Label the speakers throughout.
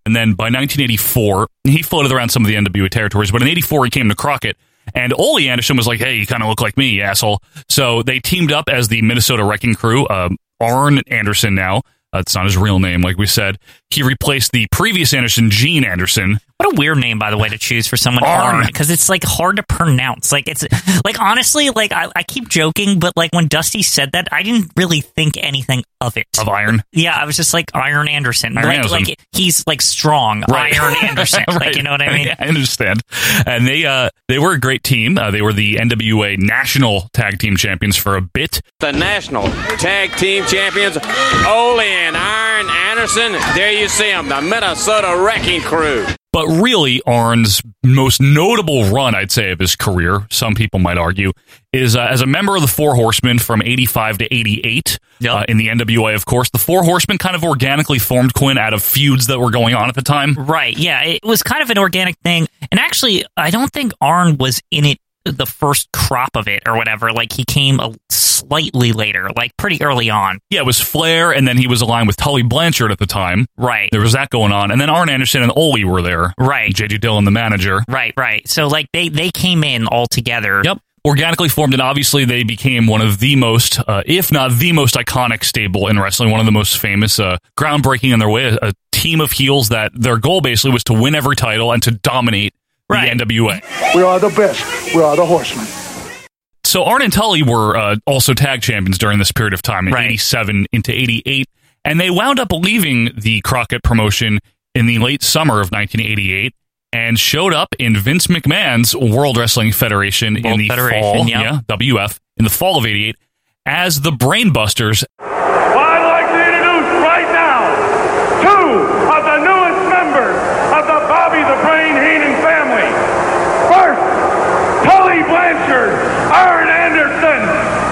Speaker 1: And then by 1984, he floated around some of the NWA territories. But in 84, he came to Crockett. And Ole Anderson was like, hey, you kind of look like me, you asshole. So they teamed up as the Minnesota Wrecking Crew. Um, Arn Anderson now. That's not his real name, like we said. He replaced the previous Anderson, Gene Anderson.
Speaker 2: What a weird name, by the way, to choose for someone
Speaker 1: Arn.
Speaker 2: because it's like hard to pronounce. Like it's like honestly, like I, I keep joking, but like when Dusty said that, I didn't really think anything of it.
Speaker 1: of Iron.
Speaker 2: Yeah, I was just like Iron Anderson.
Speaker 1: Iron
Speaker 2: like,
Speaker 1: Anderson.
Speaker 2: like he's like strong.
Speaker 1: Right.
Speaker 2: Iron Anderson. Like you know what I mean?
Speaker 1: Yeah, I understand. And they uh, they were a great team. Uh, they were the NWA National Tag Team Champions for a bit.
Speaker 3: the national tag team champions, Ole and Iron Anderson. There you see them, the Minnesota Wrecking Crew.
Speaker 1: But really, Arn's most notable run, I'd say, of his career, some people might argue, is uh, as a member of the Four Horsemen from 85 to 88
Speaker 2: Yep.
Speaker 1: uh, in the NWA, of course. The Four Horsemen kind of organically formed Quinn out of feuds that were going on at the time.
Speaker 2: Right. Yeah. It was kind of an organic thing. And actually, I don't think Arn was in it the first crop of it or whatever. Like he came a slightly later, like pretty early on.
Speaker 1: Yeah, it was Flair, and then he was aligned with Tully Blanchard at the time.
Speaker 2: Right.
Speaker 1: There was that going on. And then Arn Anderson and Ole were there.
Speaker 2: Right.
Speaker 1: J.J. Dillon, the manager.
Speaker 2: Right. Right. So like they they came in all together.
Speaker 1: Yep. Organically formed, and obviously they became one of the most, uh, if not the most iconic stable in wrestling, one of the most famous, uh, groundbreaking in their way, a, a team of heels that their goal basically was to win every title and to dominate
Speaker 2: Right.
Speaker 1: the NWA.
Speaker 4: We are the best. We are the horsemen.
Speaker 1: So Arn and Tully were uh, also tag champions during this period of time, in
Speaker 2: Right.
Speaker 1: 87 into 88, and they wound up leaving the Crockett promotion in the late summer of 1988 and showed up in Vince McMahon's World Wrestling Federation in
Speaker 2: World
Speaker 1: the
Speaker 2: Federation,
Speaker 1: fall,
Speaker 2: yeah.
Speaker 1: WF, in the fall of 88 as the Brainbusters
Speaker 5: Well, I'd like to introduce right now two of the newest members of the Bobby the Brain Heenan family. First, Tully Blanchard, Iron Anderson,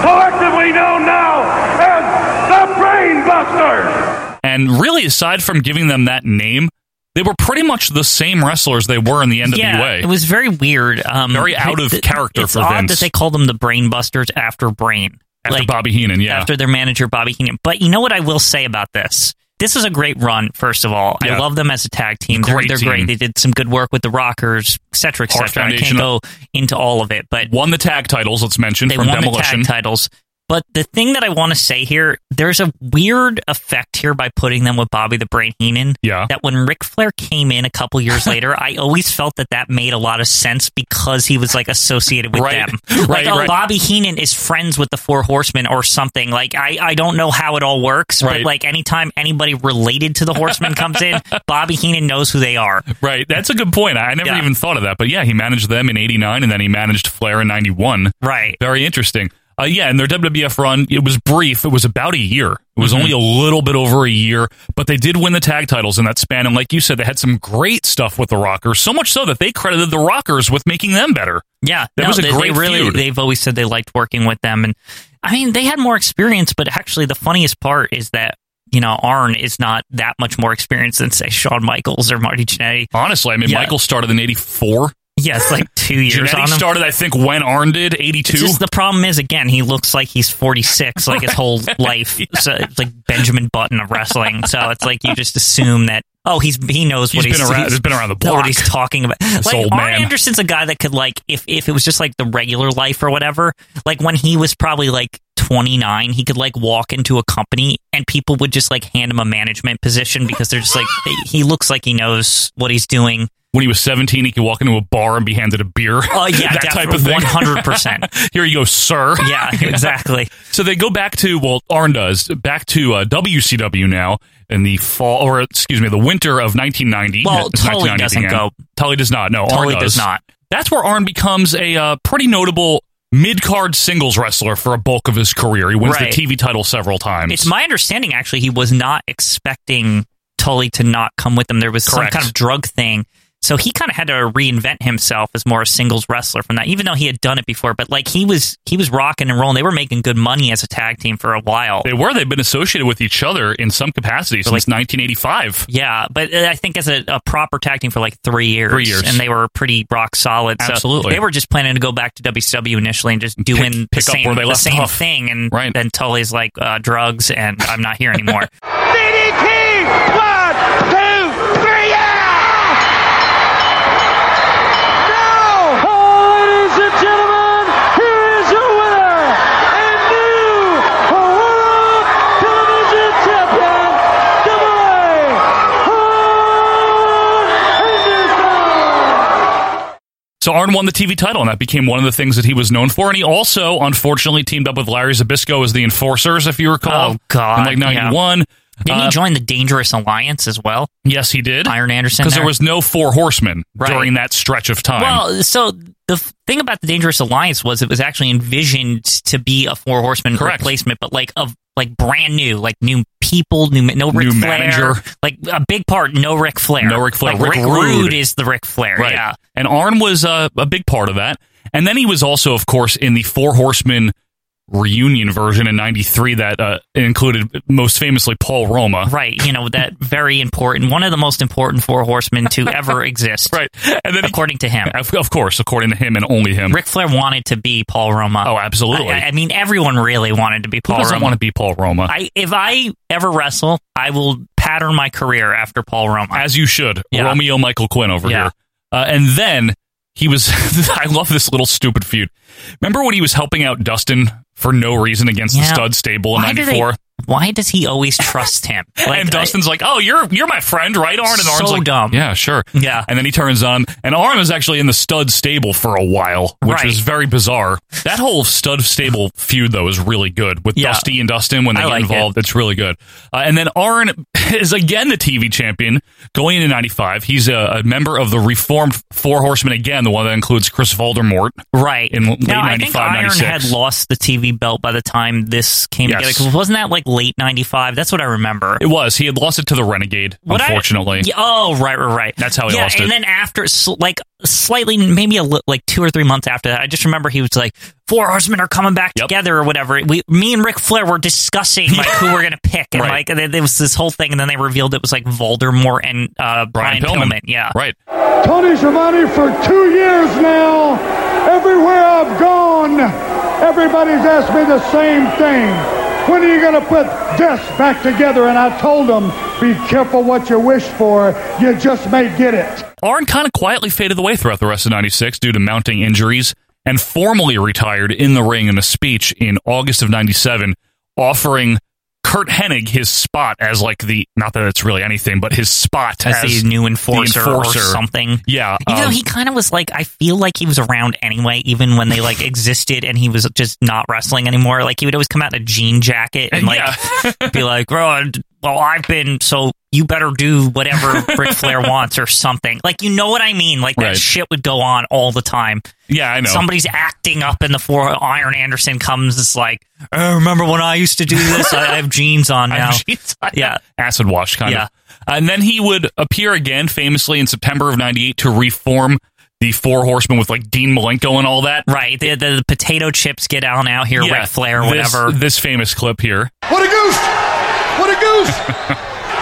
Speaker 5: collectively known now as the Brain Busters.
Speaker 1: and really aside from giving them that name, they were pretty much the same wrestlers they were in the NWA.
Speaker 2: Yeah, it was very weird. Um,
Speaker 1: Very out of
Speaker 2: th-
Speaker 1: character
Speaker 2: it's
Speaker 1: for
Speaker 2: odd
Speaker 1: Vince.
Speaker 2: that they call them the Brainbusters after Brain,
Speaker 1: after
Speaker 2: Like,
Speaker 1: Bobby Heenan, yeah.
Speaker 2: after their manager Bobby Heenan. But you know what I will say about this? this is a great run. First of all,
Speaker 1: Yeah.
Speaker 2: I love them as a tag team. They're,
Speaker 1: Great
Speaker 2: they're
Speaker 1: team.
Speaker 2: great. They did some good work with the Rockers, et cetera, et
Speaker 1: Heart
Speaker 2: cetera. I
Speaker 1: Foundation.
Speaker 2: can't go into all of it, but
Speaker 1: Won the tag titles, let's mention,
Speaker 2: they
Speaker 1: from
Speaker 2: won
Speaker 1: Demolition.
Speaker 2: the tag titles. But the thing that I want to say here, there's a weird effect here by putting them with Bobby the Brain Heenan.
Speaker 1: Yeah.
Speaker 2: That when Ric Flair came in a couple years later, I always felt that that made a lot of sense because he was like associated with
Speaker 1: Right.
Speaker 2: them.
Speaker 1: Right,
Speaker 2: Like, oh,
Speaker 1: right.
Speaker 2: Bobby Heenan is friends with the Four Horsemen or something. Like, I, I don't know how it all works,
Speaker 1: Right.
Speaker 2: but like anytime anybody related to the Horsemen comes in, Bobby Heenan knows who they are.
Speaker 1: Right, that's a good point. I I never
Speaker 2: Yeah.
Speaker 1: even thought of that, but yeah, he managed them in '89, and then he managed Flair in '91.
Speaker 2: Right.
Speaker 1: Very interesting. Uh, yeah, and their WWF run it was brief. It was about a year. It
Speaker 2: Mhm.
Speaker 1: was only a little bit over a year, but they did win the tag titles in that span. And like you said, they had some great stuff with the Rockers. So much so that they credited the Rockers with making them better.
Speaker 2: Yeah,
Speaker 1: That was a
Speaker 2: they,
Speaker 1: great
Speaker 2: they really.
Speaker 1: feud.
Speaker 2: They've always said they liked working with them, and I mean they had more experience. But actually, the funniest part is that you know Arn is not that much more experienced than say Shawn Michaels or Marty Jannetty.
Speaker 1: Honestly, I mean,
Speaker 2: Yeah.
Speaker 1: Michael started in '84.
Speaker 2: Yes, like two years on
Speaker 1: Jannetty
Speaker 2: him.
Speaker 1: started, I think, when Arn did
Speaker 2: It's
Speaker 1: '82.
Speaker 2: just the problem is again he looks like he's 46 like his whole life so it's like Benjamin Button of wrestling so it's like you just assume that oh he's he knows what
Speaker 1: He's
Speaker 2: he's,
Speaker 1: been around-
Speaker 2: he's
Speaker 1: he's been around the
Speaker 2: what
Speaker 1: block.
Speaker 2: he's talking about like
Speaker 1: old
Speaker 2: Arn
Speaker 1: man.
Speaker 2: Anderson's a guy that could like if if it was just like the regular life or whatever like when he was probably like 29 he could like walk into a company and people would just like hand him a management position because they're just like he looks like he knows what he's doing
Speaker 1: when he was 17, he could walk into a bar and be handed a beer.
Speaker 2: oh yeah
Speaker 1: that type
Speaker 2: definitely,
Speaker 1: of thing.
Speaker 2: 100%
Speaker 1: Here you go, sir.
Speaker 2: yeah exactly
Speaker 1: So they go back to well, Arn does back to uh, WCW now in the fall, or excuse me, the winter of 1990.
Speaker 2: Well,
Speaker 1: It's
Speaker 2: Tully
Speaker 1: 1990
Speaker 2: doesn't
Speaker 1: again.
Speaker 2: go.
Speaker 1: Tully does not. No,
Speaker 2: Tully
Speaker 1: Arn
Speaker 2: does not.
Speaker 1: That's where Arn becomes a uh, pretty notable mid-card singles wrestler for a bulk of his career. He wins
Speaker 2: Right.
Speaker 1: the TV title several times.
Speaker 2: It's my understanding, actually, he was not expecting Tully to not come with him. There was
Speaker 1: Correct.
Speaker 2: some kind of drug thing. So he kind of had to reinvent himself as more a singles wrestler from that, even though he had done it before. But like he was, he was rocking and rolling. They were making good money as a tag team for a while.
Speaker 1: they were. They've been associated with each other in some capacity since 1985.
Speaker 2: yeah, but uh, I think as a, a proper tag team for like three years,
Speaker 1: Three years.
Speaker 2: and they were pretty rock solid. So
Speaker 1: Absolutely.
Speaker 2: they were just planning to go back to WCW initially and just doing the
Speaker 1: pick up
Speaker 2: same,
Speaker 1: where they
Speaker 2: the
Speaker 1: left
Speaker 2: same
Speaker 1: off.
Speaker 2: thing. And
Speaker 1: Right.
Speaker 2: then Tully's like uh, drugs, and I'm not here anymore.
Speaker 6: DDT! One, two, three, yeah! Now! Oh, ladies and gentlemen, here is your winner and new World Television Champion, Double A, Arn Anderson!
Speaker 1: So Arn won the TV title, and that became one of the things that he was known for. And he also, unfortunately, teamed up with Larry Zabisco as the Enforcers, if you recall.
Speaker 2: Oh, God,
Speaker 1: In like
Speaker 2: yeah.
Speaker 1: '91.
Speaker 2: Didn't
Speaker 1: Uh,
Speaker 2: he join the Dangerous Alliance as well?
Speaker 1: Yes, he did.
Speaker 2: Iron Anderson.
Speaker 1: because there
Speaker 2: there?
Speaker 1: was no four horsemen
Speaker 2: Right.
Speaker 1: during that stretch of time.
Speaker 2: well, so the f- thing about the Dangerous Alliance was it was actually envisioned to be a Four Horsemen
Speaker 1: Correct.
Speaker 2: replacement, but like of like brand new, like new people, new ma- no Ric
Speaker 1: New
Speaker 2: Flair,
Speaker 1: manager.
Speaker 2: like a big part, no Ric Flair,
Speaker 1: No Ric Flair,
Speaker 2: Like,
Speaker 1: Rick
Speaker 2: Rick,
Speaker 1: Rude.
Speaker 2: Rude. is the Ric Flair,
Speaker 1: right.
Speaker 2: yeah.
Speaker 1: And Arn was uh, a big part of that. And then he was also, of course, in the four horsemen reunion version in '93 that uh, included most famously Paul Roma.
Speaker 2: Right, you know that very important, one of the most important four horsemen to ever exist,
Speaker 1: Right. And then, he-
Speaker 2: According to him,
Speaker 1: of, of course, according to him and only him,
Speaker 2: Ric Flair wanted to be Paul Roma.
Speaker 1: Oh, absolutely.
Speaker 2: I, I- I mean, everyone really wanted to be
Speaker 1: who
Speaker 2: Paul
Speaker 1: doesn't
Speaker 2: Roma.
Speaker 1: want to be Paul Roma?
Speaker 2: I if I ever wrestle, I will pattern my career after Paul Roma.
Speaker 1: as you should.
Speaker 2: Yeah.
Speaker 1: Romeo Michael Quinn over
Speaker 2: Yeah.
Speaker 1: here. Uh, and then he was. I love this little stupid feud. Remember when he was helping out Dustin for no reason against the
Speaker 2: Yeah.
Speaker 1: Stud Stable in
Speaker 2: why do they-
Speaker 1: '94?
Speaker 2: why does he always trust him? Like,
Speaker 1: and Dustin's like, "Oh, you're you're my friend, right, Arn?" And Arn's
Speaker 2: So
Speaker 1: like,
Speaker 2: dumb. Mm-hmm.
Speaker 1: "Yeah, sure."
Speaker 2: Yeah.
Speaker 1: And then he turns on, and Arn was actually in the Stud Stable for a while, which
Speaker 2: Right.
Speaker 1: was very bizarre. That whole Stud Stable feud though is really good with
Speaker 2: Yeah.
Speaker 1: Dusty and Dustin when they
Speaker 2: I
Speaker 1: get
Speaker 2: like
Speaker 1: involved. It's really good. Uh, and then Arn is again the TV champion going into '95. He's a, a member of the reformed Four Horsemen again, the one that includes Chris Voldemort.
Speaker 2: I, right
Speaker 1: in late
Speaker 2: now, I think
Speaker 1: 95,
Speaker 2: Iron
Speaker 1: 96.
Speaker 2: had lost the TV belt by the time this came
Speaker 1: Yes.
Speaker 2: together. 'cause wasn't that like late '95? That's what I remember.
Speaker 1: It was he had lost it to the Renegade,
Speaker 2: What I-
Speaker 1: unfortunately.
Speaker 2: Yeah, oh, right, right, right.
Speaker 1: That's how he
Speaker 2: yeah,
Speaker 1: lost
Speaker 2: and
Speaker 1: it.
Speaker 2: then after, sl- like, slightly, maybe a li- like two or three months after that, I just remember he was like, Four Horsemen are coming back
Speaker 1: Yep.
Speaker 2: together or whatever. We, me and Ric Flair were discussing like who we're gonna pick, and
Speaker 1: Right.
Speaker 2: like there there was this whole thing, and then they revealed it was like Voldemort and uh, Brian, Pillman. Yeah,
Speaker 1: right.
Speaker 4: Tony Schiavone for two years now. Everywhere I've gone, everybody's asked me the same thing. When are you going to put this back together? And I told them Be careful what you wish for. You just may get it.
Speaker 1: Arn kind of quietly faded away throughout the rest of 96 due to mounting injuries and formally retired in the ring in a speech in August of 97, offering Kurt Hennig his spot as like the, not that it's really anything, but his spot as,
Speaker 2: as, the new enforcer,
Speaker 1: enforcer.
Speaker 2: or something.
Speaker 1: Yeah,
Speaker 2: You know,
Speaker 1: um,
Speaker 2: he kind of was like, I feel like he was around anyway, even when they like existed and he was just not wrestling anymore. Like he would always come out in a jean jacket and like be like, "Bro, well, I've been so you better do whatever Ric Flair wants or something." Like you know what I mean? Like that
Speaker 1: Right.
Speaker 2: shit would go on all the time.
Speaker 1: Yeah, I know.
Speaker 2: Somebody's acting up in the floor. Iron Anderson comes. It's like, oh, remember when I used to do this? I I have jeans on
Speaker 1: I
Speaker 2: now.
Speaker 1: have jeans on.
Speaker 2: Yeah.
Speaker 1: acid wash kind
Speaker 2: Yeah.
Speaker 1: of. And then he would appear again famously in September of 98 to reform the Four Horsemen with like Dean Malenko and all that.
Speaker 2: Right, the, the, the potato chips get on out here, Ric Flair,
Speaker 1: this-
Speaker 2: whatever.
Speaker 1: This, famous clip here.
Speaker 7: What a goose! What a goose!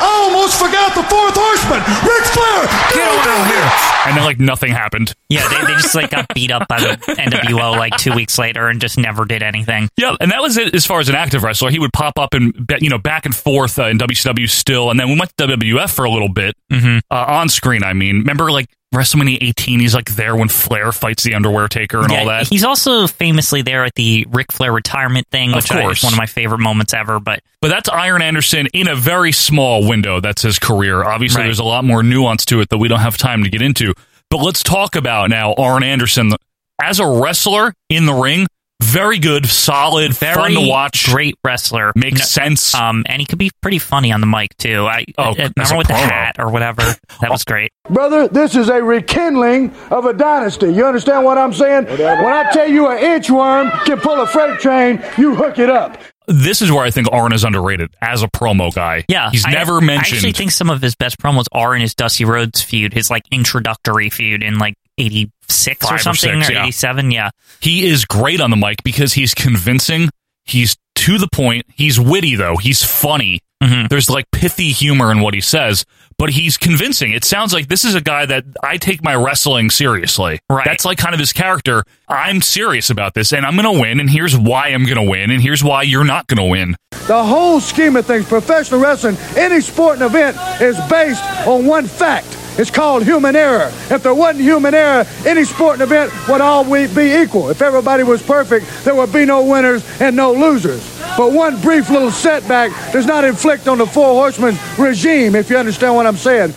Speaker 7: I almost forgot the fourth horseman, Ric Flair!
Speaker 1: And then like nothing happened.
Speaker 2: Yeah, they, they just like got beat up by the NWO like two weeks later and just never did anything.
Speaker 1: Yeah, and that was it as far as an active wrestler. He would pop up and be- you know back and forth uh, in WCW still, and then we went to WWF for a little bit
Speaker 2: Mm-hmm.
Speaker 1: uh, on screen. I mean, remember like WrestleMania 18? He's like there when Flair fights the Underwear Taker and
Speaker 2: Yeah,
Speaker 1: all that.
Speaker 2: He's also famously there at the Ric Flair retirement thing,
Speaker 1: Of
Speaker 2: which I,
Speaker 1: course.
Speaker 2: is one of my favorite moments ever. But
Speaker 1: But that's Iron Anderson in a very small window. That's his career. Obviously,
Speaker 2: Right.
Speaker 1: there's a lot more nuance to it that we don't have time to get into. But let's talk about now Arn Anderson as a wrestler in the ring. Very good, solid,
Speaker 2: very
Speaker 1: fun to watch.
Speaker 2: great wrestler,
Speaker 1: Makes
Speaker 2: No-
Speaker 1: sense. Uh,
Speaker 2: Um, and he could be pretty funny on the mic too. I,
Speaker 1: Oh,
Speaker 2: I- I
Speaker 1: as a
Speaker 2: remember with the
Speaker 1: promo.
Speaker 2: hat or whatever. That was great.
Speaker 4: Brother, this is a rekindling of a dynasty. You understand what I'm saying? When I tell you an inchworm can pull a freight train, you hook it up.
Speaker 1: this is where I think Arn is underrated as a promo guy.
Speaker 2: Yeah,
Speaker 1: he's
Speaker 2: I-
Speaker 1: never
Speaker 2: I actually
Speaker 1: mentioned.
Speaker 2: think some of his best promos are in his Dusty Rhodes feud, his like introductory feud in like eighty six
Speaker 1: Five
Speaker 2: or
Speaker 1: or
Speaker 2: something
Speaker 1: six, yeah.
Speaker 2: eighty seven. Yeah,
Speaker 1: he is great on the mic because he's convincing. He's to the point. He's witty though. He's funny.
Speaker 2: Mm-hmm.
Speaker 1: There's like pithy humor in what he says, but he's convincing. It sounds like this is a guy that I take my wrestling seriously.
Speaker 2: Right.
Speaker 1: That's like kind of his character. I'm serious about this, and I'm going to win. And here's why I'm going to win. And here's why you're not going to win.
Speaker 4: The whole scheme of things, professional wrestling, any sport and event is based on one fact. It's called human error. If there wasn't human error, any sport and event would all we- be equal. If everybody was perfect, there would be no winners and no losers. But one brief little setback does not inflict on the Four Horsemen regime, if you understand what I'm saying.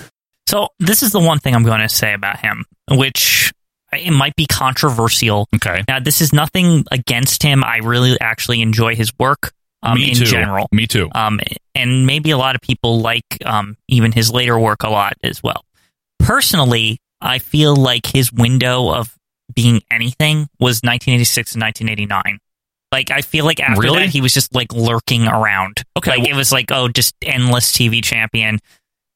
Speaker 2: So this is the one thing I'm going to say about him, which uh, it might be controversial.
Speaker 1: Okay.
Speaker 2: Now, this is nothing against him. I really actually enjoy his work um,
Speaker 1: Me
Speaker 2: in
Speaker 1: too.
Speaker 2: general.
Speaker 1: Me too.
Speaker 2: Um, and maybe a lot of people like um, even his later work a lot as well. Personally, I feel like his window of being anything was 1986 and 1989. Like I feel like after
Speaker 1: Really?
Speaker 2: that he was just like lurking around.
Speaker 1: Okay,
Speaker 2: like
Speaker 1: well-
Speaker 2: it was like oh, just endless TV champion.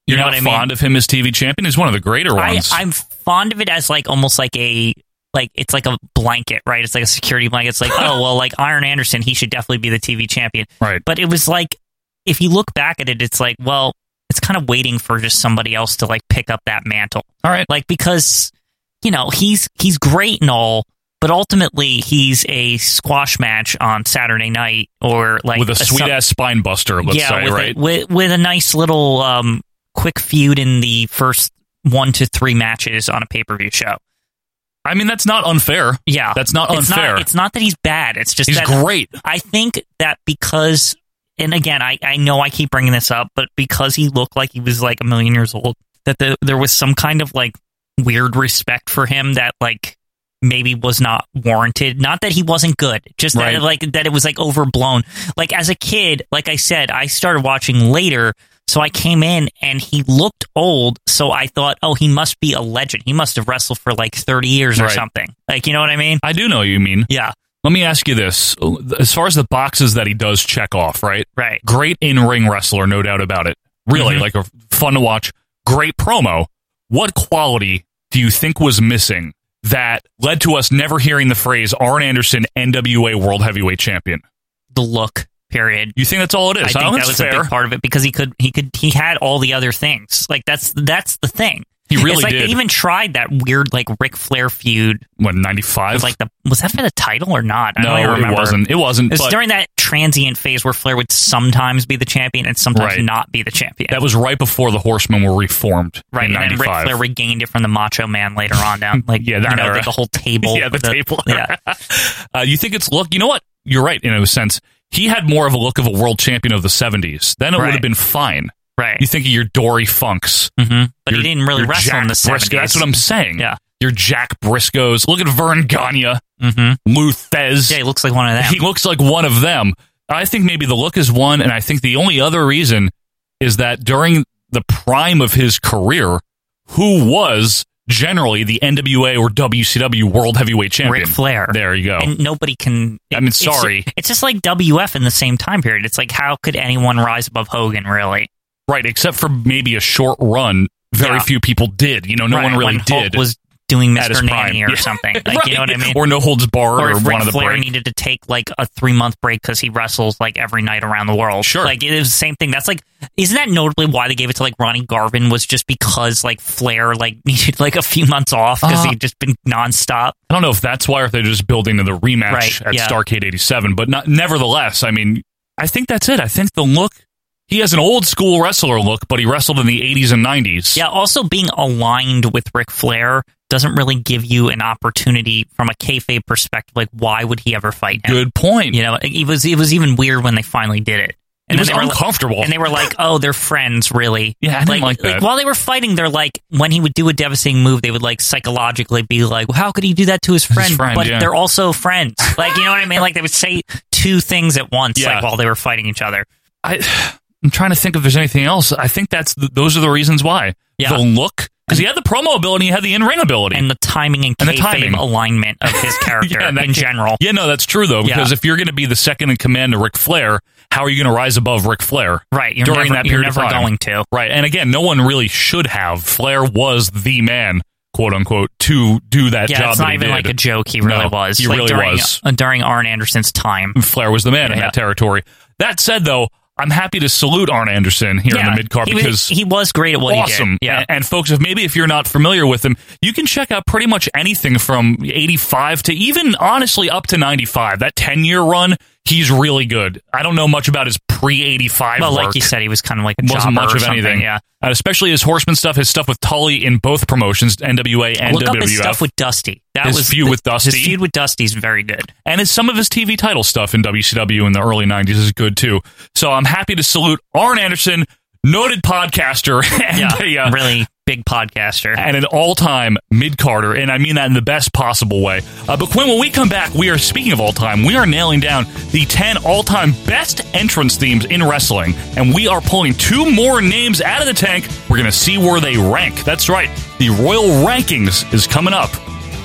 Speaker 2: You
Speaker 1: You're
Speaker 2: know
Speaker 1: not
Speaker 2: what I mean?
Speaker 1: fond of him as TV champion. He's one of the greater
Speaker 2: I,
Speaker 1: ones.
Speaker 2: I'm fond of it as like almost like a like it's like a blanket, right? It's like a security blanket. It's like oh well, like Iron Anderson, he should definitely be the TV champion.
Speaker 1: Right.
Speaker 2: But it was like if you look back at it, it's like well, it's kind of waiting for just somebody else to like pick up that mantle.
Speaker 1: All right.
Speaker 2: Like because you know he's he's great and all. But ultimately, he's a squash match on Saturday night, or like
Speaker 1: with a sweet
Speaker 2: some-
Speaker 1: ass spine buster, let's say,
Speaker 2: with
Speaker 1: right?
Speaker 2: A, with, with a nice little um, quick feud in the first one to three matches on a pay per view show.
Speaker 1: I mean, that's not unfair.
Speaker 2: Yeah,
Speaker 1: That's not
Speaker 2: It's
Speaker 1: unfair.
Speaker 2: It's not that he's bad. It's just
Speaker 1: He's
Speaker 2: that
Speaker 1: great.
Speaker 2: I think that because, and again, I I know I keep bringing this up, but because he looked like he was like a million years old, that the, there was some kind of like weird respect for him that like maybe was not warranted not that he wasn't good just that
Speaker 1: Right.
Speaker 2: like that it was like overblown like as a kid like i said i started watching later so i came in and he looked old so i thought oh he must be a legend he must have wrestled for like 30 years or
Speaker 1: Right.
Speaker 2: something like you know what i mean
Speaker 1: I do know what you mean.
Speaker 2: yeah
Speaker 1: Let me ask you this: as far as the boxes that he does check off, right?
Speaker 2: right
Speaker 1: Great in-ring wrestler, no doubt about it. Really,
Speaker 2: Mhm.
Speaker 1: like a fun to watch. Great promo. What quality do you think was missing that led to us never hearing the phrase "Arn Anderson, NWA World Heavyweight Champion"?
Speaker 2: the look period
Speaker 1: You think that's all it is?
Speaker 2: I
Speaker 1: huh?
Speaker 2: think
Speaker 1: That's
Speaker 2: that was
Speaker 1: fair.
Speaker 2: a big part of it because he could he could he had all the other things. Like that's that's the thing.
Speaker 1: He really
Speaker 2: it's like
Speaker 1: did.
Speaker 2: They even tried that weird like Ric Flair feud.
Speaker 1: what
Speaker 2: It
Speaker 1: ninety-five?
Speaker 2: was like the was that for the title or not? I
Speaker 1: no,
Speaker 2: don't even
Speaker 1: it
Speaker 2: remember.
Speaker 1: wasn't. It wasn't.
Speaker 2: It was
Speaker 1: but
Speaker 2: during that transient phase where Flair would sometimes be the champion and sometimes
Speaker 1: Right.
Speaker 2: not be the champion.
Speaker 1: That was right before the Horsemen were reformed
Speaker 2: Right,
Speaker 1: in
Speaker 2: and then Ric
Speaker 1: '95.
Speaker 2: Flair regained it from the Macho Man later on down. Like,
Speaker 1: Yeah,
Speaker 2: you
Speaker 1: that
Speaker 2: know,
Speaker 1: era.
Speaker 2: the, the whole table.
Speaker 1: yeah, the,
Speaker 2: with
Speaker 1: table.
Speaker 2: Yeah.
Speaker 1: uh, you think it's look? You know what? You're right in a sense. He had more of a look of a world champion of the '70s. Then it would
Speaker 2: Right.
Speaker 1: have been fine.
Speaker 2: Right.
Speaker 1: You think of your Dory Funks,
Speaker 2: hmm But he
Speaker 1: your-
Speaker 2: didn't really
Speaker 1: your
Speaker 2: wrestle
Speaker 1: Jack
Speaker 2: in the 70s.
Speaker 1: Briscoe. That's what I'm saying.
Speaker 2: Yeah.
Speaker 1: Your Jack Briscoes. Look at Vern Gagne,
Speaker 2: Mm-hmm.
Speaker 1: Lou Thez.
Speaker 2: Yeah, he looks like one of them.
Speaker 1: He looks like one of them. I think maybe the look is one, and I think the only other reason is that during the prime of his career, who was generally the NWA or WCW World Heavyweight Champion?
Speaker 2: Ric Flair.
Speaker 1: There you go.
Speaker 2: and nobody can.
Speaker 1: I mean,
Speaker 2: it's-
Speaker 1: sorry.
Speaker 2: It's, just like WF in the same time period. It's like, how could anyone rise above Hogan, really?
Speaker 1: right, except for maybe a short run, very
Speaker 2: Yeah.
Speaker 1: few people did. You know, no
Speaker 2: Right,
Speaker 1: one really
Speaker 2: when Hulk
Speaker 1: did.
Speaker 2: was doing
Speaker 1: at his
Speaker 2: Mr.
Speaker 1: prime.
Speaker 2: Nanny or
Speaker 1: Yeah.
Speaker 2: something. Like, You know what I
Speaker 1: Right.
Speaker 2: mean?
Speaker 1: Or No Holds Barred
Speaker 2: or
Speaker 1: or,
Speaker 2: if
Speaker 1: one
Speaker 2: Ric
Speaker 1: of the
Speaker 2: Flair
Speaker 1: break.
Speaker 2: needed to take like a three month break because he wrestles like every night around the world.
Speaker 1: Sure.
Speaker 2: like it is the same thing. That's like, isn't that notably why they gave it to like Ronnie Garvin was just because like Flair like needed like a few months off because
Speaker 1: Uh,
Speaker 2: he'd just been nonstop.
Speaker 1: I don't know if that's why or if they're just building to the rematch
Speaker 2: Right,
Speaker 1: at
Speaker 2: yeah.
Speaker 1: Starcade 87, but not, nevertheless, I mean, I think that's it. I think the look, he has an old school wrestler look, but he wrestled in the 80s and 90s.
Speaker 2: Yeah, also being aligned with Ric Flair doesn't really give you an opportunity from a kayfabe perspective. Like, why would he ever fight him?
Speaker 1: Good point.
Speaker 2: You know, it, it was it was even weird when they finally did it.
Speaker 1: It
Speaker 2: then
Speaker 1: was
Speaker 2: they were like-
Speaker 1: uncomfortable.
Speaker 2: and they were like, "Oh, they're friends, really."
Speaker 1: Yeah, I didn't like that.
Speaker 2: while they were fighting, they're like, when he would do a devastating move, they would like psychologically be like, well, "How could he do that to his friend?"
Speaker 1: friend,
Speaker 2: but
Speaker 1: yeah.
Speaker 2: they're also friends. Like, you know what I mean? Like they would say two things at once,
Speaker 1: Yeah.
Speaker 2: like while they were fighting each other.
Speaker 1: I, I'm trying to think if there's anything else. I think that's the, those are the reasons why.
Speaker 2: Yeah.
Speaker 1: The look, because he had the promo ability, he had the in ring ability.
Speaker 2: And the timing and,
Speaker 1: And the
Speaker 2: kayfabe
Speaker 1: timing.
Speaker 2: alignment of his character
Speaker 1: and that
Speaker 2: in
Speaker 1: ca-
Speaker 2: general.
Speaker 1: yeah, no, that's true though. Because
Speaker 2: Yeah.
Speaker 1: if you're going to be the second in command to Ric Flair, how are you going to rise above Ric Flair?
Speaker 2: Right, you're
Speaker 1: during
Speaker 2: never,
Speaker 1: that
Speaker 2: you're
Speaker 1: period
Speaker 2: never
Speaker 1: of time.
Speaker 2: going to.
Speaker 1: Right. And again, no one really should have. Flair was the man, quote unquote, to do that
Speaker 2: Yeah,
Speaker 1: job.
Speaker 2: it's
Speaker 1: that
Speaker 2: not
Speaker 1: he
Speaker 2: even
Speaker 1: did.
Speaker 2: like a joke. He really
Speaker 1: No,
Speaker 2: was.
Speaker 1: he
Speaker 2: like,
Speaker 1: really
Speaker 2: during,
Speaker 1: was.
Speaker 2: uh, during Arn Anderson's time.
Speaker 1: Flair was the man in
Speaker 2: Yeah.
Speaker 1: that territory. That said, though, I'm happy to salute Arn Anderson here in the mid card
Speaker 2: he was,
Speaker 1: because
Speaker 2: he was great at what
Speaker 1: awesome.
Speaker 2: he did. Yeah,
Speaker 1: And, and folks, if maybe if you're not familiar with him, you can check out pretty much anything from 85 to even honestly up to 95. That 10 year run, he's really good. I don't know much about his pre 85
Speaker 2: well,
Speaker 1: work.
Speaker 2: like you said, he was kind of like a jobber
Speaker 1: wasn't much
Speaker 2: or
Speaker 1: of
Speaker 2: something,
Speaker 1: anything.
Speaker 2: Yeah,
Speaker 1: Uh, especially his horseman stuff, his stuff with Tully in both promotions, NWA and
Speaker 2: look up his
Speaker 1: WWF,
Speaker 2: stuff with Dusty. That
Speaker 1: His
Speaker 2: was
Speaker 1: feud
Speaker 2: the-
Speaker 1: with Dusty.
Speaker 2: His feud with Dusty's very good.
Speaker 1: and his, some of his TV title stuff in WCW in the early '90s is good too. So I'm happy to salute Arn Anderson, noted podcaster, and
Speaker 2: Yeah,
Speaker 1: a, uh,
Speaker 2: really big podcaster.
Speaker 1: and an all-time mid-carter, and I mean that in the best possible way. Uh, but Quinn, when we come back, we are speaking of all-time. We are nailing down the 10 all-time best entrance themes in wrestling, and we are pulling two more names out of the tank. We're going to see where they rank. That's right. The Royal Rankings is coming up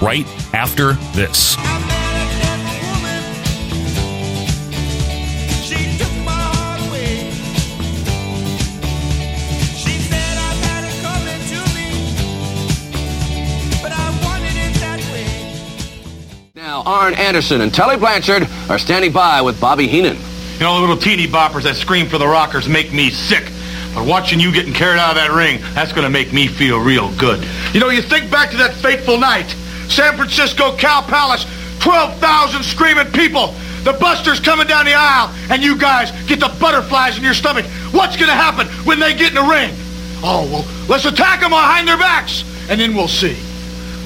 Speaker 1: right after this.
Speaker 8: Now, Arn Anderson and Tully Blanchard are standing by with Bobby Heenan.
Speaker 9: You know, the little teeny boppers that scream for the rockers make me sick. But watching you getting carried out of that ring, that's going to make me feel real good. You know, you think back to that fateful night. San Francisco Cow Palace, 12,000 screaming people. The busters coming down the aisle, and you guys get the butterflies in your stomach. What's going to happen when they get in the ring? Oh, well, let's attack them behind their backs, and then we'll see.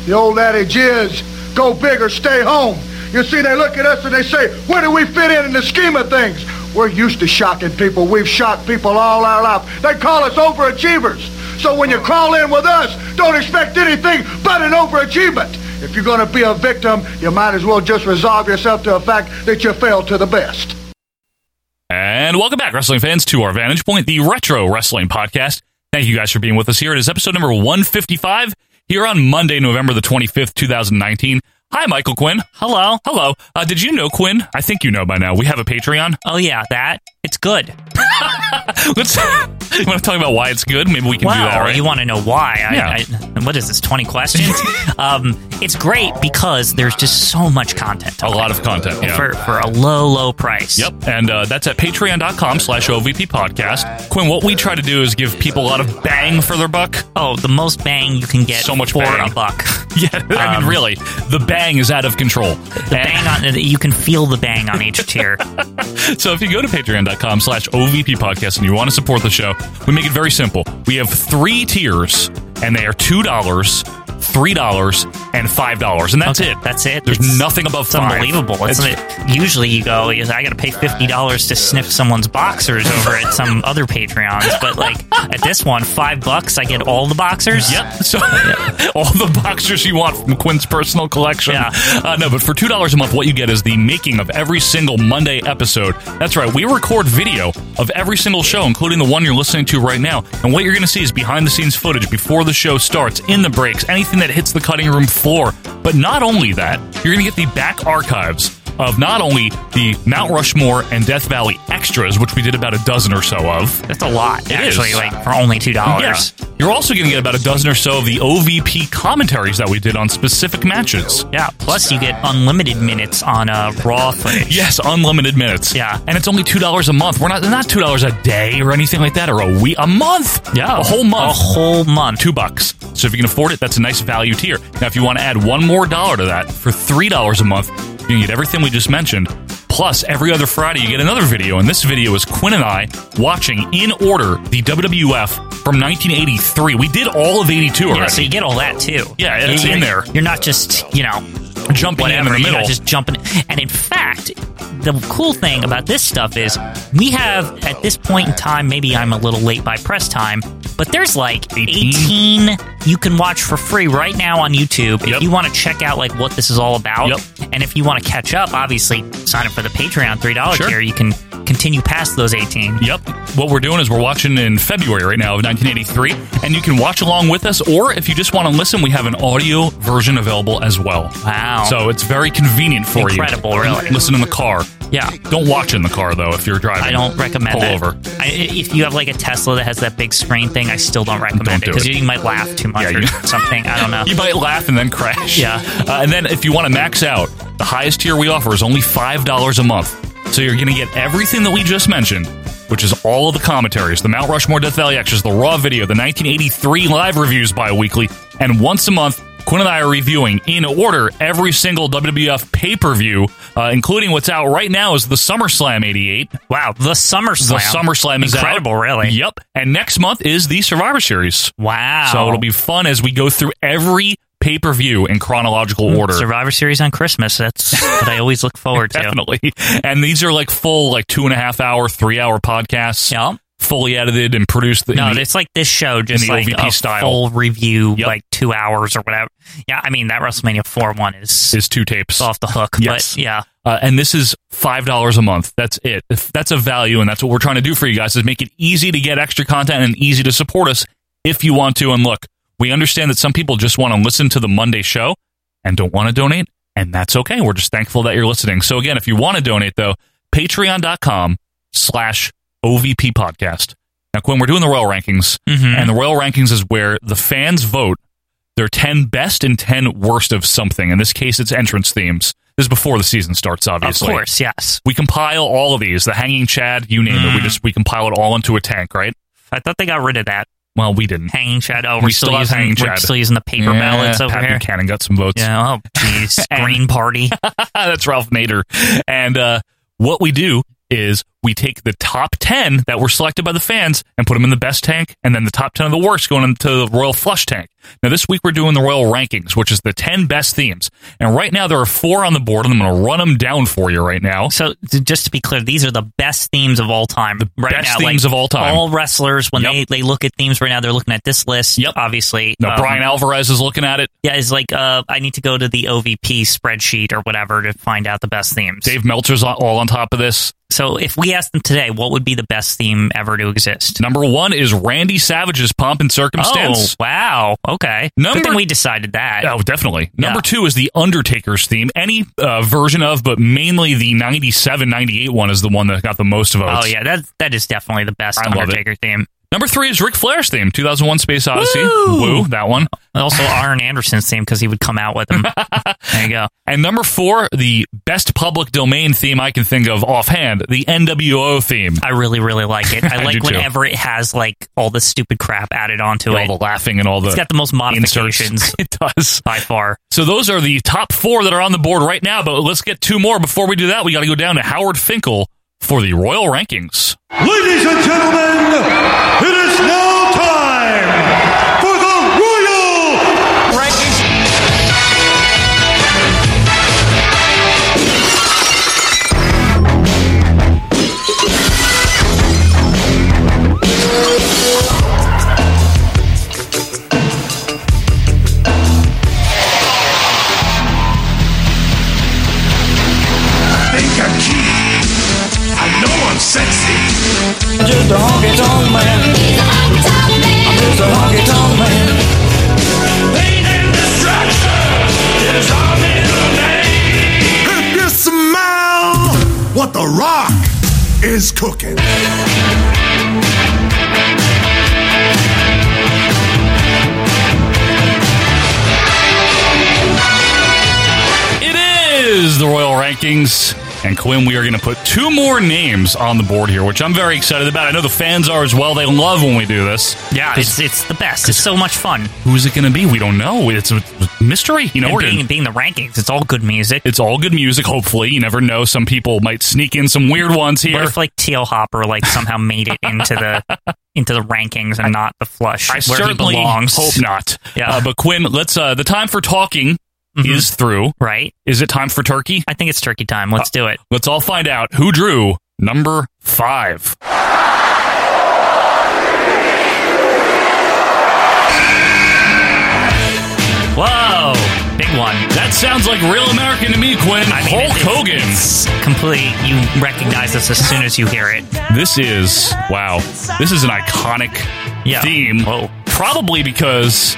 Speaker 9: The old adage is, go big or stay home. You see, they look at us and they say, where do we fit in in the scheme of things? We're used to shocking people. We've shocked people all our life. They call us overachievers. So when you crawl in with us, don't expect anything but an overachievement. If you're going to be a victim, you might as well just resolve yourself to the fact that you failed to the best.
Speaker 1: And welcome back, wrestling fans, to our Vantage Point, the Retro Wrestling Podcast. Thank you guys for being with us here. It is episode number 155 here on Monday, November the 25th, 2019. Hi, Michael Quinn. Hello. Hello. Uh, did you know, Quinn? I think you know by now. We have a Patreon.
Speaker 2: Oh yeah, that it's good.
Speaker 1: Let's, you want to talk about why it's good? Maybe we can do that,
Speaker 2: Wow,
Speaker 1: right?
Speaker 2: you want to know why? I,
Speaker 1: Yeah.
Speaker 2: I, what is this? Twenty questions? um, it's great because there's just so much content.
Speaker 1: a lot of content. Yeah.
Speaker 2: for for a low low price.
Speaker 1: Yep, and uh, that's at patreon.com slash OVP podcast. Quinn, what we try to do is give people a lot of bang for their buck.
Speaker 2: Oh, the Oh, most bang you can get
Speaker 1: So much
Speaker 2: for
Speaker 1: bang.
Speaker 2: a buck.
Speaker 1: yeah, I
Speaker 2: Um,
Speaker 1: mean, really, the bang is out of control.
Speaker 2: The bang on you can feel the bang on each tier.
Speaker 1: So if you go to patreon.com slash OVP podcast and you want to support the show, we make it very simple. We have three tiers and they are $2, $3, and $5. And that's
Speaker 2: Okay,
Speaker 1: it.
Speaker 2: That's it.
Speaker 1: There's
Speaker 2: It's-
Speaker 1: nothing above
Speaker 2: It's
Speaker 1: five.
Speaker 2: unbelievable. It's, it? Usually you go, you say, I got to pay fifty dollars to sniff someone's boxers over at some other Patreons, but like at this one, five bucks, I get all the boxers.
Speaker 1: Yep. So all the boxers you want from Quinn's personal collection.
Speaker 2: Yeah.
Speaker 1: Uh, no, but for two dollars a month, what you get is the making of every single Monday episode. That's right. We record video of every single show, including the one you're listening to right now. And what you're going to see is behind the scenes footage before the show starts, in the breaks, anything that hits the cutting room floor. But not only that, you're going to get the back archives. Of not only the Mount Rushmore and Death Valley extras, which we did about a dozen or so of,
Speaker 2: That's a lot,
Speaker 1: It is.
Speaker 2: actually. Like for only two dollars.
Speaker 1: yeah. You're also going to get about a dozen or so of the OVP commentaries that we did on specific matches.
Speaker 2: Yeah. Plus, you get unlimited minutes on uh, raw footage.
Speaker 1: Yes, unlimited minutes.
Speaker 2: Yeah.
Speaker 1: and it's only two dollars a month. We're not not two dollars a day or anything like that, or a week, a month. Yeah, a whole month,
Speaker 2: A whole month.
Speaker 1: two bucks. So if you can afford it, that's a nice value tier. Now, if you want to add one more dollar to that for three dollars a month, you can get everything we just mentioned. Plus, every other Friday, you get another video, and this video is Quinn and I watching in order the WWF from 1983. We did all of 82 already.
Speaker 2: Yeah, so you get all that too.
Speaker 1: Yeah, it's
Speaker 2: You-
Speaker 1: in there.
Speaker 2: You're not just you know
Speaker 1: Jumping in in
Speaker 2: whatever,
Speaker 1: the
Speaker 2: you're not
Speaker 1: middle.
Speaker 2: just jumping. And in fact, the cool thing about this stuff is we have at this point in time. Maybe I'm a little late by press time, but there's like
Speaker 1: 18?
Speaker 2: 18, you can watch for free right now on YouTube if
Speaker 1: Yep.
Speaker 2: you want to check out like what this is all about.
Speaker 1: Yep.
Speaker 2: And if you want to catch up, obviously sign up for the Patreon three dollar
Speaker 1: Sure.
Speaker 2: tier. You can continue past those 18.
Speaker 1: Yep. What we're doing is we're watching in February right now of 1983, and you can watch along with us, or if you just want to listen, we have an audio version available as well.
Speaker 2: Wow.
Speaker 1: So it's very convenient for
Speaker 2: Incredible,
Speaker 1: you.
Speaker 2: really.
Speaker 1: Listen in the car.
Speaker 2: Yeah.
Speaker 1: Don't watch in the car, though, if you're driving.
Speaker 2: I don't recommend
Speaker 1: Pull
Speaker 2: it.
Speaker 1: over.
Speaker 2: I, if you have like a Tesla that has that big screen thing, I still don't recommend
Speaker 1: Don't
Speaker 2: it
Speaker 1: do
Speaker 2: because
Speaker 1: it.
Speaker 2: you might laugh too much
Speaker 1: Yeah,
Speaker 2: or
Speaker 1: you-
Speaker 2: something. I don't know.
Speaker 1: You might laugh and then crash.
Speaker 2: Yeah.
Speaker 1: Uh, and then if you want to max out, the highest tier we offer is only $5 a month. So you're going to get everything that we just mentioned, which is all of the commentaries, the Mount Rushmore Death Valley extras, the raw video, the 1983 live reviews bi-weekly, and once a month, Quinn and I are reviewing in order every single WWF pay-per-view, uh, including what's out right now is the SummerSlam 88.
Speaker 2: wow, the SummerSlam.
Speaker 1: The SummerSlam is out.
Speaker 2: incredible, really.
Speaker 1: Yep. And next month is the Survivor Series.
Speaker 2: Wow.
Speaker 1: So it'll be fun as we go through every pay per view in
Speaker 2: Mm,
Speaker 1: chronological order.
Speaker 2: Survivor Series on Christmas. That's what I always look forward to.
Speaker 1: Definitely. And these are like full, like two and a half hour, three hour podcasts.
Speaker 2: Yep.
Speaker 1: Fully edited and produced. in
Speaker 2: No,
Speaker 1: the-
Speaker 2: it's like this show, just
Speaker 1: the
Speaker 2: like
Speaker 1: OVP
Speaker 2: a
Speaker 1: style.
Speaker 2: full review,
Speaker 1: Yep.
Speaker 2: like two hours or whatever. Yeah, I mean that WrestleMania four one is,
Speaker 1: is two tapes.
Speaker 2: off the hook.
Speaker 1: Yes.
Speaker 2: But yeah,
Speaker 1: Uh, and this is five dollars a month. That's it. If that's a value, and that's what we're trying to do for you guys is make it easy to get extra content and easy to support us if you want to. And look, we understand that some people just want to listen to the Monday show and don't want to donate, and that's okay. We're just thankful that you're listening. So again, if you want to donate though, patreon.com slash OVP podcast. Now, Quinn, we're doing the Royal Rankings, and the Royal Rankings is where the fans vote their 10 best and 10 worst of something. In this case, it's entrance themes. This is before the season starts, obviously.
Speaker 2: of course, yes.
Speaker 1: We compile all of these, the hanging Chad, you name
Speaker 2: Hmm.
Speaker 1: it. We just we compile it all into a tank, right?
Speaker 2: I thought they got rid of that
Speaker 1: Well, we didn't.
Speaker 2: hanging shadow.
Speaker 1: We
Speaker 2: Oh, We're
Speaker 1: still have
Speaker 2: using,
Speaker 1: Hanging
Speaker 2: we're
Speaker 1: Chad.
Speaker 2: still using the paper
Speaker 1: Yeah,
Speaker 2: ballots over
Speaker 1: Pat
Speaker 2: here.
Speaker 1: Buchanan got some votes.
Speaker 2: Yeah. Oh, jeez. Green Party.
Speaker 1: That's Ralph Nader. And uh, what we do is we take the top 10 that were selected by the fans and put them in the best tank, and then the top 10 of the worst going into the Royal Flush tank. Now, this week we're doing the Royal Rankings, which is the 10 best themes. And right now there are four on the board, and I'm going to run them down for you right now.
Speaker 2: So, th- just to be clear, these are the best themes of all time. right
Speaker 1: best
Speaker 2: now,
Speaker 1: themes
Speaker 2: like,
Speaker 1: of all time.
Speaker 2: All wrestlers, when
Speaker 1: Yep.
Speaker 2: they, they look at themes right now, they're looking at this list.
Speaker 1: Yep.
Speaker 2: Obviously.
Speaker 1: Now,
Speaker 2: Um,
Speaker 1: Brian Alvarez is looking at it.
Speaker 2: Yeah, it's like uh, I need to go to the OVP spreadsheet or whatever to find out the best themes.
Speaker 1: Dave Meltzer's on- all on top of this.
Speaker 2: So, if we asked them today, what would be the best theme ever to exist?
Speaker 1: Number one is Randy Savage's Pomp and
Speaker 2: Oh,
Speaker 1: Circumstance.
Speaker 2: wow. Okay.
Speaker 1: Number-
Speaker 2: Good thing we decided that.
Speaker 1: Oh, definitely. Number
Speaker 2: Yeah.
Speaker 1: two is the Undertaker's theme. Any uh, version of, but mainly the 97 98 one is the one that got the most votes.
Speaker 2: Oh yeah, that that is definitely the best
Speaker 1: I love it.
Speaker 2: Undertaker theme.
Speaker 1: Number three is Ric Flair's theme, 2001 Space Odyssey.
Speaker 2: Woo!
Speaker 1: Woo that one. Uh,
Speaker 2: Also, Arn Anderson's theme because he would come out with them. there you go.
Speaker 1: And number four, the best public domain theme I can think of offhand, the NWO theme.
Speaker 2: I really, really like it. I
Speaker 1: I
Speaker 2: like
Speaker 1: do too.
Speaker 2: whenever it has like all the stupid crap added onto it.
Speaker 1: all the laughing and all the
Speaker 2: it's got the most modifications
Speaker 1: inserts. It does.
Speaker 2: by far.
Speaker 1: So those are the top four that are on the board right now, but let's get two more. Before we do that, we got to go down to Howard Finkel for the Royal Rankings.
Speaker 7: Ladies and gentlemen, it is now time for the Royal
Speaker 10: think I'm cute. I know I'm sexy.
Speaker 6: Just a honky tonk man. I'm just a honky tonk man.
Speaker 10: Pain and distraction is our middle name. If you smell what the rock is cooking.
Speaker 1: It is the Royal Rankings. And Quinn, we are going to put two more names on the board here, which I'm very excited about. I know the fans are as well. They love when we do this.
Speaker 2: Yeah,
Speaker 1: 'Cause
Speaker 2: it's it's the best. It's so much fun.
Speaker 1: who's it going to be? We don't know. It's a mystery. You know,
Speaker 2: And
Speaker 1: we're gonna-
Speaker 2: being, being the rankings, it's all good music.
Speaker 1: it's all good music. Hopefully, you never know. Some people might sneak in some weird ones here.
Speaker 2: What if like TL Hopper like somehow made it into the into the rankings and not the flush
Speaker 1: I
Speaker 2: where he
Speaker 1: certainly
Speaker 2: belongs?
Speaker 1: hope not.
Speaker 2: Yeah.
Speaker 1: Uh, but Quinn, let's. Uh, the time for talking
Speaker 2: Mhm.
Speaker 1: is through.
Speaker 2: Right?
Speaker 1: Is it time for turkey?
Speaker 2: I think it's turkey time.
Speaker 1: Uh,
Speaker 2: Let's do it.
Speaker 1: Let's all find out who drew number five.
Speaker 2: Whoa, big one.
Speaker 1: That sounds like real American to me, Quinn.
Speaker 2: I mean,
Speaker 1: Hulk
Speaker 2: it- it's-
Speaker 1: Hogan.
Speaker 2: It's complete. You recognize this as soon as you hear it.
Speaker 1: This is wow. This is an iconic
Speaker 2: Yeah.
Speaker 1: theme.
Speaker 2: Whoa.
Speaker 1: Probably because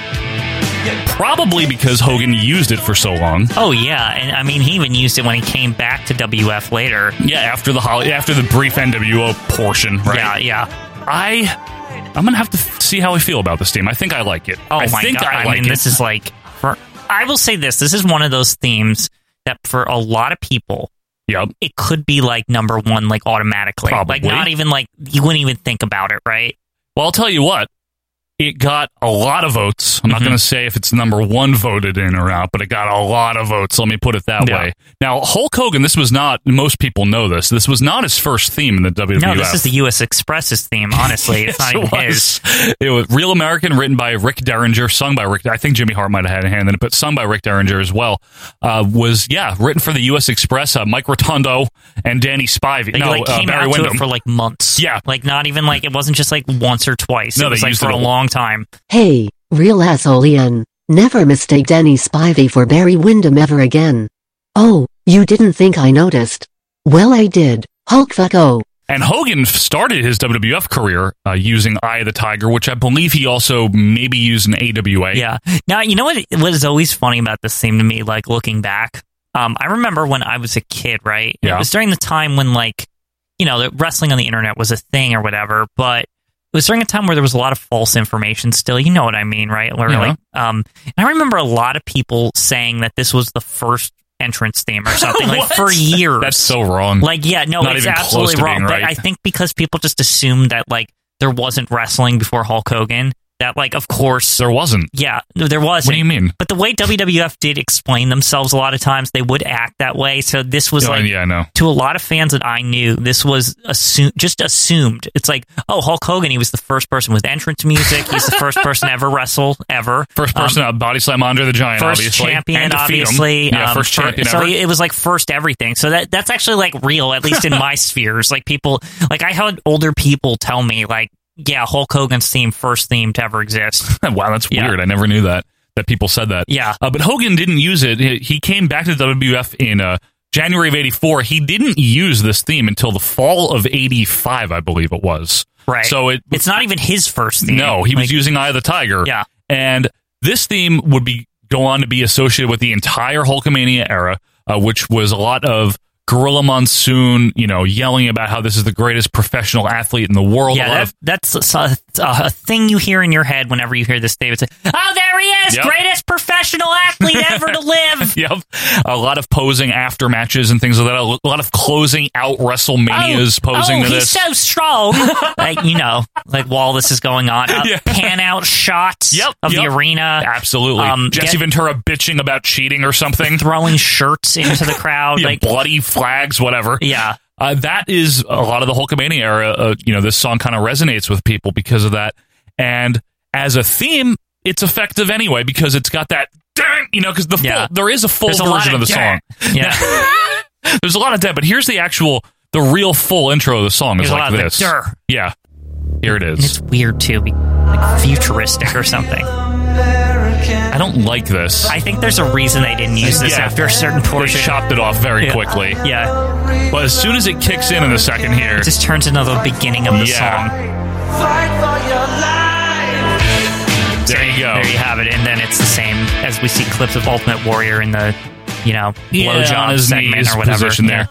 Speaker 1: probably because Hogan used it for so long.
Speaker 2: Oh yeah, and I mean he even used it when he came back to WF later.
Speaker 1: Yeah, after the hol- after the brief NWO portion, right?
Speaker 2: Yeah, yeah.
Speaker 1: I I'm gonna have to f- see how I feel about this team. I think I like it.
Speaker 2: Oh
Speaker 1: I
Speaker 2: my
Speaker 1: think
Speaker 2: god.
Speaker 1: I,
Speaker 2: I,
Speaker 1: like
Speaker 2: mean
Speaker 1: it.
Speaker 2: this is like for I will say this, this is one of those themes that for a lot of people
Speaker 1: yep.
Speaker 2: it could be like number one, like automatically.
Speaker 1: Probably.
Speaker 2: Like not even like you wouldn't even think about it, right?
Speaker 1: Well, I'll tell you what. It got a lot of votes. I'm not
Speaker 2: Mhm.
Speaker 1: going to say if it's number one voted in or out, but it got a lot of votes. Let me put it that
Speaker 2: Yeah.
Speaker 1: way. Now, Hulk Hogan, this was not, most people know this. This was not his first theme in the WWF.
Speaker 2: No, this is the U.S. Express's theme. Honestly, it's not
Speaker 1: Yes,
Speaker 2: even his.
Speaker 1: was. It was Real American, written by Rick Derringer, sung by Rick. I think Jimmy Hart might have had a hand in it, but sung by Rick Derringer as well. Uh, was yeah, written for the U.S. Express. Uh, Mike Rotondo and Danny Spivey.
Speaker 2: They
Speaker 1: no,
Speaker 2: like
Speaker 1: uh,
Speaker 2: came
Speaker 1: Barry
Speaker 2: out to
Speaker 1: Windham.
Speaker 2: it for like months.
Speaker 1: Yeah.
Speaker 2: like not even like it wasn't just like once or twice.
Speaker 1: No,
Speaker 2: it was
Speaker 1: they
Speaker 2: like
Speaker 1: used
Speaker 2: for
Speaker 1: it a
Speaker 2: a
Speaker 1: lot.
Speaker 2: long time.
Speaker 11: Hey, real asshole Ian, never mistake Danny Spivey for Barry Windham ever again. Oh, you didn't think I noticed? Well, I did, Hulk oh. fucko.
Speaker 1: And Hogan f- started his WWF career uh, using Eye of the Tiger, which I believe he also maybe used in AWA.
Speaker 2: Yeah. Now you know what? What is always funny about this theme to me, like looking back. Um, I remember when I was a kid, right? And
Speaker 1: Yeah.
Speaker 2: It was during the time when like you know the wrestling on the internet was a thing or whatever, but. It was during a time where there was a lot of false information still. You know what I mean, right? Where
Speaker 1: Yeah.
Speaker 2: like, um, and I remember a lot of people saying that this was the first entrance theme or something like
Speaker 1: What?
Speaker 2: for years.
Speaker 1: That's so wrong.
Speaker 2: Like, yeah, no,
Speaker 1: Not
Speaker 2: it's
Speaker 1: even close
Speaker 2: absolutely
Speaker 1: to
Speaker 2: wrong.
Speaker 1: being
Speaker 2: But
Speaker 1: right.
Speaker 2: I think because people just assumed that like there wasn't wrestling before Hulk Hogan, that like of course,
Speaker 1: there wasn't.
Speaker 2: yeah, no, there was.
Speaker 1: What do you mean?
Speaker 2: But the way WWF did explain themselves a lot of times, they would act that way. So this was
Speaker 1: Oh,
Speaker 2: like
Speaker 1: yeah, I know.
Speaker 2: to a lot of fans that I knew, this was assumed, just assumed. It's like, oh, Hulk Hogan, he was the first person with entrance music. He's the first person to ever wrestle ever.
Speaker 1: First
Speaker 2: Um,
Speaker 1: person out body slam Andre the Giant,
Speaker 2: first
Speaker 1: obviously.
Speaker 2: champion,
Speaker 1: And defeat him.
Speaker 2: obviously.
Speaker 1: Yeah,
Speaker 2: Um,
Speaker 1: first
Speaker 2: fir-
Speaker 1: champion
Speaker 2: So
Speaker 1: ever.
Speaker 2: it was like first everything. So that that's actually like real, at least in my spheres. Like people, like I had older people tell me, like, yeah, Hulk Hogan's theme, first theme to ever exist.
Speaker 1: wow, that's
Speaker 2: Yeah.
Speaker 1: weird. I never knew that that people said that.
Speaker 2: Yeah.
Speaker 1: Uh, but Hogan didn't use it. He he came back to the WWF in uh, January of '84. He didn't use this theme until the fall of '85, I believe it was.
Speaker 2: Right.
Speaker 1: So it
Speaker 2: It's not even his first theme.
Speaker 1: No, he was
Speaker 2: Like,
Speaker 1: using Eye of the Tiger.
Speaker 2: Yeah.
Speaker 1: And this theme would be go on to be associated with the entire Hulkamania era, uh, which was a lot of Gorilla Monsoon, you know, yelling about how this is the greatest professional athlete in the world. a
Speaker 2: Yeah,
Speaker 1: lot
Speaker 2: that,
Speaker 1: of
Speaker 2: that's so- it's a, a thing you hear in your head whenever you hear this David say, "Oh, there he is,
Speaker 1: Yep.
Speaker 2: greatest professional athlete ever to live."
Speaker 1: yep. A lot of posing after matches and things like that. A lo- lot of closing out WrestleManias posing
Speaker 2: oh,
Speaker 1: to
Speaker 2: he's
Speaker 1: this.
Speaker 2: so strong. like you know, like while this is going on, uh, pan out shots
Speaker 1: Yep,
Speaker 2: of
Speaker 1: yep.
Speaker 2: the arena,
Speaker 1: Absolutely.
Speaker 2: Um,
Speaker 1: Jesse
Speaker 2: get-
Speaker 1: Ventura bitching about cheating or something.
Speaker 2: throwing shirts into the crowd,
Speaker 1: Yeah,
Speaker 2: like
Speaker 1: bloody flags, whatever.
Speaker 2: yeah.
Speaker 1: Uh, that is a lot of the Hulkamania era. Uh, you know, this song kind of resonates with people because of that. And as a theme, it's effective anyway because it's got that, "Dang," you know, because the full,
Speaker 2: Yeah.
Speaker 1: there is a full
Speaker 2: There's a lot
Speaker 1: version
Speaker 2: of
Speaker 1: of, the
Speaker 2: "Dang."
Speaker 1: song.
Speaker 2: Yeah.
Speaker 1: Now- there's a lot of that, but here's the actual, the real full intro of the song
Speaker 2: There's
Speaker 1: is
Speaker 2: a
Speaker 1: like
Speaker 2: lot of the
Speaker 1: this.
Speaker 2: "Durr."
Speaker 1: yeah. Here it
Speaker 2: And it's
Speaker 1: is.
Speaker 2: weird too, be- like futuristic or something.
Speaker 1: I don't like this.
Speaker 2: I think there's a reason they didn't use this
Speaker 1: Yeah.
Speaker 2: after a certain
Speaker 1: they
Speaker 2: portion.
Speaker 1: chopped it off very
Speaker 2: Yeah.
Speaker 1: quickly.
Speaker 2: Yeah,
Speaker 1: But as soon as it kicks in in the second here,
Speaker 2: it just turns into the beginning of the
Speaker 1: Yeah.
Speaker 2: song.
Speaker 1: there you go.
Speaker 2: There you have it, and then it's the same as we see clips of Ultimate Warrior in the, you know, blow
Speaker 1: yeah, on
Speaker 2: job
Speaker 1: his
Speaker 2: segment
Speaker 1: knees
Speaker 2: or whatever.
Speaker 1: position
Speaker 2: Yeah.
Speaker 1: there.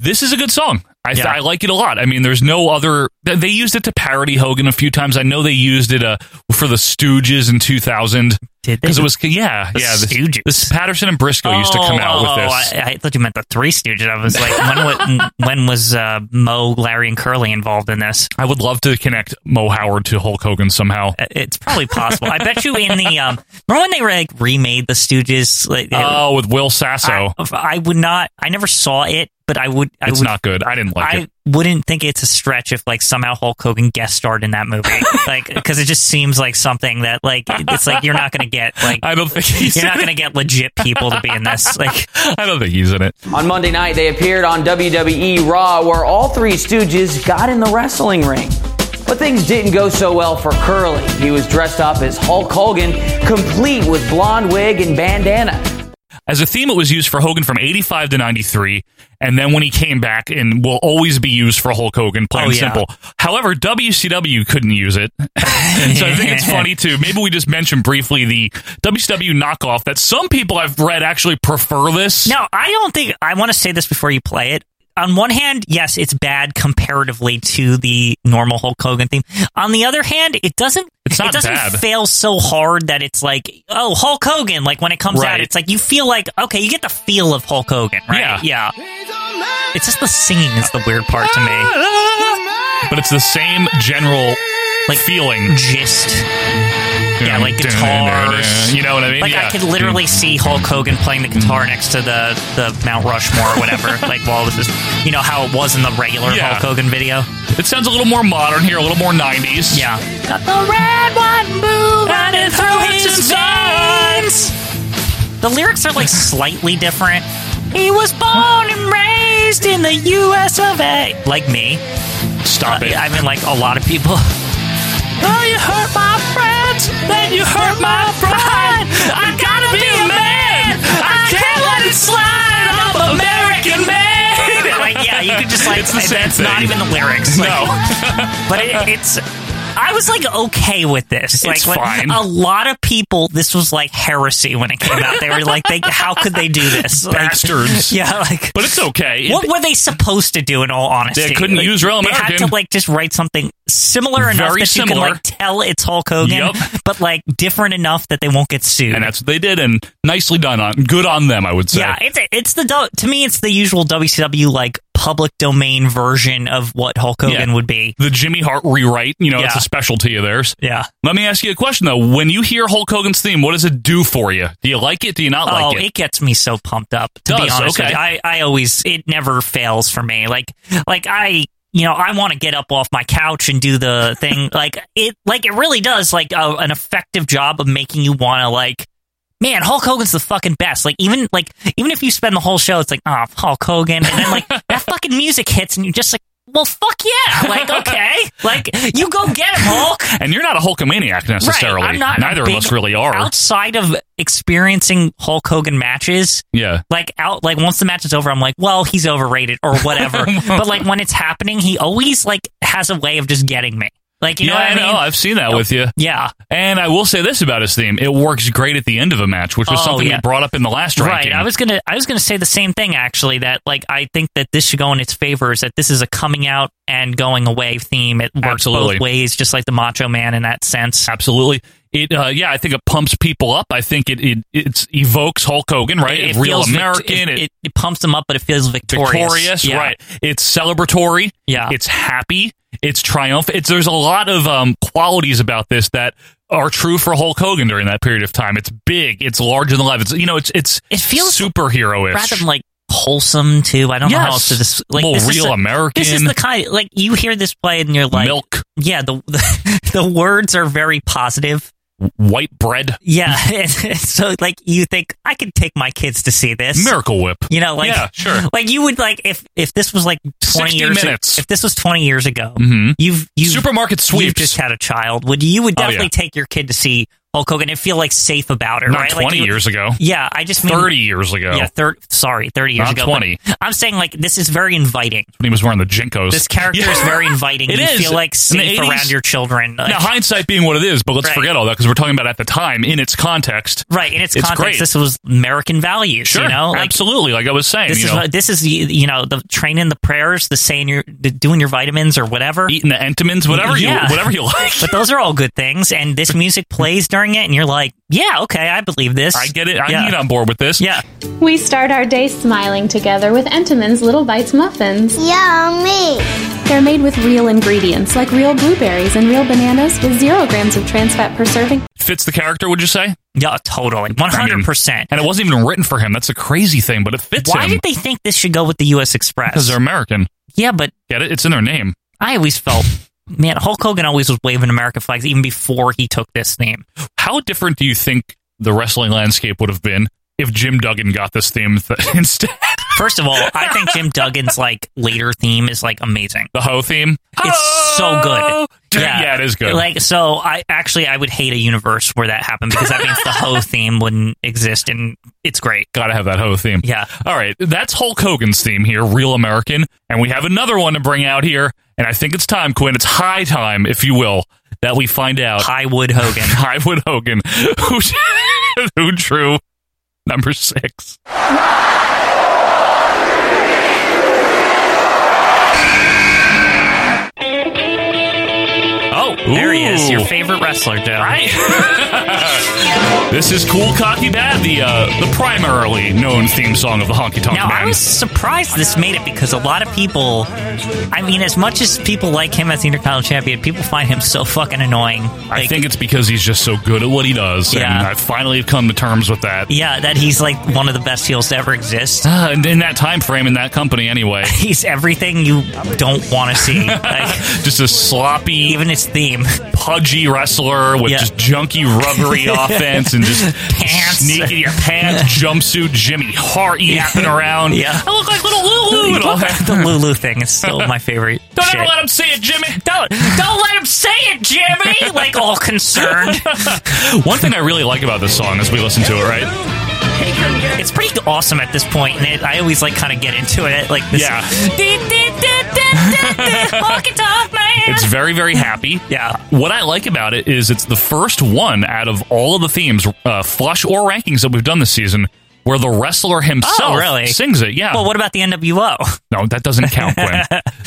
Speaker 1: This is a good song. I, th-
Speaker 2: Yeah.
Speaker 1: I like it a lot. I mean, there's no other. th- They used it to parody Hogan a few times. I know they used it uh, for the Stooges in 2000
Speaker 2: Did they?
Speaker 1: because it was yeah
Speaker 2: The
Speaker 1: yeah this-
Speaker 2: Stooges.
Speaker 1: This Patterson and Briscoe used to come out
Speaker 2: oh,
Speaker 1: with this.
Speaker 2: I, I thought you meant the Three Stooges. I was like, when was, when was uh, Mo, Larry, and Curly involved in this?
Speaker 1: I would love to connect Mo Howard to Hulk Hogan somehow.
Speaker 2: Uh, It's probably possible. I bet you in the um, remember when they like remade the Stooges? Like, it-
Speaker 1: Oh, with Will Sasso.
Speaker 2: I, I would not. I never saw it, but I would. I
Speaker 1: it's
Speaker 2: would,
Speaker 1: not good. I didn't like
Speaker 2: I
Speaker 1: it.
Speaker 2: wouldn't think it's a stretch if like somehow Hulk Hogan guest starred in that movie, like because it just seems like something that like it's like you're not gonna get like
Speaker 1: I don't think he's.
Speaker 2: you're not
Speaker 1: in
Speaker 2: gonna get legit people to be in this. Like
Speaker 1: it. I don't think he's in it.
Speaker 12: On Monday night, they appeared on WWE Raw, where all three Stooges got in the wrestling ring. But things didn't go so well for Curly. He was dressed up as Hulk Hogan, complete with blonde wig and bandana.
Speaker 1: As a theme, it was used for Hogan from 85 to 93, and then when he came back, and will always be used for Hulk Hogan, plain
Speaker 2: Oh,
Speaker 1: and
Speaker 2: yeah.
Speaker 1: simple. However, WCW couldn't use it. so I think it's funny, too. Maybe we just mentioned briefly the WCW knockoff that some people I've read actually prefer this.
Speaker 2: no, I don't think I want to say this before you play it. On one hand, yes, it's bad comparatively to the normal Hulk Hogan theme. On the other hand, it doesn't.
Speaker 1: It's not
Speaker 2: it doesn't
Speaker 1: bad.
Speaker 2: fail so hard that it's like, oh, Hulk Hogan. Like when it comes out,
Speaker 1: Right.
Speaker 2: it's like you feel like okay, you get the feel of Hulk Hogan, right?
Speaker 1: Yeah.
Speaker 2: yeah. It's just the singing is the weird part to me.
Speaker 1: But it's the same general
Speaker 2: Like,
Speaker 1: like feeling.
Speaker 2: Just yeah, like guitars.
Speaker 1: You know what I mean?
Speaker 2: Like
Speaker 1: yeah.
Speaker 2: I could
Speaker 1: Mm.
Speaker 2: literally see Hulk Hogan playing the guitar next to the the Mount Rushmore or whatever. like while this is, you know how it was in the regular
Speaker 1: Yeah.
Speaker 2: Hulk Hogan video.
Speaker 1: It sounds a little more modern here, a little more 90s.
Speaker 2: Yeah. Got the red one move running through his veins. The lyrics are like slightly different. He was born and raised in the U.S. of A. Like me. Uh,
Speaker 1: Stop it.
Speaker 2: I mean, like a lot of people. Oh, you hurt my friends, then you hurt my pride. I gotta be a man. I can't let it slide. I'm American man. like, yeah, you could just like
Speaker 1: It's the same
Speaker 2: that's not
Speaker 1: thing.
Speaker 2: even the lyrics. Like,
Speaker 1: No.
Speaker 2: but it, it's. I was like okay with this. Like
Speaker 1: It's
Speaker 2: when-
Speaker 1: fine.
Speaker 2: a lot of people, this was like heresy when it came out. They were like, they, "How could they do this?" Like,
Speaker 1: Bastards.
Speaker 2: Yeah, like
Speaker 1: But it's okay. It-
Speaker 2: what were they supposed to do in all honesty?
Speaker 1: They couldn't use Real
Speaker 2: They had
Speaker 1: American.
Speaker 2: to like just write something similar enough
Speaker 1: Very
Speaker 2: that you
Speaker 1: similar.
Speaker 2: can like tell it's Hulk Hogan,
Speaker 1: Yup.
Speaker 2: but like different enough that they won't get sued.
Speaker 1: and that's what they did, and nicely done on. Good on them, I would say.
Speaker 2: yeah, it's it's the du- to me it's the usual WCW like public domain version of what Hulk Hogan
Speaker 1: Yeah.
Speaker 2: would be.
Speaker 1: the Jimmy Hart rewrite. You know, it's
Speaker 2: Yeah.
Speaker 1: a specialty of theirs.
Speaker 2: Yeah.
Speaker 1: Let me ask you a question though. When you hear Hulk Hogan's theme, what does it do for you? Do you like it? Do you not
Speaker 2: oh,
Speaker 1: like it?
Speaker 2: gets me so pumped up. To be
Speaker 1: Does,
Speaker 2: honest,
Speaker 1: okay.
Speaker 2: with you. I I always it never fails for me. Like like I you know I want to get up off my couch and do the thing. like it like it really does like a, an effective job of making you want to like. Man, Hulk Hogan's the fucking best. Like even like even if you spend the whole show, it's like oh Hulk Hogan, and then like that fucking music hits, and you're just like, well fuck yeah, like okay, like you go get him Hulk.
Speaker 1: and you're not a Hulkamaniac necessarily.
Speaker 2: Right, I'm not a
Speaker 1: Neither of
Speaker 2: big-
Speaker 1: us really are.
Speaker 2: Outside of experiencing Hulk Hogan matches,
Speaker 1: yeah.
Speaker 2: like out like once the match is over i'm like well he's overrated or whatever but like when it's happening he always like has a way of just getting me Like you know
Speaker 1: yeah,
Speaker 2: what I mean?
Speaker 1: know. I've seen that with you.
Speaker 2: Yeah.
Speaker 1: And I will say this about his theme: it works great at the end of a match, which was
Speaker 2: Oh,
Speaker 1: something
Speaker 2: yeah.
Speaker 1: we brought up in the last
Speaker 2: Right.
Speaker 1: ranking.
Speaker 2: I was gonna I was gonna say the same thing actually, that like I think that this should go in its favor is that this is a coming out and going away theme. It works
Speaker 1: Absolutely.
Speaker 2: both ways, just like the macho man in that sense.
Speaker 1: Absolutely. It, uh, yeah, I think it pumps people up. I think it it it's, evokes Hulk Hogan, right?
Speaker 2: It, it
Speaker 1: Real
Speaker 2: feels vic-
Speaker 1: American.
Speaker 2: it, it, it pumps them up, but it feels victorious.
Speaker 1: victorious,
Speaker 2: Yeah.
Speaker 1: right? It's celebratory.
Speaker 2: Yeah.
Speaker 1: It's happy. It's triumphant. It's there's a lot of um, qualities about this that are true for Hulk Hogan during that period of time. It's big. It's larger than life. It's you know. It's it's
Speaker 2: It feels
Speaker 1: superhero ish.
Speaker 2: rather like wholesome too. I don't know how else to this like
Speaker 1: Well,
Speaker 2: this is
Speaker 1: real
Speaker 2: a-
Speaker 1: American.
Speaker 2: This is the kind like you hear this play and you're like
Speaker 1: milk,
Speaker 2: Yeah, the the, the words are very positive.
Speaker 1: white bread,
Speaker 2: Yeah,
Speaker 1: Mm-hmm.
Speaker 2: so like you think I could take my kids to see this
Speaker 1: Miracle Whip.
Speaker 2: You know, like
Speaker 1: Yeah, sure.
Speaker 2: like you would like if if this was like twenty
Speaker 1: 60
Speaker 2: years
Speaker 1: minutes.
Speaker 2: if this was twenty years ago,
Speaker 1: Mhm.
Speaker 2: you've you
Speaker 1: Supermarket
Speaker 2: You've
Speaker 1: sweeps.
Speaker 2: just had a child. Would you would
Speaker 1: Oh, yeah.
Speaker 2: definitely take your kid to see Hulk Hogan and feel like safe about it,
Speaker 1: Not
Speaker 2: right? Like,
Speaker 1: twenty
Speaker 2: you-
Speaker 1: years ago.
Speaker 2: Yeah, I just mean-
Speaker 1: thirty years ago.
Speaker 2: Yeah, thirty. Sorry, thirty years
Speaker 1: Oh. Not
Speaker 2: ago.
Speaker 1: 20.
Speaker 2: but I'm saying like this is very inviting.
Speaker 1: when he was wearing the jinkos.
Speaker 2: This character is very inviting.
Speaker 1: It
Speaker 2: you
Speaker 1: is.
Speaker 2: feel like
Speaker 1: In the
Speaker 2: safe
Speaker 1: 80s
Speaker 2: around your children. Like,
Speaker 1: now, hindsight being what it is, but let's forget all that because we're talking about at the time in its context.
Speaker 2: right in its,
Speaker 1: It's
Speaker 2: context,
Speaker 1: great.
Speaker 2: this was American values.
Speaker 1: Sure,
Speaker 2: you know, like
Speaker 1: absolutely. Like I was saying,
Speaker 2: this
Speaker 1: you
Speaker 2: is
Speaker 1: know,
Speaker 2: what- this is you know the training, the prayers, the saying your the doing your vitamins or whatever,
Speaker 1: eating the Entenmann's, whatever
Speaker 2: Yeah.
Speaker 1: you, whatever you like.
Speaker 2: but those are all good things, and this music plays during it, and you're like, yeah, okay, I believe this.
Speaker 1: I get it. I
Speaker 2: Yeah.
Speaker 1: can get on board with this.
Speaker 2: Yeah.
Speaker 13: We start our day smiling together with Entenmann's Little Bites muffins. Yummy! They're made with real ingredients like real blueberries and real bananas with zero grams of trans fat per serving.
Speaker 1: Fits the character, would you say?
Speaker 2: Yeah, totally, one hundred percent.
Speaker 1: And it wasn't even written for him. That's a crazy thing, but it fits
Speaker 2: Why
Speaker 1: him
Speaker 2: did they think this should go with the U.S. Express?
Speaker 1: because they're American.
Speaker 2: yeah, but
Speaker 1: Get it? It's in their name.
Speaker 2: I always felt, man, Hulk Hogan always was waving American flags even before he took this name.
Speaker 1: How different do you think the wrestling landscape would have been if Jim Duggan got this theme th- instead?
Speaker 2: First of all, I think Jim Duggan's like later theme is like amazing.
Speaker 1: The Ho theme.
Speaker 2: It's so
Speaker 1: Ho!
Speaker 2: good.
Speaker 1: Oh, Yeah, it is good.
Speaker 2: Like so, I actually I would hate a universe where that happened because that means the Ho theme wouldn't exist, and it's great.
Speaker 1: Gotta have that Ho theme.
Speaker 2: Yeah.
Speaker 1: All right, that's Hulk Hogan's theme here, Real American. And we have another one to bring out here. And I think it's time, Quinn. It's high time, if you will, that we find out
Speaker 2: Highwood Hogan.
Speaker 1: Highwood Hogan who, who drew number six.
Speaker 2: Oh, there he is, your
Speaker 1: Ooh.
Speaker 2: favorite wrestler, Joe. Right?
Speaker 1: This is Cool Cocky Bad, the uh, the primarily known theme song of the Honky Tonk
Speaker 2: Now,
Speaker 1: Man.
Speaker 2: I was surprised this made it because a lot of people, I mean, as much as people like him as the Intercontinental Champion, people find him so fucking annoying.
Speaker 1: I
Speaker 2: Like,
Speaker 1: think it's because he's just so good at what he does,
Speaker 2: Yeah.
Speaker 1: and I finally have come to terms with that.
Speaker 2: yeah, that he's like one of the best heels to ever exist.
Speaker 1: Uh, and in that time frame, in that company, anyway,
Speaker 2: He's everything you don't want to see. Like,
Speaker 1: just a sloppy,
Speaker 2: even his theme.
Speaker 1: pudgy wrestler with
Speaker 2: Yeah.
Speaker 1: just junky, rubbery offense and just
Speaker 2: Pants.
Speaker 1: sneaky your pants, jumpsuit, Jimmy Hart yapping around.
Speaker 2: Yeah.
Speaker 1: I look like little Lulu and all that.
Speaker 2: the Lulu thing is still my favorite.
Speaker 1: Don't
Speaker 2: shit.
Speaker 1: ever let him see it, Jimmy.
Speaker 2: don't don't let him say it, Jimmy. Like all concerned.
Speaker 1: One thing I really like about this song as we listen to it, right?
Speaker 2: It's pretty awesome at this point, and it, I always like kind of get into it. Like this,
Speaker 1: Yeah.
Speaker 2: Honky-tonk man.
Speaker 1: It's very, very happy.
Speaker 2: Yeah.
Speaker 1: What I like about it is it's the first one out of all of the themes, uh, flush or rankings that we've done this season, where the wrestler himself
Speaker 2: Oh, really?
Speaker 1: Oh, sings it. Yeah.
Speaker 2: Well, what about the NWO?
Speaker 1: No, that doesn't count, Quinn.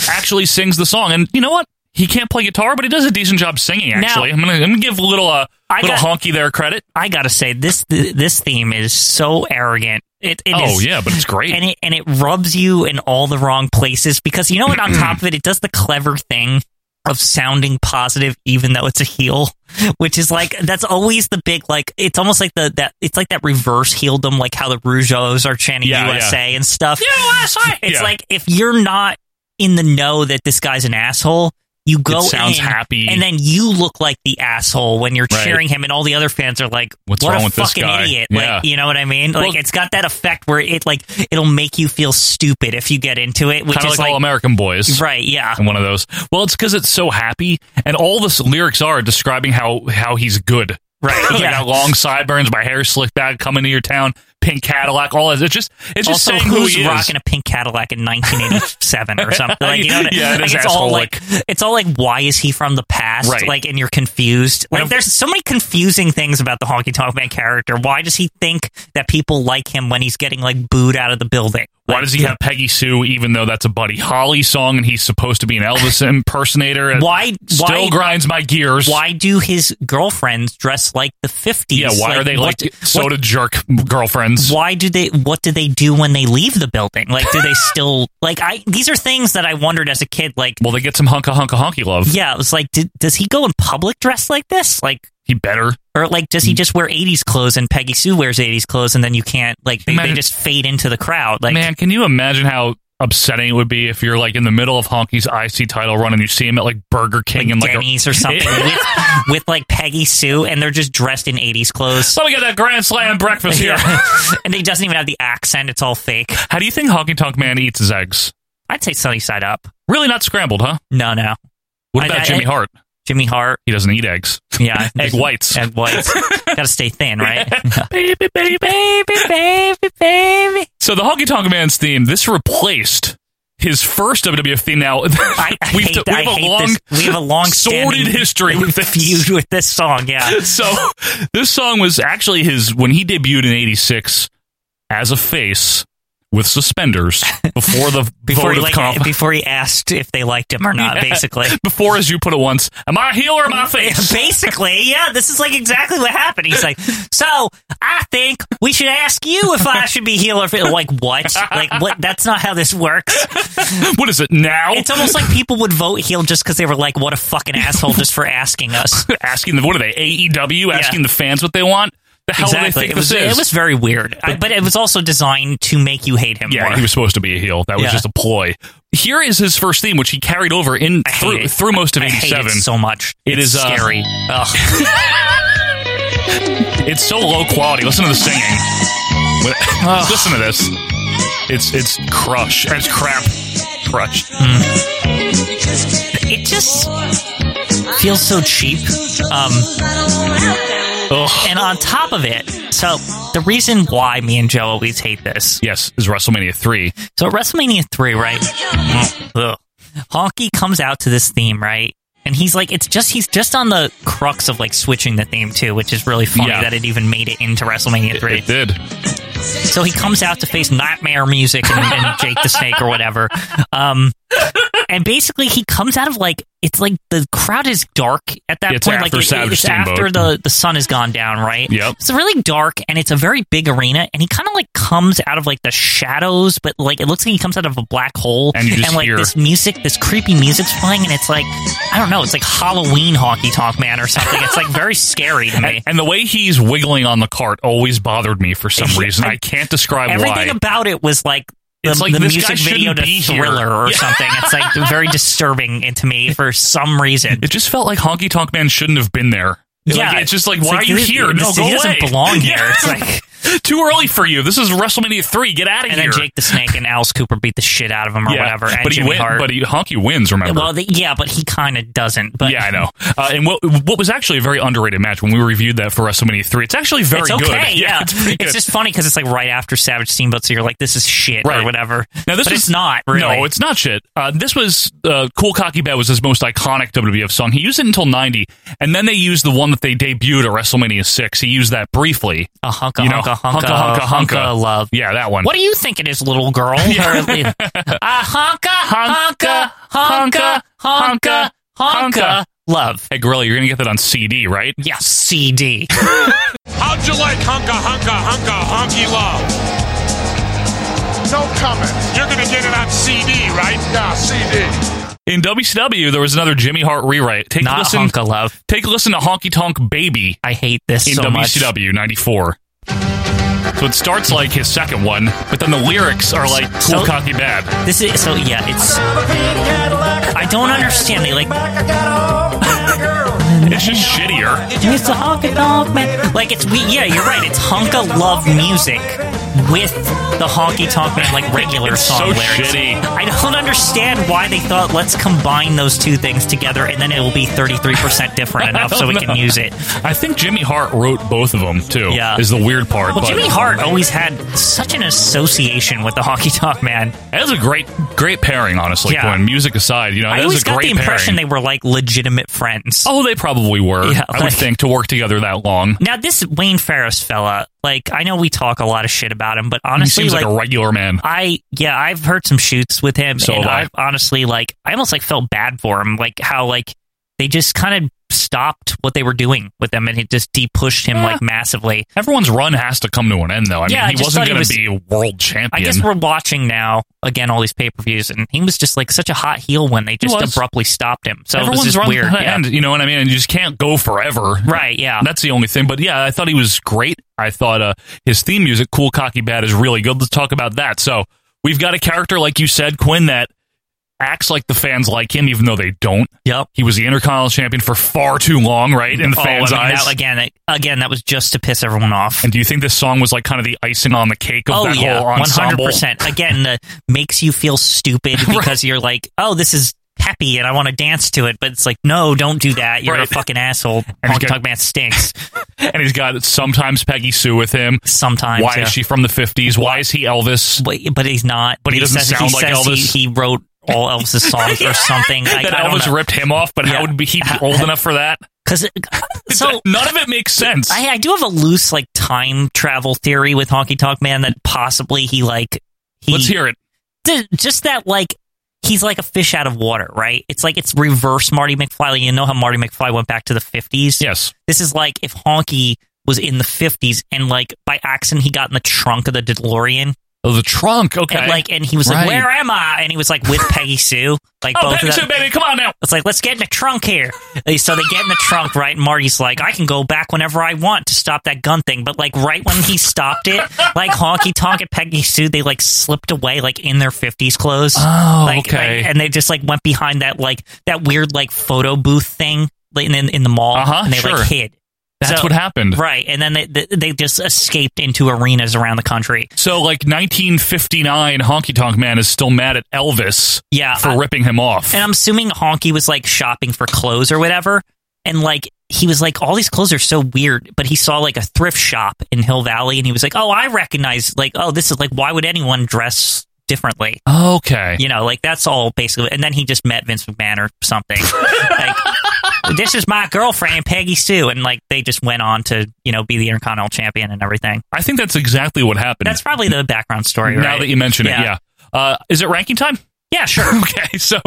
Speaker 1: actually sings the song. And you know what? He can't play guitar, but he does a decent job singing, actually.
Speaker 2: Now-
Speaker 1: I'm going to I'm gonna give a little, uh,
Speaker 2: I
Speaker 1: little
Speaker 2: got-
Speaker 1: honky there credit.
Speaker 2: I gotta say this th- this theme is so arrogant. It, it
Speaker 1: Oh,
Speaker 2: is-
Speaker 1: yeah, but it's great.
Speaker 2: and it and it rubs you in all the wrong places because you know what? On top of it, it does the clever thing of sounding positive, even though it's a heel, which is like that's always the big like. It's almost like the that it's like that reverse heeldom, like how the Rougeos are chanting
Speaker 1: Yeah, yeah.
Speaker 2: USA and stuff. USA. It's
Speaker 1: Yeah.
Speaker 2: like if you're not in the know that this guy's an asshole. You go
Speaker 1: It sounds
Speaker 2: in,
Speaker 1: happy.
Speaker 2: and then you look like the asshole when you're
Speaker 1: Right.
Speaker 2: cheering him, and all the other fans are like,
Speaker 1: What's
Speaker 2: what
Speaker 1: wrong
Speaker 2: a
Speaker 1: with this
Speaker 2: fucking
Speaker 1: guy?
Speaker 2: idiot?
Speaker 1: Yeah.
Speaker 2: Like, you know what I mean? Like,
Speaker 1: Well-
Speaker 2: it's got that effect where it like it'll make you feel stupid if you get into it, which
Speaker 1: Kind of
Speaker 2: is
Speaker 1: like, all American boys.
Speaker 2: right, yeah,
Speaker 1: And one of those. Well, it's because it's so happy, and all the s- lyrics are describing how how he's good.
Speaker 2: right,
Speaker 1: Like, I
Speaker 2: yeah.
Speaker 1: got long sideburns, my hair slicked back, coming to your town. pink Cadillac, all that. It's just it's just
Speaker 2: also,
Speaker 1: saying
Speaker 2: who's
Speaker 1: who he
Speaker 2: rocking
Speaker 1: is.
Speaker 2: a pink Cadillac in 1987 or something? Like, you know what I-
Speaker 1: Yeah, it
Speaker 2: like,
Speaker 1: is
Speaker 2: it's all
Speaker 1: asshole,
Speaker 2: like it's all like why is he from the past?
Speaker 1: Right.
Speaker 2: Like, and you're confused. Like, there's so many confusing things about the honky tonk man character. Why does he think that people like him when he's getting like booed out of the building?
Speaker 1: Why does he have Peggy Sue, even though that's a Buddy Holly song and he's supposed to be an Elvis impersonator? It
Speaker 2: Why
Speaker 1: Still
Speaker 2: why-
Speaker 1: grinds my gears.
Speaker 2: Why do his girlfriends dress like the 50s?
Speaker 1: Yeah, why are they
Speaker 2: what-
Speaker 1: like
Speaker 2: what-
Speaker 1: soda jerk girlfriends?
Speaker 2: Why do they? What do they do when they leave the building? Like, do they still like? I these are things that I wondered as a kid. Like,
Speaker 1: well, they get some hunka hunka honky love.
Speaker 2: Yeah, it was like, did, does he go in public dressed like this? Like,
Speaker 1: he better,
Speaker 2: or like, does
Speaker 1: Mm.
Speaker 2: he just wear '80s clothes and Peggy Sue wears '80s clothes, and then you can't like they, they
Speaker 1: Imagine-
Speaker 2: just fade into the crowd? Like,
Speaker 1: Man, can you imagine how upsetting it would be if you're like in the middle of Honky's IC title run and you see him at like Burger King and like
Speaker 2: Denny's or something with, with like Peggy Sue, and they're just dressed in '80s clothes.
Speaker 1: Let me get that Grand Slam breakfast here.
Speaker 2: and he doesn't even have the accent; it's all fake.
Speaker 1: How do you think Honky Tonk Man eats his eggs?
Speaker 2: I'd say sunny side up.
Speaker 1: Really not scrambled, huh?
Speaker 2: No, no.
Speaker 1: What
Speaker 2: I-
Speaker 1: about
Speaker 2: I-
Speaker 1: Jimmy Hart?
Speaker 2: Jimmy Hart.
Speaker 1: He doesn't eat eggs.
Speaker 2: Yeah,
Speaker 1: Egg whites.
Speaker 2: Egg whites. Got to stay thin, right?
Speaker 1: baby, baby, baby,
Speaker 2: baby, baby.
Speaker 1: So the Honky Tonk Man's theme, this replaced his first WWF theme. Now
Speaker 2: I, I
Speaker 1: we've,
Speaker 2: hate,
Speaker 1: we
Speaker 2: I
Speaker 1: have a
Speaker 2: hate
Speaker 1: long,
Speaker 2: this. We have a long
Speaker 1: sordid history with this.
Speaker 2: feud with this song. Yeah,
Speaker 1: so this song was actually his when he debuted in '86 as a face with suspenders before the
Speaker 2: before
Speaker 1: vote
Speaker 2: he
Speaker 1: of
Speaker 2: like,
Speaker 1: conf-
Speaker 2: before he asked if they liked him or not,
Speaker 1: Yeah.
Speaker 2: basically.
Speaker 1: Before, as you put it once, am I a heel or am I a face?
Speaker 2: Basically, yeah, this is like exactly what happened. He's like, so I think we should ask you if I should be heel or fa-" like what? Like what? That's not how this works.
Speaker 1: what is it now?
Speaker 2: It's almost like people would vote heel just because they were like, what a fucking asshole just for asking us.
Speaker 1: asking the what are they AEW asking the fans what they want? The hell do they
Speaker 2: Exactly.
Speaker 1: think
Speaker 2: It was,
Speaker 1: this is?
Speaker 2: it was very weird, I- but it was also designed to make you hate him.
Speaker 1: Yeah,
Speaker 2: more.
Speaker 1: he was supposed to be a heel. That was
Speaker 2: Yeah.
Speaker 1: just a ploy. Here is his first theme, which he carried over in
Speaker 2: I hate
Speaker 1: through,
Speaker 2: it.
Speaker 1: through most of
Speaker 2: I hate
Speaker 1: '87.
Speaker 2: it so much.
Speaker 1: It is,
Speaker 2: it's
Speaker 1: uh,
Speaker 2: scary. Ugh.
Speaker 1: It's so low quality. Listen to the singing. What- Listen to this. It's it's crush. It's crap. Crush.
Speaker 2: Hmm. It just feels so cheap. Um, and on top of it, so the reason why me and Joe always hate this.
Speaker 1: Yes, is WrestleMania three.
Speaker 2: So at WrestleMania three, right?
Speaker 1: Mm.
Speaker 2: Ugh. Honky comes out to this theme, right? And he's like, it's just he's just on the crux of like switching the theme too, which is really funny
Speaker 1: Yeah.
Speaker 2: that it even made it into WrestleMania three.
Speaker 1: It did.
Speaker 2: So he comes out to face Nightmare Music and, and Jake the Snake or whatever. Um, and basically, he comes out of like it's like the crowd is dark at that
Speaker 1: It's
Speaker 2: point.
Speaker 1: after
Speaker 2: like it-
Speaker 1: Savage
Speaker 2: it's
Speaker 1: Steamboat.
Speaker 2: after the the sun has gone down, right?
Speaker 1: Yep.
Speaker 2: It's really dark and it's a very big arena, and he kind of like comes out of like the shadows, but like it looks like he comes out of a black hole,
Speaker 1: And you just
Speaker 2: like
Speaker 1: hear-
Speaker 2: this music, this creepy music's playing, and it's like I don't know, it's like Halloween honky tonk man or something. It's like very scary to me.
Speaker 1: And, and the way he's wiggling on the cart always bothered me for some reason. I can't describe
Speaker 2: everything
Speaker 1: why.
Speaker 2: about it was like the,
Speaker 1: It's like
Speaker 2: the
Speaker 1: this guy
Speaker 2: music video
Speaker 1: shouldn't
Speaker 2: to
Speaker 1: be here.
Speaker 2: Thriller or
Speaker 1: Yeah.
Speaker 2: something. It's like very disturbing to me for some reason.
Speaker 1: It just felt like Honky Tonk Man shouldn't have been there. Like,
Speaker 2: Yeah.
Speaker 1: it's just like,
Speaker 2: It's
Speaker 1: why
Speaker 2: like,
Speaker 1: are you
Speaker 2: this-
Speaker 1: here? No,
Speaker 2: this-
Speaker 1: go
Speaker 2: he doesn't
Speaker 1: away.
Speaker 2: belong here.
Speaker 1: Yeah.
Speaker 2: It's like-
Speaker 1: too early for you. This is WrestleMania three. Get out of
Speaker 2: and
Speaker 1: here.
Speaker 2: then Jake the Snake and Alice Cooper beat the shit out of him or
Speaker 1: yeah,
Speaker 2: whatever. And
Speaker 1: but he
Speaker 2: Jimmy
Speaker 1: win,
Speaker 2: Hart.
Speaker 1: But he, Honky wins. Remember?
Speaker 2: well, the, yeah, but he kind of doesn't. But
Speaker 1: yeah, I know. Uh, and what what was actually a very underrated match when we reviewed that for WrestleMania three. It's actually very
Speaker 2: it's
Speaker 1: good.
Speaker 2: okay. Yeah,
Speaker 1: it's pretty good.
Speaker 2: just funny because it's like right after Savage Steamboat, so you're like, this is shit
Speaker 1: Right.
Speaker 2: or whatever.
Speaker 1: now this
Speaker 2: but
Speaker 1: was
Speaker 2: it's not really.
Speaker 1: No, it's not shit. Uh, this was uh, "Cool Cocky Bad" was his most iconic WWF song. He used it until '90, and then they used the one that they debuted at WrestleMania six. He used that briefly.
Speaker 2: a hunka,
Speaker 1: you know,
Speaker 2: hunka, hunka,
Speaker 1: hunka, hunka, hunka.
Speaker 2: love.
Speaker 1: Yeah, that one. Uh,
Speaker 2: What do you think it is, little girl? Or- a honka, honka, honka, honka, honka, love.
Speaker 1: Hey, Gorilla, you're gonna get that on CD, right?
Speaker 2: Yeah, CD.
Speaker 14: How'd you like hunka hunka hunka honky love? No comment. You're gonna get it on CD, right? Yeah, CD.
Speaker 1: In WCW, there was another Jimmy Hart rewrite. Take a
Speaker 2: Not
Speaker 1: listen.
Speaker 2: honka love.
Speaker 1: Take a listen to "Honky Tonk Baby"
Speaker 2: I hate this
Speaker 1: in
Speaker 2: so much.
Speaker 1: WCW '94. So it starts like his second one, but then the lyrics are like "Cool
Speaker 2: So-
Speaker 1: Cocky Bad."
Speaker 2: This is so yeah. It's I don't understand. They like
Speaker 1: It's just shittier.
Speaker 2: it's a honka dog man. Like it's we yeah. You're right. It's honka love music with the honky tonk man like regular
Speaker 1: It's
Speaker 2: song
Speaker 1: so
Speaker 2: lyrics.
Speaker 1: shitty.
Speaker 2: I don't understand why they thought let's combine those two things together and then it will be 33% different enough so we can use it.
Speaker 1: I think Jimmy Hart wrote both of them too.
Speaker 2: Yeah.
Speaker 1: is the weird part.
Speaker 2: Well,
Speaker 1: but-
Speaker 2: Jimmy Hart always had such an association with the honky tonk man.
Speaker 1: That was a great, great pairing, honestly.
Speaker 2: Yeah.
Speaker 1: When music aside, you know,
Speaker 2: I
Speaker 1: that
Speaker 2: always
Speaker 1: was a
Speaker 2: got the
Speaker 1: great
Speaker 2: impression
Speaker 1: pairing.
Speaker 2: they were like legitimate friends.
Speaker 1: oh, they probably were.
Speaker 2: Yeah,
Speaker 1: I would
Speaker 2: like-
Speaker 1: think to work together that long.
Speaker 2: Now this Wayne Ferris fella, like I know we talk a lot of shit about him, but honestly,
Speaker 1: he seems like, a regular man.
Speaker 2: I yeah, I've heard some shoots with him,
Speaker 1: So
Speaker 2: and
Speaker 1: have I.
Speaker 2: I've honestly like I almost like felt bad for him, like how like they just kind of stopped what they were doing with him, and it just de pushed him like massively.
Speaker 1: Everyone's run has to come to an end, though. I mean,
Speaker 2: Yeah, I
Speaker 1: he
Speaker 2: just
Speaker 1: wasn't
Speaker 2: thought he
Speaker 1: going
Speaker 2: was-
Speaker 1: to be a world champion.
Speaker 2: I guess we're watching now again all these pay per views, and he was just like such a hot heel when they just
Speaker 1: was.
Speaker 2: abruptly stopped him. So it was
Speaker 1: Everyone's
Speaker 2: just
Speaker 1: run
Speaker 2: weird.
Speaker 1: to an
Speaker 2: yeah.
Speaker 1: end, you know what I mean? And you just can't go forever.
Speaker 2: Right, yeah.
Speaker 1: That's the only thing. But yeah, I thought he was great. I thought uh, his theme music, Cool Cocky Bad, is really good. Let's talk about that. So we've got a character, like you said, Quinn, that acts like the fans like him, even though they don't.
Speaker 2: Yep.
Speaker 1: He was the Intercontinental Champion for far too long, right? In the
Speaker 2: Oh,
Speaker 1: fans'
Speaker 2: I mean,
Speaker 1: eyes.
Speaker 2: that- again, that- again, that was just to piss everyone off. Oh,
Speaker 1: and do you think this song was like kind of the icing on the cake of that whole ensemble?
Speaker 2: 100%. Again, the makes you feel stupid because you're like, oh, this is peppy and I want to dance to it. But it's like, no, don't do that. You're a
Speaker 1: Right.
Speaker 2: fucking asshole.
Speaker 1: And he's
Speaker 2: Honky
Speaker 1: got-
Speaker 2: Tonk Man stinks.
Speaker 1: And he's got sometimes Peggy Sue with him.
Speaker 2: Sometimes.
Speaker 1: Why
Speaker 2: yeah.
Speaker 1: is she from the 50s? Why is he Elvis?
Speaker 2: But, but he's not.
Speaker 1: But he doesn't
Speaker 2: says,
Speaker 1: sound
Speaker 2: he
Speaker 1: like
Speaker 2: says
Speaker 1: Elvis.
Speaker 2: He, he wrote all Elvis's songs or something. I,
Speaker 1: that
Speaker 2: I don't
Speaker 1: Elvis
Speaker 2: know.
Speaker 1: ripped him off, but how would be he be old enough for that?
Speaker 2: Because so
Speaker 1: None of it makes sense.
Speaker 2: I, I do have a loose like time travel theory with Honky Tonk Man that possibly he like he,
Speaker 1: Let's hear it.
Speaker 2: Ju- just that like he's like a fish out of water, right? It's like it's reverse Marty McFly. Like, you know how Marty McFly went back to the fifties?
Speaker 1: Yes.
Speaker 2: This is like if Honky was in the fifties and like by accident he got in the trunk of the DeLorean.
Speaker 1: Oh, the trunk. Okay.
Speaker 2: And like, and he was
Speaker 1: Right.
Speaker 2: like, "Where am I?" And he was like with Peggy Sue, like
Speaker 1: Oh,
Speaker 2: both
Speaker 1: Peggy
Speaker 2: of them.
Speaker 1: Sue, baby, come on now.
Speaker 2: It's like, let's get in the trunk here. And So they get in the trunk, right? And Marty's like, I can go back whenever I want to stop that gun thing. But like right when he stopped it, like honky tonk and Peggy Sue, they like slipped away like in their fifties clothes.
Speaker 1: Oh,
Speaker 2: like,
Speaker 1: okay.
Speaker 2: like- and they just like went behind that like that weird like photo booth thing like, in in the mall,
Speaker 1: Uh-huh,
Speaker 2: and they
Speaker 1: sure.
Speaker 2: like hid.
Speaker 1: That's
Speaker 2: So-
Speaker 1: what happened.
Speaker 2: right? And then they, they they just escaped into arenas around the country.
Speaker 1: So, like 1959, Honky Tonk Man is still mad at Elvis
Speaker 2: Yeah,
Speaker 1: for
Speaker 2: I-
Speaker 1: ripping him off.
Speaker 2: And I'm assuming Honky was like shopping for clothes or whatever. And like he was like, all these clothes are so weird. But he saw like a thrift shop in Hill Valley and he was like, oh, I recognize, like, oh, this is like, why would anyone dress differently?
Speaker 1: Okay.
Speaker 2: You know, like that's all basically. And then he just met Vince McMahon or something. like, this is my girlfriend, Peggy Sue. And like they just went on to, you know, be the Intercontinental Champion and everything.
Speaker 1: I think that's exactly what happened.
Speaker 2: That's probably the background story,
Speaker 1: Hmm. now
Speaker 2: right?
Speaker 1: that you mention it,
Speaker 2: Yeah.
Speaker 1: yeah. Uh, is it ranking time?
Speaker 2: Yeah, sure.
Speaker 1: Okay, so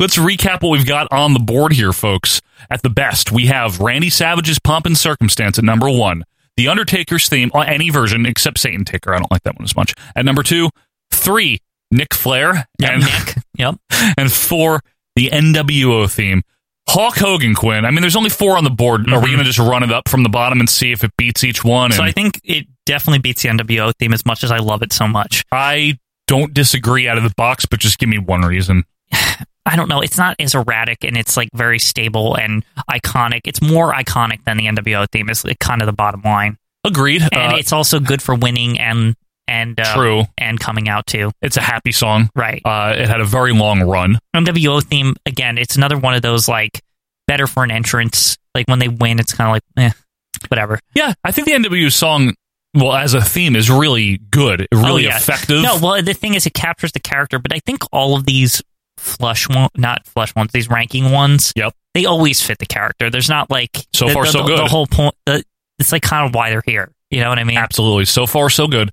Speaker 1: let's recap what we've got on the board here, folks. At the best, we have Randy Savage's Pomp and Circumstance at number one, The Undertaker's theme, on any version except Satan Taker. I don't like that one as much. At number two, three, Nick Flair. and,
Speaker 2: Nick. Yep.
Speaker 1: and four, the NWO theme. Hulk Hogan, Quinn. I mean, there's only four on the board. Are we going to just run it up from the bottom and see if it beats each one?
Speaker 2: Mm-hmm. So
Speaker 1: And
Speaker 2: I think it definitely beats the NWO theme as much as I love it so much.
Speaker 1: I don't disagree out of the box, but just give me one reason.
Speaker 2: I don't know. It's not as erratic and it's like very stable and iconic. It's more iconic than the NWO theme. Is like, kind of the bottom line,
Speaker 1: Agreed.
Speaker 2: and
Speaker 1: Uh,
Speaker 2: it's also good for winning and and uh,
Speaker 1: True.
Speaker 2: and coming out too.
Speaker 1: it's a happy song.
Speaker 2: Right.
Speaker 1: Uh, it had a very long run.
Speaker 2: NWO theme again. It's another one of those like better for an entrance. Like when they win, it's kind of like eh, whatever.
Speaker 1: Yeah, I think the NWO song, well, as a theme, is really good, really
Speaker 2: Oh, yeah.
Speaker 1: effective.
Speaker 2: No, well, the thing is, it captures the character, but I think all of these flush one, not flush ones, these ranking ones,
Speaker 1: Yep.
Speaker 2: they always fit the character. There's not like
Speaker 1: So
Speaker 2: the,
Speaker 1: far,
Speaker 2: the-
Speaker 1: so
Speaker 2: the-
Speaker 1: good.
Speaker 2: The whole point, the, it's like kind of why they're here. You know what I mean?
Speaker 1: Absolutely. So far, so good.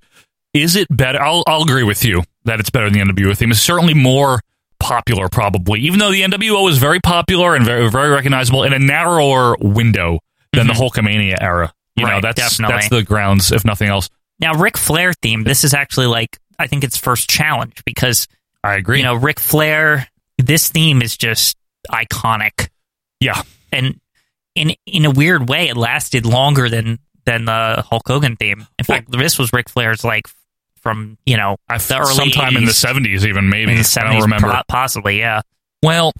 Speaker 1: Is it better? I'll, I'll agree with you that it's better than the NWO theme. It's certainly more popular, probably, even though the NWO is very popular and very, very recognizable in a narrower window than the Hulkamania era. You know,
Speaker 2: Mm-hmm. Right,
Speaker 1: that's
Speaker 2: definitely.
Speaker 1: that's the grounds, if nothing else.
Speaker 2: Now, Ric Flair theme. This is actually like I think it's first challenge because
Speaker 1: I agree.
Speaker 2: you know Ric Flair. This theme is just iconic,
Speaker 1: yeah.
Speaker 2: and in in a weird way, it lasted longer than than the Hulk Hogan theme. In fact, this was Ric Flair's like from you know the early
Speaker 1: Sometime in the
Speaker 2: 80s.
Speaker 1: seventies, even maybe.
Speaker 2: in the
Speaker 1: I
Speaker 2: 70s,
Speaker 1: don't remember.
Speaker 2: po- possibly, yeah.
Speaker 1: Well,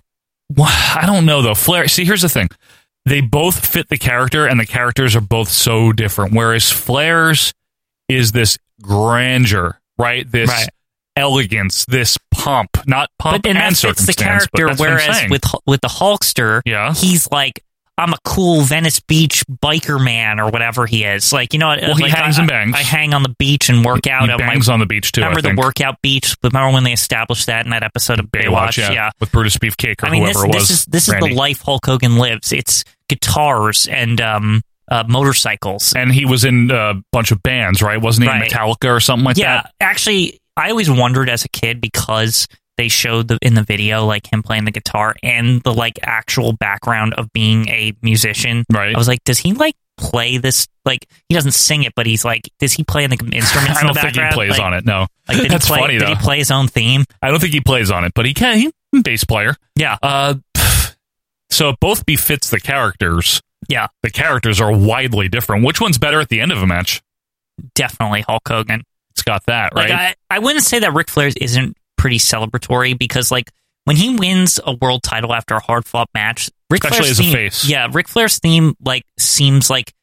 Speaker 1: wh- I don't know though. Flair. See, here's the thing: they both fit the character, and the characters are both so different. Whereas Flair's is this grandeur, right? This
Speaker 2: Right.
Speaker 1: elegance, this pomp, not pomp
Speaker 2: but and
Speaker 1: and
Speaker 2: that's, that's the
Speaker 1: circumstance. but
Speaker 2: character.
Speaker 1: that's what I'm
Speaker 2: whereas
Speaker 1: saying.
Speaker 2: with Hu- with the Hulkster, yeah. he's like I'm a cool Venice Beach biker man or whatever he is. Like you know,
Speaker 1: Well, he
Speaker 2: like,
Speaker 1: hangs
Speaker 2: I,
Speaker 1: and bangs.
Speaker 2: I hang on the beach and work out.
Speaker 1: he
Speaker 2: at my-
Speaker 1: bangs on the beach too. I
Speaker 2: Remember the
Speaker 1: think.
Speaker 2: workout beach? Remember when they established that in that episode of Baywatch?
Speaker 1: Baywatch, yeah, with Brutus Beefcake or
Speaker 2: I mean,
Speaker 1: whoever
Speaker 2: this,
Speaker 1: it was.
Speaker 2: this is this is
Speaker 1: Randy.
Speaker 2: the life Hulk Hogan lives. It's guitars and um, uh, motorcycles.
Speaker 1: And he was in uh, a bunch of bands, right? Wasn't he in
Speaker 2: Right.
Speaker 1: Metallica or something like
Speaker 2: yeah,
Speaker 1: that?
Speaker 2: actually, I always wondered as a kid because they showed the in the video like him playing the guitar and the like actual background of being a musician. Right. I was like, does he like play this? Like he doesn't sing it, but he's like, does he play the instruments?
Speaker 1: I
Speaker 2: in
Speaker 1: don't
Speaker 2: the
Speaker 1: think he
Speaker 2: background?
Speaker 1: plays
Speaker 2: Like-
Speaker 1: on it. No,
Speaker 2: Like, did he
Speaker 1: that's
Speaker 2: play-
Speaker 1: funny
Speaker 2: did
Speaker 1: though.
Speaker 2: he play his own theme?
Speaker 1: I don't think he plays on it, but he can. He's a bass player.
Speaker 2: Yeah.
Speaker 1: Uh, pff. so it both befits the characters.
Speaker 2: Yeah.
Speaker 1: The characters are widely different. Which one's better at the end of a match?
Speaker 2: Definitely Hulk Hogan.
Speaker 1: It's got that right.
Speaker 2: Like I, I wouldn't say that Ric Flair's isn't pretty celebratory because like when he wins a world title after a hard fought match, Ric
Speaker 1: Especially
Speaker 2: Flair's
Speaker 1: as a
Speaker 2: theme-
Speaker 1: face.
Speaker 2: Yeah, Ric Flair's theme like seems like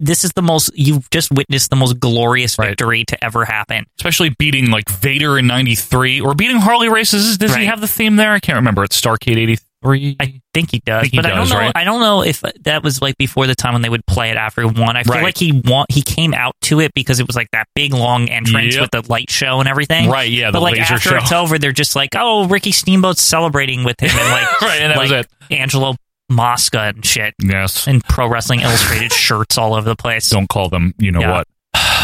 Speaker 2: this is the most you've just witnessed the most glorious victory to ever happen.
Speaker 1: Especially beating like Vader in '93 or beating Harley races. Does he
Speaker 2: Right.
Speaker 1: have the theme there? I can't remember. It's Starcade '83. I
Speaker 2: think he does,
Speaker 1: he
Speaker 2: but I don't
Speaker 1: does,
Speaker 2: know.
Speaker 1: right?
Speaker 2: I don't know if that was like before the time when they would play it after he won. I feel
Speaker 1: Right.
Speaker 2: like he won. He came out to it because it was like that big long entrance
Speaker 1: Yep.
Speaker 2: with the light show and everything.
Speaker 1: Right, yeah, the
Speaker 2: But like
Speaker 1: laser
Speaker 2: after
Speaker 1: show.
Speaker 2: it's over, they're just like, oh, Ricky Steamboat's celebrating with him, and like,
Speaker 1: Right, and that was
Speaker 2: like Angelo Mosca and shit.
Speaker 1: Yes,
Speaker 2: and Pro Wrestling Illustrated shirts all over the place.
Speaker 1: Don't call them. You know
Speaker 2: Yeah.
Speaker 1: what?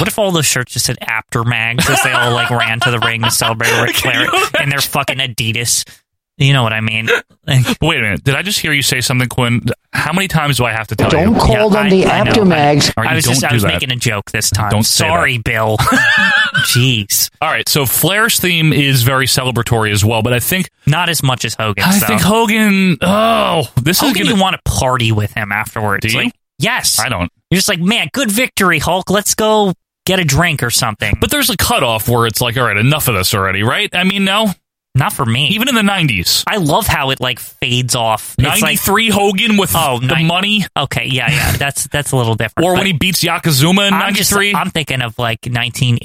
Speaker 2: What if all those shirts just said after mag because they all like ran to the ring to celebrate Ric Flair and they're fucking Adidas? You know what I mean?
Speaker 1: Wait a minute. Did I just hear you say something, Quinn? How many times do I have to tell you?
Speaker 2: Don't call them the
Speaker 1: aftermags.
Speaker 2: I was just I was making a joke this time.
Speaker 1: Don't say
Speaker 2: Sorry,
Speaker 1: that.
Speaker 2: Bill. Jeez.
Speaker 1: All right. So Flair's theme is very celebratory as well, but I think
Speaker 2: not as much as Hogan's.
Speaker 1: I
Speaker 2: though.
Speaker 1: think Hogan. Oh, this
Speaker 2: Hogan,
Speaker 1: is gonna
Speaker 2: you want to party with him afterwards.
Speaker 1: Do you?
Speaker 2: Like, yes.
Speaker 1: I don't.
Speaker 2: You're just like, man, good victory, Hulk. Let's go get a drink or something.
Speaker 1: But there's a cutoff where it's like, all right, enough of this already, right? I mean, no,
Speaker 2: not for me.
Speaker 1: Even in the '90s,
Speaker 2: I love how it like fades off. It's like- Oh,
Speaker 1: '93 Hogan with the
Speaker 2: nine-
Speaker 1: money,
Speaker 2: Okay, yeah, yeah, that's that's a little different.
Speaker 1: or
Speaker 2: but
Speaker 1: when he beats Yokozuna in
Speaker 2: I'm just-
Speaker 1: '93.
Speaker 2: I'm thinking of like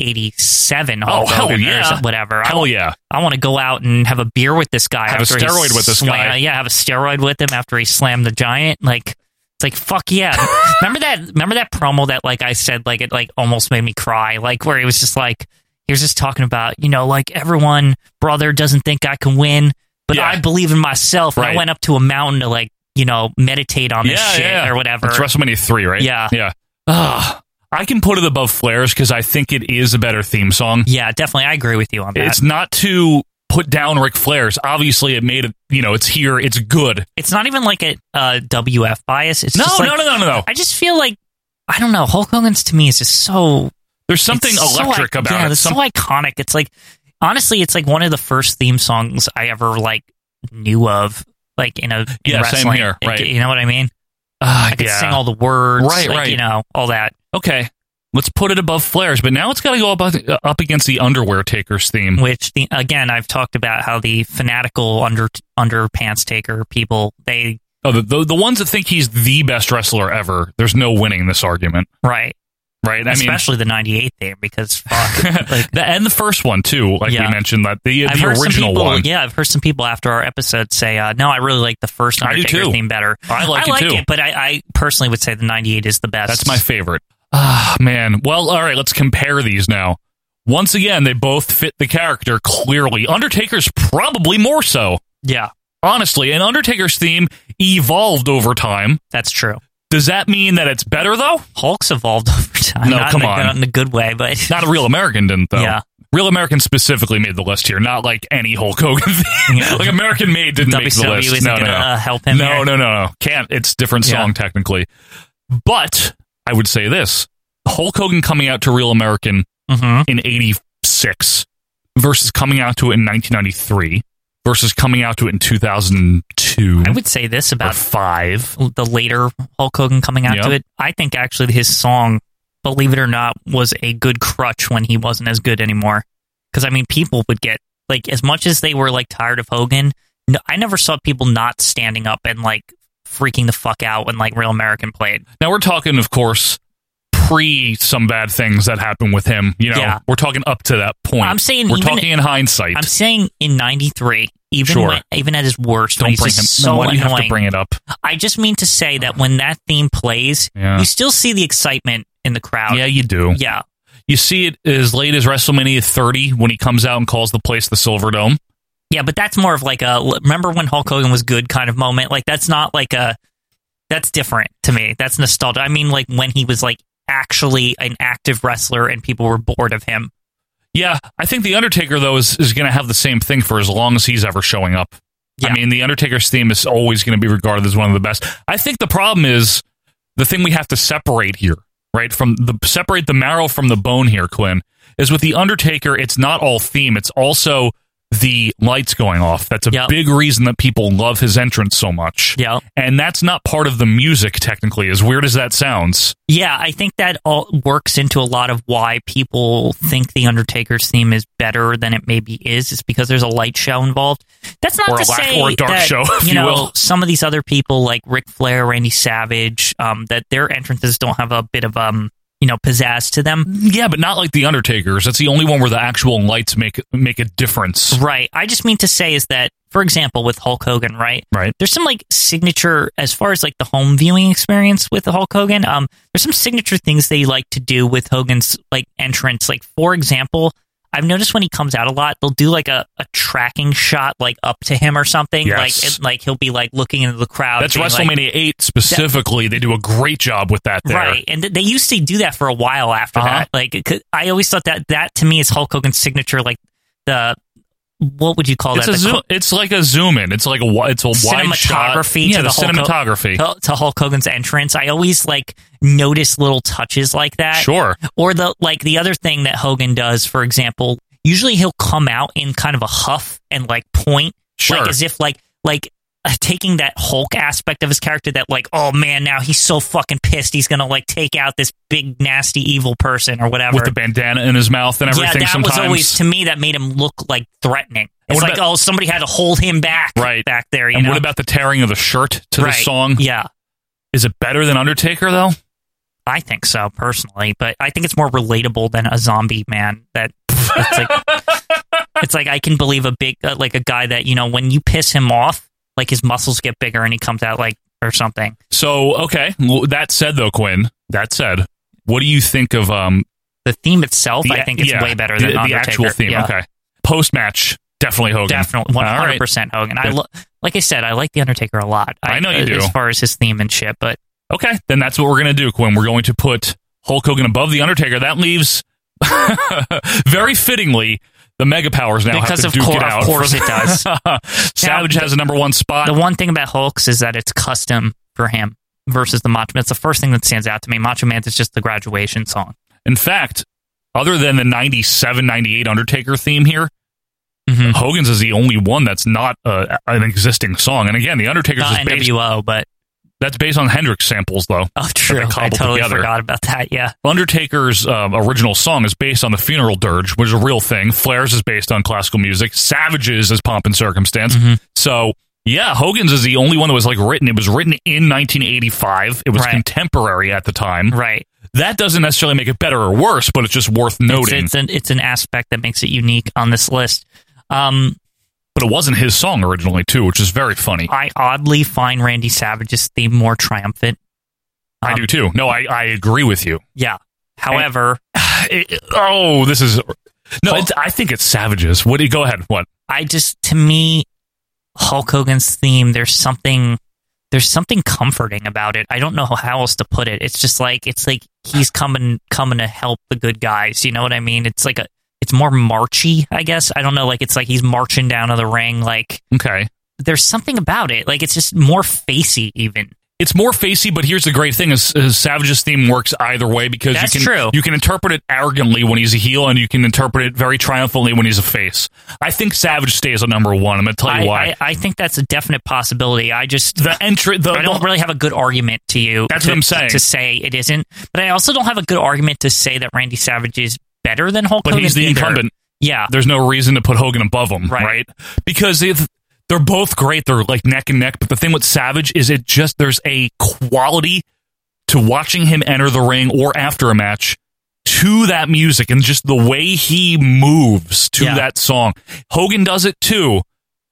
Speaker 2: 1987. Hulk
Speaker 1: Oh, hell
Speaker 2: Hogan
Speaker 1: yeah.
Speaker 2: Or some- whatever. I-
Speaker 1: Hell yeah.
Speaker 2: I want to go out and have a beer with this guy.
Speaker 1: Have a
Speaker 2: after he
Speaker 1: steroid with this
Speaker 2: slam-
Speaker 1: guy.
Speaker 2: Yeah, have a steroid with him after he slammed the giant. Like it's like fuck yeah. remember that? Remember that promo that like I said like it like almost made me cry. Like where he was just like he was just talking about you know like everyone brother doesn't think I can win, but
Speaker 1: Yeah.
Speaker 2: I believe in myself. And I
Speaker 1: Right.
Speaker 2: went up to a mountain to like you know meditate on this shit or whatever.
Speaker 1: It's WrestleMania three, right?
Speaker 2: Yeah.
Speaker 1: yeah. Ugh. I can put it above Flair's because I think it is a better theme song.
Speaker 2: Yeah, definitely. I agree with you on that.
Speaker 1: It's not to put down Ric Flair's. Obviously, it made it. You know, it's here. It's good.
Speaker 2: It's not even like a uh, WF bias. It's
Speaker 1: No,
Speaker 2: just like-
Speaker 1: no, no, no, no, no.
Speaker 2: I just feel like I don't know. Hulk Hogan's to me is just so
Speaker 1: There's something
Speaker 2: it's so
Speaker 1: electric
Speaker 2: i-
Speaker 1: about
Speaker 2: yeah,
Speaker 1: it.
Speaker 2: It's
Speaker 1: Some-
Speaker 2: so iconic. It's like honestly, it's like one of the first theme songs I ever like knew of, like in a in
Speaker 1: Yeah, same
Speaker 2: wrestling.
Speaker 1: here,
Speaker 2: Like,
Speaker 1: right.
Speaker 2: you know what I mean?
Speaker 1: Ah,
Speaker 2: I could
Speaker 1: yeah.
Speaker 2: sing all the words,
Speaker 1: Right,
Speaker 2: like,
Speaker 1: right.
Speaker 2: You know, all that.
Speaker 1: Okay, let's put it above Flair's, but now it's got to go up uh, up against the Underwear Taker's theme.
Speaker 2: Which the, again, I've talked about how the fanatical under underpants taker people they
Speaker 1: Oh, the, the, the ones that think he's the best wrestler ever, there's no winning this argument,
Speaker 2: right,
Speaker 1: right? I
Speaker 2: especially the '98 theme because fuck, like
Speaker 1: mean, the, and the first one too, like
Speaker 2: Yeah.
Speaker 1: we mentioned that the,
Speaker 2: I've
Speaker 1: the
Speaker 2: heard some
Speaker 1: original
Speaker 2: people,
Speaker 1: one.
Speaker 2: Yeah, I've heard some people after our episode say, uh, "No, I really like the first
Speaker 1: I do
Speaker 2: Undertaker
Speaker 1: too.
Speaker 2: theme better."
Speaker 1: I like it too.
Speaker 2: but I, I personally would say the '98 is the best.
Speaker 1: That's my favorite. Ah, man. Well, all right, let's compare these now. Once again, they both fit the character clearly. Undertaker's probably more so,
Speaker 2: yeah.
Speaker 1: honestly. And Undertaker's theme evolved over time.
Speaker 2: That's true.
Speaker 1: Does that mean that it's better though?
Speaker 2: Hulk's evolved over time.
Speaker 1: No,
Speaker 2: not
Speaker 1: come
Speaker 2: in a,
Speaker 1: on.
Speaker 2: not in a good way, but
Speaker 1: Not a real American didn't though.
Speaker 2: Yeah.
Speaker 1: Real American specifically made the list here, not like any Hulk Hogan thing.
Speaker 2: Yeah.
Speaker 1: like American Made didn't make the
Speaker 2: WCW
Speaker 1: list.
Speaker 2: isn't
Speaker 1: No, no,
Speaker 2: gonna,
Speaker 1: no.
Speaker 2: uh, help him
Speaker 1: No,
Speaker 2: here.
Speaker 1: no, no, no. Can't. It's different
Speaker 2: Yeah.
Speaker 1: song technically. But I would say this: Hulk Hogan coming out to Real American
Speaker 2: Mhm.
Speaker 1: in '86 versus coming out to it in 1993 versus coming out to it in 2002.
Speaker 2: I would say this about
Speaker 1: five.
Speaker 2: The later Hulk Hogan coming out
Speaker 1: Yeah.
Speaker 2: to it, I think actually his song, believe it or not, was a good crutch when he wasn't as good anymore. Because I mean, people would get like as much as they were like tired of Hogan. No, I never saw people not standing up and like freaking the fuck out when like Real American played.
Speaker 1: Now we're talking, of course, pre some bad things that happened with him. You know,
Speaker 2: Yeah.
Speaker 1: we're talking up to that point.
Speaker 2: I'm saying
Speaker 1: we're
Speaker 2: even-
Speaker 1: talking in hindsight.
Speaker 2: I'm saying in '93, even
Speaker 1: Sure.
Speaker 2: when, even at his worst, when
Speaker 1: Don't
Speaker 2: he's
Speaker 1: bring
Speaker 2: just
Speaker 1: him.
Speaker 2: so
Speaker 1: no, why do you have to
Speaker 2: annoying.
Speaker 1: bring it up?
Speaker 2: I just mean to say that when that theme plays,
Speaker 1: Yeah.
Speaker 2: you still see the excitement in the crowd.
Speaker 1: Yeah, you do.
Speaker 2: Yeah.
Speaker 1: You see it as late as WrestleMania 30 when he comes out and calls the place the Silver Dome.
Speaker 2: Yeah, but that's more of like a remember when Hulk Hogan was good kind of moment. Like that's not like a that's different to me. That's nostalgia. I mean like when he was like actually an active wrestler and people were bored of him.
Speaker 1: Yeah, I think the Undertaker though is, is going to have the same thing for as long as he's ever showing up. I mean, the Undertaker's theme is always going to be regarded as one of the best. I think the problem is the thing we have to separate here, right? From the separate the marrow from the bone here, Quinn, is with the Undertaker. It's not all theme; it's also the lights going off. That's a big reason that people love his entrance so much.
Speaker 2: Yeah,
Speaker 1: and that's not part of the music technically. As weird as that sounds,
Speaker 2: Yeah, I think that all works into a lot of why people think the Undertaker's theme is better than it maybe is. It's because there's a light show involved. That's not
Speaker 1: Or a
Speaker 2: to
Speaker 1: lack-
Speaker 2: say
Speaker 1: or a dark
Speaker 2: that,
Speaker 1: show, if
Speaker 2: you
Speaker 1: you
Speaker 2: know,
Speaker 1: will.
Speaker 2: some of these other people like Ric Flair, Randy Savage, um, that their entrances don't have a bit of um, you know, pizzazz to them.
Speaker 1: yeah, but not like the Undertaker's. That's the only one where the actual lights make make a difference.
Speaker 2: Right. I just mean to say is that, for example, with Hulk Hogan, right?
Speaker 1: Right.
Speaker 2: There's some like signature as far as like the home viewing experience with Hulk Hogan. Um, there's some signature things they like to do with Hogan's like entrance. Like for example, I've noticed when he comes out a lot, they'll do like a, a tracking shot like up to him or something.
Speaker 1: Yes.
Speaker 2: Like and, like he'll be like looking into the crowd.
Speaker 1: That's
Speaker 2: being, like-
Speaker 1: WrestleMania 8 specifically. they do a great job with that there.
Speaker 2: Right, and th- they used to do that for a while after
Speaker 1: Uh-huh.
Speaker 2: that. Like, it could- I always thought that that to me is Hulk Hogan's signature. Like the what would you call
Speaker 1: It's,
Speaker 2: that?
Speaker 1: a
Speaker 2: The
Speaker 1: zoom,
Speaker 2: co-
Speaker 1: it's like a zoom in. It's like a wi- it's a wide shot.
Speaker 2: cinematography
Speaker 1: Yeah,
Speaker 2: to
Speaker 1: the,
Speaker 2: the, Hulk Ho-
Speaker 1: cinematography.
Speaker 2: to- to Hulk Hogan's entrance. I always like notice little touches like that.
Speaker 1: Sure.
Speaker 2: Or the like the other thing that Hogan does, for example, usually he'll come out in kind of a huff and like point,
Speaker 1: Sure.
Speaker 2: like as if like like. uh, Taking that Hulk aspect of his character, that like, oh man, now he's so fucking pissed, he's gonna like take out this big nasty evil person or whatever.
Speaker 1: with the bandana in his mouth and everything.
Speaker 2: yeah, that
Speaker 1: sometimes
Speaker 2: was always to me that made him look like threatening.
Speaker 1: And
Speaker 2: It's
Speaker 1: what
Speaker 2: like,
Speaker 1: about-
Speaker 2: oh, somebody had to hold him back,
Speaker 1: right
Speaker 2: back there. You
Speaker 1: and
Speaker 2: know?
Speaker 1: what about the tearing of the shirt to the
Speaker 2: Right.
Speaker 1: song?
Speaker 2: Yeah,
Speaker 1: is it better than Undertaker though?
Speaker 2: I think so personally, but I think it's more relatable than a zombie man. That it's like it's like I can believe a big uh, like a guy that you know when you piss him off, like his muscles get bigger and he comes out like or something.
Speaker 1: So okay. Well, that said though, Quinn. That said, what do you think of um
Speaker 2: the theme itself? I think it's way better
Speaker 1: the,
Speaker 2: than
Speaker 1: the
Speaker 2: Undertaker.
Speaker 1: actual theme.
Speaker 2: Yeah.
Speaker 1: Okay, post match definitely Hogan.
Speaker 2: Definitely,
Speaker 1: All
Speaker 2: one
Speaker 1: right.
Speaker 2: hundred percent Hogan. I lo- like I said, I like the Undertaker a lot.
Speaker 1: I know you
Speaker 2: as
Speaker 1: do.
Speaker 2: as far as his theme and shit, but
Speaker 1: Okay, then that's what we're going to do, Quinn. We're going to put Hulk Hogan above The Undertaker. That leaves, very fittingly, the Mega Powers now
Speaker 2: Because
Speaker 1: have
Speaker 2: of
Speaker 1: to duke
Speaker 2: cour-
Speaker 1: it
Speaker 2: of
Speaker 1: out.
Speaker 2: course it does.
Speaker 1: Savage
Speaker 2: Now,
Speaker 1: has a number one spot.
Speaker 2: the one thing about Hulk's is that it's custom for him versus the Macho Man. That's the first thing that stands out to me. Macho Man is just the graduation song.
Speaker 1: In fact, other than the 97, 98 Undertaker theme here,
Speaker 2: Mm-hmm.
Speaker 1: Hogan's is the only one that's not uh, an existing song. And again, The Undertaker's
Speaker 2: Not
Speaker 1: is based,
Speaker 2: NWO, but
Speaker 1: that's based on Hendrix samples, though.
Speaker 2: Oh,
Speaker 1: They
Speaker 2: true. I
Speaker 1: cobbled
Speaker 2: totally
Speaker 1: together.
Speaker 2: forgot about that. Yeah.
Speaker 1: Undertaker's um, original song is based on the funeral dirge, which is a real thing. Flair's is based on classical music. Savage's is pomp and circumstance.
Speaker 2: Mm-hmm.
Speaker 1: So yeah, Hogan's is the only one that was like written. It was written in 1985. It was
Speaker 2: Right.
Speaker 1: contemporary at the time.
Speaker 2: Right.
Speaker 1: That doesn't necessarily make it better or worse, but it's just worth noting.
Speaker 2: It's, it's an it's an aspect that makes it unique on this list. Um,
Speaker 1: but it wasn't his song originally too, which is very funny.
Speaker 2: I oddly find Randy Savage's theme more triumphant.
Speaker 1: I
Speaker 2: Um,
Speaker 1: do too. No, I, I agree with you.
Speaker 2: Yeah. However,
Speaker 1: It- oh, this is no. It's, I think it's Savage's. What do you go ahead? What?
Speaker 2: I just to me Hulk Hogan's theme there's something there's something comforting about it. I don't know how else to put it. It's just like it's like he's coming coming to help the good guys. You know what I mean? It's like a it's more marchy, I guess. I don't know like it's like he's marching down to the ring like
Speaker 1: Okay.
Speaker 2: there's something about it. Like it's just more facey even.
Speaker 1: it's more facey, but here's the great thing: is, is Savage's theme works either way because
Speaker 2: That's
Speaker 1: you can
Speaker 2: true.
Speaker 1: you can interpret it arrogantly when he's a heel, and you can interpret it very triumphantly when he's a face. I think Savage stays at number one. I'm going to tell you
Speaker 2: I,
Speaker 1: why.
Speaker 2: I, I think that's a definite possibility. I just
Speaker 1: the entry. The,
Speaker 2: I don't really have a good argument to you.
Speaker 1: That's
Speaker 2: to,
Speaker 1: what I'm saying.
Speaker 2: To say it isn't, but I also don't have a good argument to say that Randy Savage is better than Hulk
Speaker 1: but
Speaker 2: Hogan
Speaker 1: he's the
Speaker 2: either.
Speaker 1: incumbent.
Speaker 2: Yeah,
Speaker 1: There's no reason to put Hogan above him, right? Because if they're both great, they're like neck and neck. But the thing with Savage is it just there's a quality to watching him enter the ring or after a match to that music and just the way he moves to that song. Hogan does it too.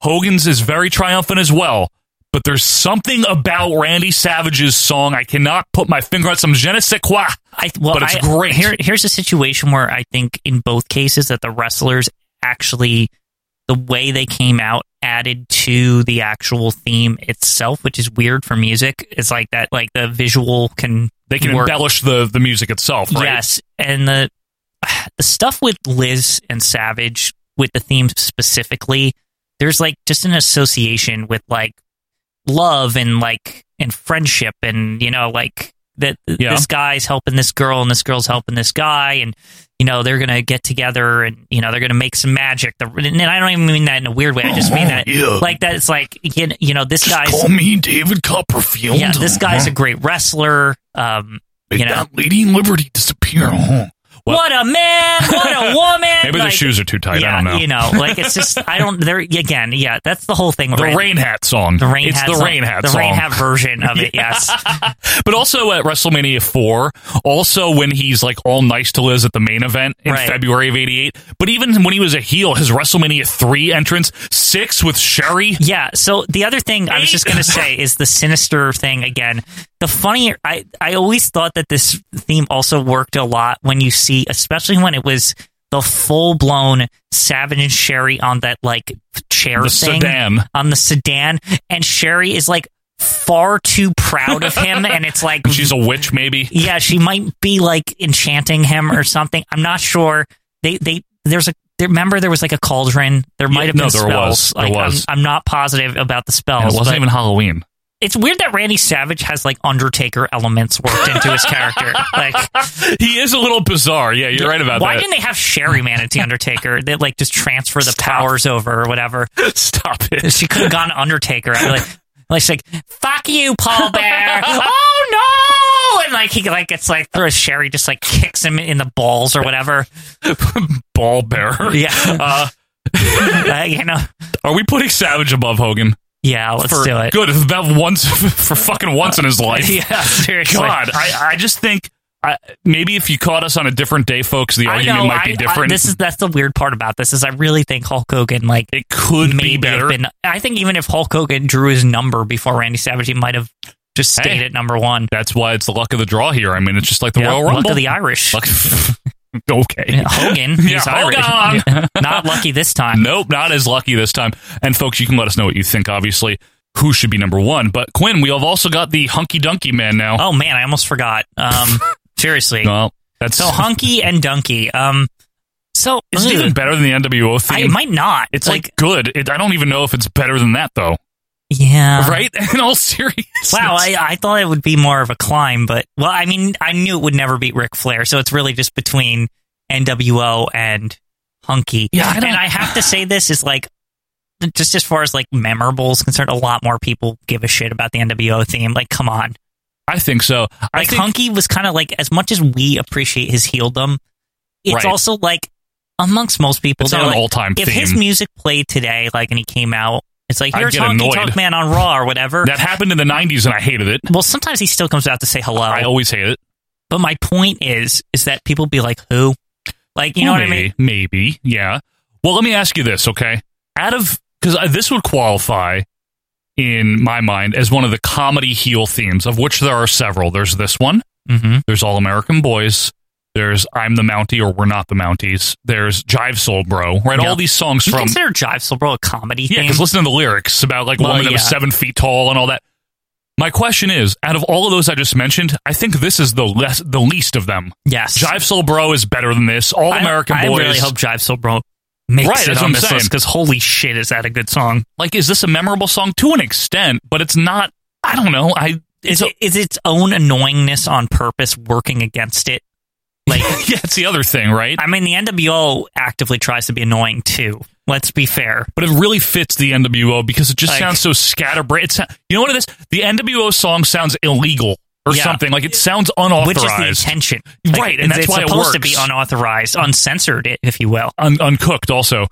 Speaker 1: Hogan's is very triumphant as well. But there's something about Randy Savage's song. I cannot put my finger on some je ne sais quoi.
Speaker 2: I, well,
Speaker 1: but it's
Speaker 2: I-
Speaker 1: great.
Speaker 2: Here, here's a situation where I think in both cases that the wrestlers actually the way they came out added to the actual theme itself, which is weird for music. It's like that, like the visual can
Speaker 1: they can
Speaker 2: work.
Speaker 1: embellish the, the music itself, right?
Speaker 2: Yes, and the the stuff with Liz and Savage with the theme specifically, there's like just an association with like love and like and friendship and you know like that
Speaker 1: Yeah.
Speaker 2: this guy's helping this girl and this girl's helping this guy and you know they're gonna get together and you know they're gonna make some magic. The, and I don't even mean that in a weird way. I just mean that
Speaker 1: Oh, Yeah.
Speaker 2: like that it's like you kn- you know this guy's
Speaker 1: David Copperfield.
Speaker 2: yeah this guy's a great wrestler. Um, you know,
Speaker 1: Lady in Liberty disappear. Well-
Speaker 2: what a man! What a woman!
Speaker 1: Maybe
Speaker 2: Like,
Speaker 1: the shoes are too tight. I
Speaker 2: yeah,
Speaker 1: don't know.
Speaker 2: You know, like it's just I don't. There again, yeah, that's the whole thing.
Speaker 1: The rain hat song.
Speaker 2: The rain
Speaker 1: It's
Speaker 2: hat.
Speaker 1: the
Speaker 2: song.
Speaker 1: rain hat
Speaker 2: The rain
Speaker 1: song.
Speaker 2: hat version of it.
Speaker 1: Yeah.
Speaker 2: Yes.
Speaker 1: but also at WrestleMania 4, also when he's like all nice to Liz at the main event in
Speaker 2: Right.
Speaker 1: February of 88, but even when he was a heel, his WrestleMania 3 entrance, 6 with Sherry.
Speaker 2: Yeah. So the other thing I was just going to say is the sinister thing again. The funny, I I always thought that this theme also worked a lot when you see, especially when it was the full blown Savage and Sherry on that like chair
Speaker 1: The
Speaker 2: thing
Speaker 1: sedan.
Speaker 2: on the sedan, and Sherry is like far too proud of him, and it's like
Speaker 1: She's a witch, maybe.
Speaker 2: yeah, she might be like enchanting him or something. I'm not sure. They they there's a there, remember there was like a cauldron. There might have
Speaker 1: no,
Speaker 2: been
Speaker 1: there was.
Speaker 2: spells.
Speaker 1: There
Speaker 2: Like,
Speaker 1: was.
Speaker 2: I'm, I'm not positive about the spells.
Speaker 1: And Oh, it wasn't
Speaker 2: but
Speaker 1: even Halloween.
Speaker 2: It's weird that Randy Savage has like Undertaker elements worked into his character. Like
Speaker 1: He is a little bizarre. Yeah, you're right about
Speaker 2: why
Speaker 1: that.
Speaker 2: didn't they have Sherry man as the Undertaker? That like just transfer the powers over or whatever.
Speaker 1: Stop it.
Speaker 2: She could have gone Undertaker. I'd be like, like she's like, fuck you, Paul Bear. oh no! And like he like it's like throws Sherry just like kicks him in the balls or whatever.
Speaker 1: Ball bearer.
Speaker 2: Yeah.
Speaker 1: Uh,
Speaker 2: Uh, you know.
Speaker 1: are we putting Savage above Hogan?
Speaker 2: Yeah, let's
Speaker 1: for
Speaker 2: do it. Uh,
Speaker 1: Good. About once for fucking once in his life.
Speaker 2: Yeah, seriously.
Speaker 1: God, I, I just think I, maybe if you caught us on a different day, folks, the
Speaker 2: I
Speaker 1: argument
Speaker 2: know,
Speaker 1: Oh, might
Speaker 2: I-
Speaker 1: be different.
Speaker 2: I- this is that's the weird part about this is I really think Hulk Hogan like
Speaker 1: it could
Speaker 2: maybe
Speaker 1: be better.
Speaker 2: have Been, I think even if Hulk Hogan drew his number before Randy Savage, he might have just stayed
Speaker 1: Hey.
Speaker 2: at number one.
Speaker 1: That's why it's the luck of the draw here. I mean, it's just like the
Speaker 2: Yeah,
Speaker 1: Royal
Speaker 2: luck
Speaker 1: Rumble.
Speaker 2: of the Irish.
Speaker 1: Luck- okay.
Speaker 2: Hogan,
Speaker 1: Yeah,
Speaker 2: he's
Speaker 1: hold
Speaker 2: Irish.
Speaker 1: on.
Speaker 2: Yeah. Not lucky this time.
Speaker 1: Nope, not as lucky this time. And folks, you can let us know what you think. Obviously, who should be number one? But Quinn, we have also got the hunky dunky man now.
Speaker 2: Oh man, I almost forgot. Um, seriously.
Speaker 1: Well, that's
Speaker 2: So hunky and dunky. Um, so
Speaker 1: Is it
Speaker 2: ugh,
Speaker 1: even better than the NWO
Speaker 2: I-
Speaker 1: theme?
Speaker 2: it might not.
Speaker 1: it's like, good. It, I don't even know if it's better than that though.
Speaker 2: yeah,
Speaker 1: right? In all seriousness.
Speaker 2: Uh-huh. Wow, I, I thought it would be more of a climb, but well, I mean, I knew it would never beat Ric Flair, so it's really just between NWO and Hunky.
Speaker 1: Yeah, I
Speaker 2: and
Speaker 1: don't-
Speaker 2: I have to say this is like just as far as like memorable is concerned, a lot more people give a shit about the NWO theme. Like, come on,
Speaker 1: I think so. I
Speaker 2: like
Speaker 1: think
Speaker 2: Hunky was kind of like as much as we appreciate his heeldom, it's
Speaker 1: Right.
Speaker 2: also like amongst most people,
Speaker 1: It's
Speaker 2: they're
Speaker 1: not an
Speaker 2: like,
Speaker 1: all-time
Speaker 2: If his
Speaker 1: theme.
Speaker 2: music played today, like, and he came out, it's like
Speaker 1: I'd
Speaker 2: here's
Speaker 1: get
Speaker 2: Honky
Speaker 1: annoyed.
Speaker 2: Tonk Man on Raw or whatever.
Speaker 1: that happened in the '90s, and I hated it.
Speaker 2: well, sometimes he still comes out to say hello.
Speaker 1: I always hate it.
Speaker 2: But my point is, is that people be like, who? Like, you know
Speaker 1: Well,
Speaker 2: what I
Speaker 1: maybe,
Speaker 2: mean?
Speaker 1: Maybe, yeah. Well, let me ask you this, okay? Out of because this would qualify in my mind as one of the comedy heel themes, of which there are several. There's this one.
Speaker 2: Mm-hmm.
Speaker 1: There's All American Boys. There's I'm the Mountie or We're Not the Mounties. There's Jive Soul Bro. Right,
Speaker 2: Yeah.
Speaker 1: all these songs
Speaker 2: You
Speaker 1: from
Speaker 2: consider Jive Soul Bro a comedy
Speaker 1: yeah.
Speaker 2: thing?
Speaker 1: Because listen to the lyrics about like a
Speaker 2: Well,
Speaker 1: woman that was
Speaker 2: yeah.
Speaker 1: seven feet tall and all that. My question is, out of all of those I just mentioned, I think this is the less the least of them.
Speaker 2: yes.
Speaker 1: Jive Soul Bro is better than this. All
Speaker 2: I-
Speaker 1: American
Speaker 2: I,
Speaker 1: Boys.
Speaker 2: really hope Jive Soul Bro makes
Speaker 1: Right,
Speaker 2: it
Speaker 1: that's
Speaker 2: on
Speaker 1: what I'm
Speaker 2: this
Speaker 1: saying.
Speaker 2: list because holy shit, is that a good song?
Speaker 1: like is this a memorable song to an extent but it's not i don't know i
Speaker 2: Is, it, is its own annoyingness on purpose working against it? Like,
Speaker 1: yeah it's the other thing right
Speaker 2: I mean, the NWO actively tries to be annoying too. Let's be fair.
Speaker 1: but it really fits the nwo because it just
Speaker 2: Like-
Speaker 1: sounds so scatterbrained it's, you know what it is the nwo song sounds illegal or
Speaker 2: Yeah.
Speaker 1: something like it sounds unauthorized
Speaker 2: Which is the intention,
Speaker 1: Right, and
Speaker 2: it's-
Speaker 1: that's
Speaker 2: it's
Speaker 1: why it
Speaker 2: supposed to
Speaker 1: works.
Speaker 2: be unauthorized, uncensored, if you will.
Speaker 1: Un- uncooked also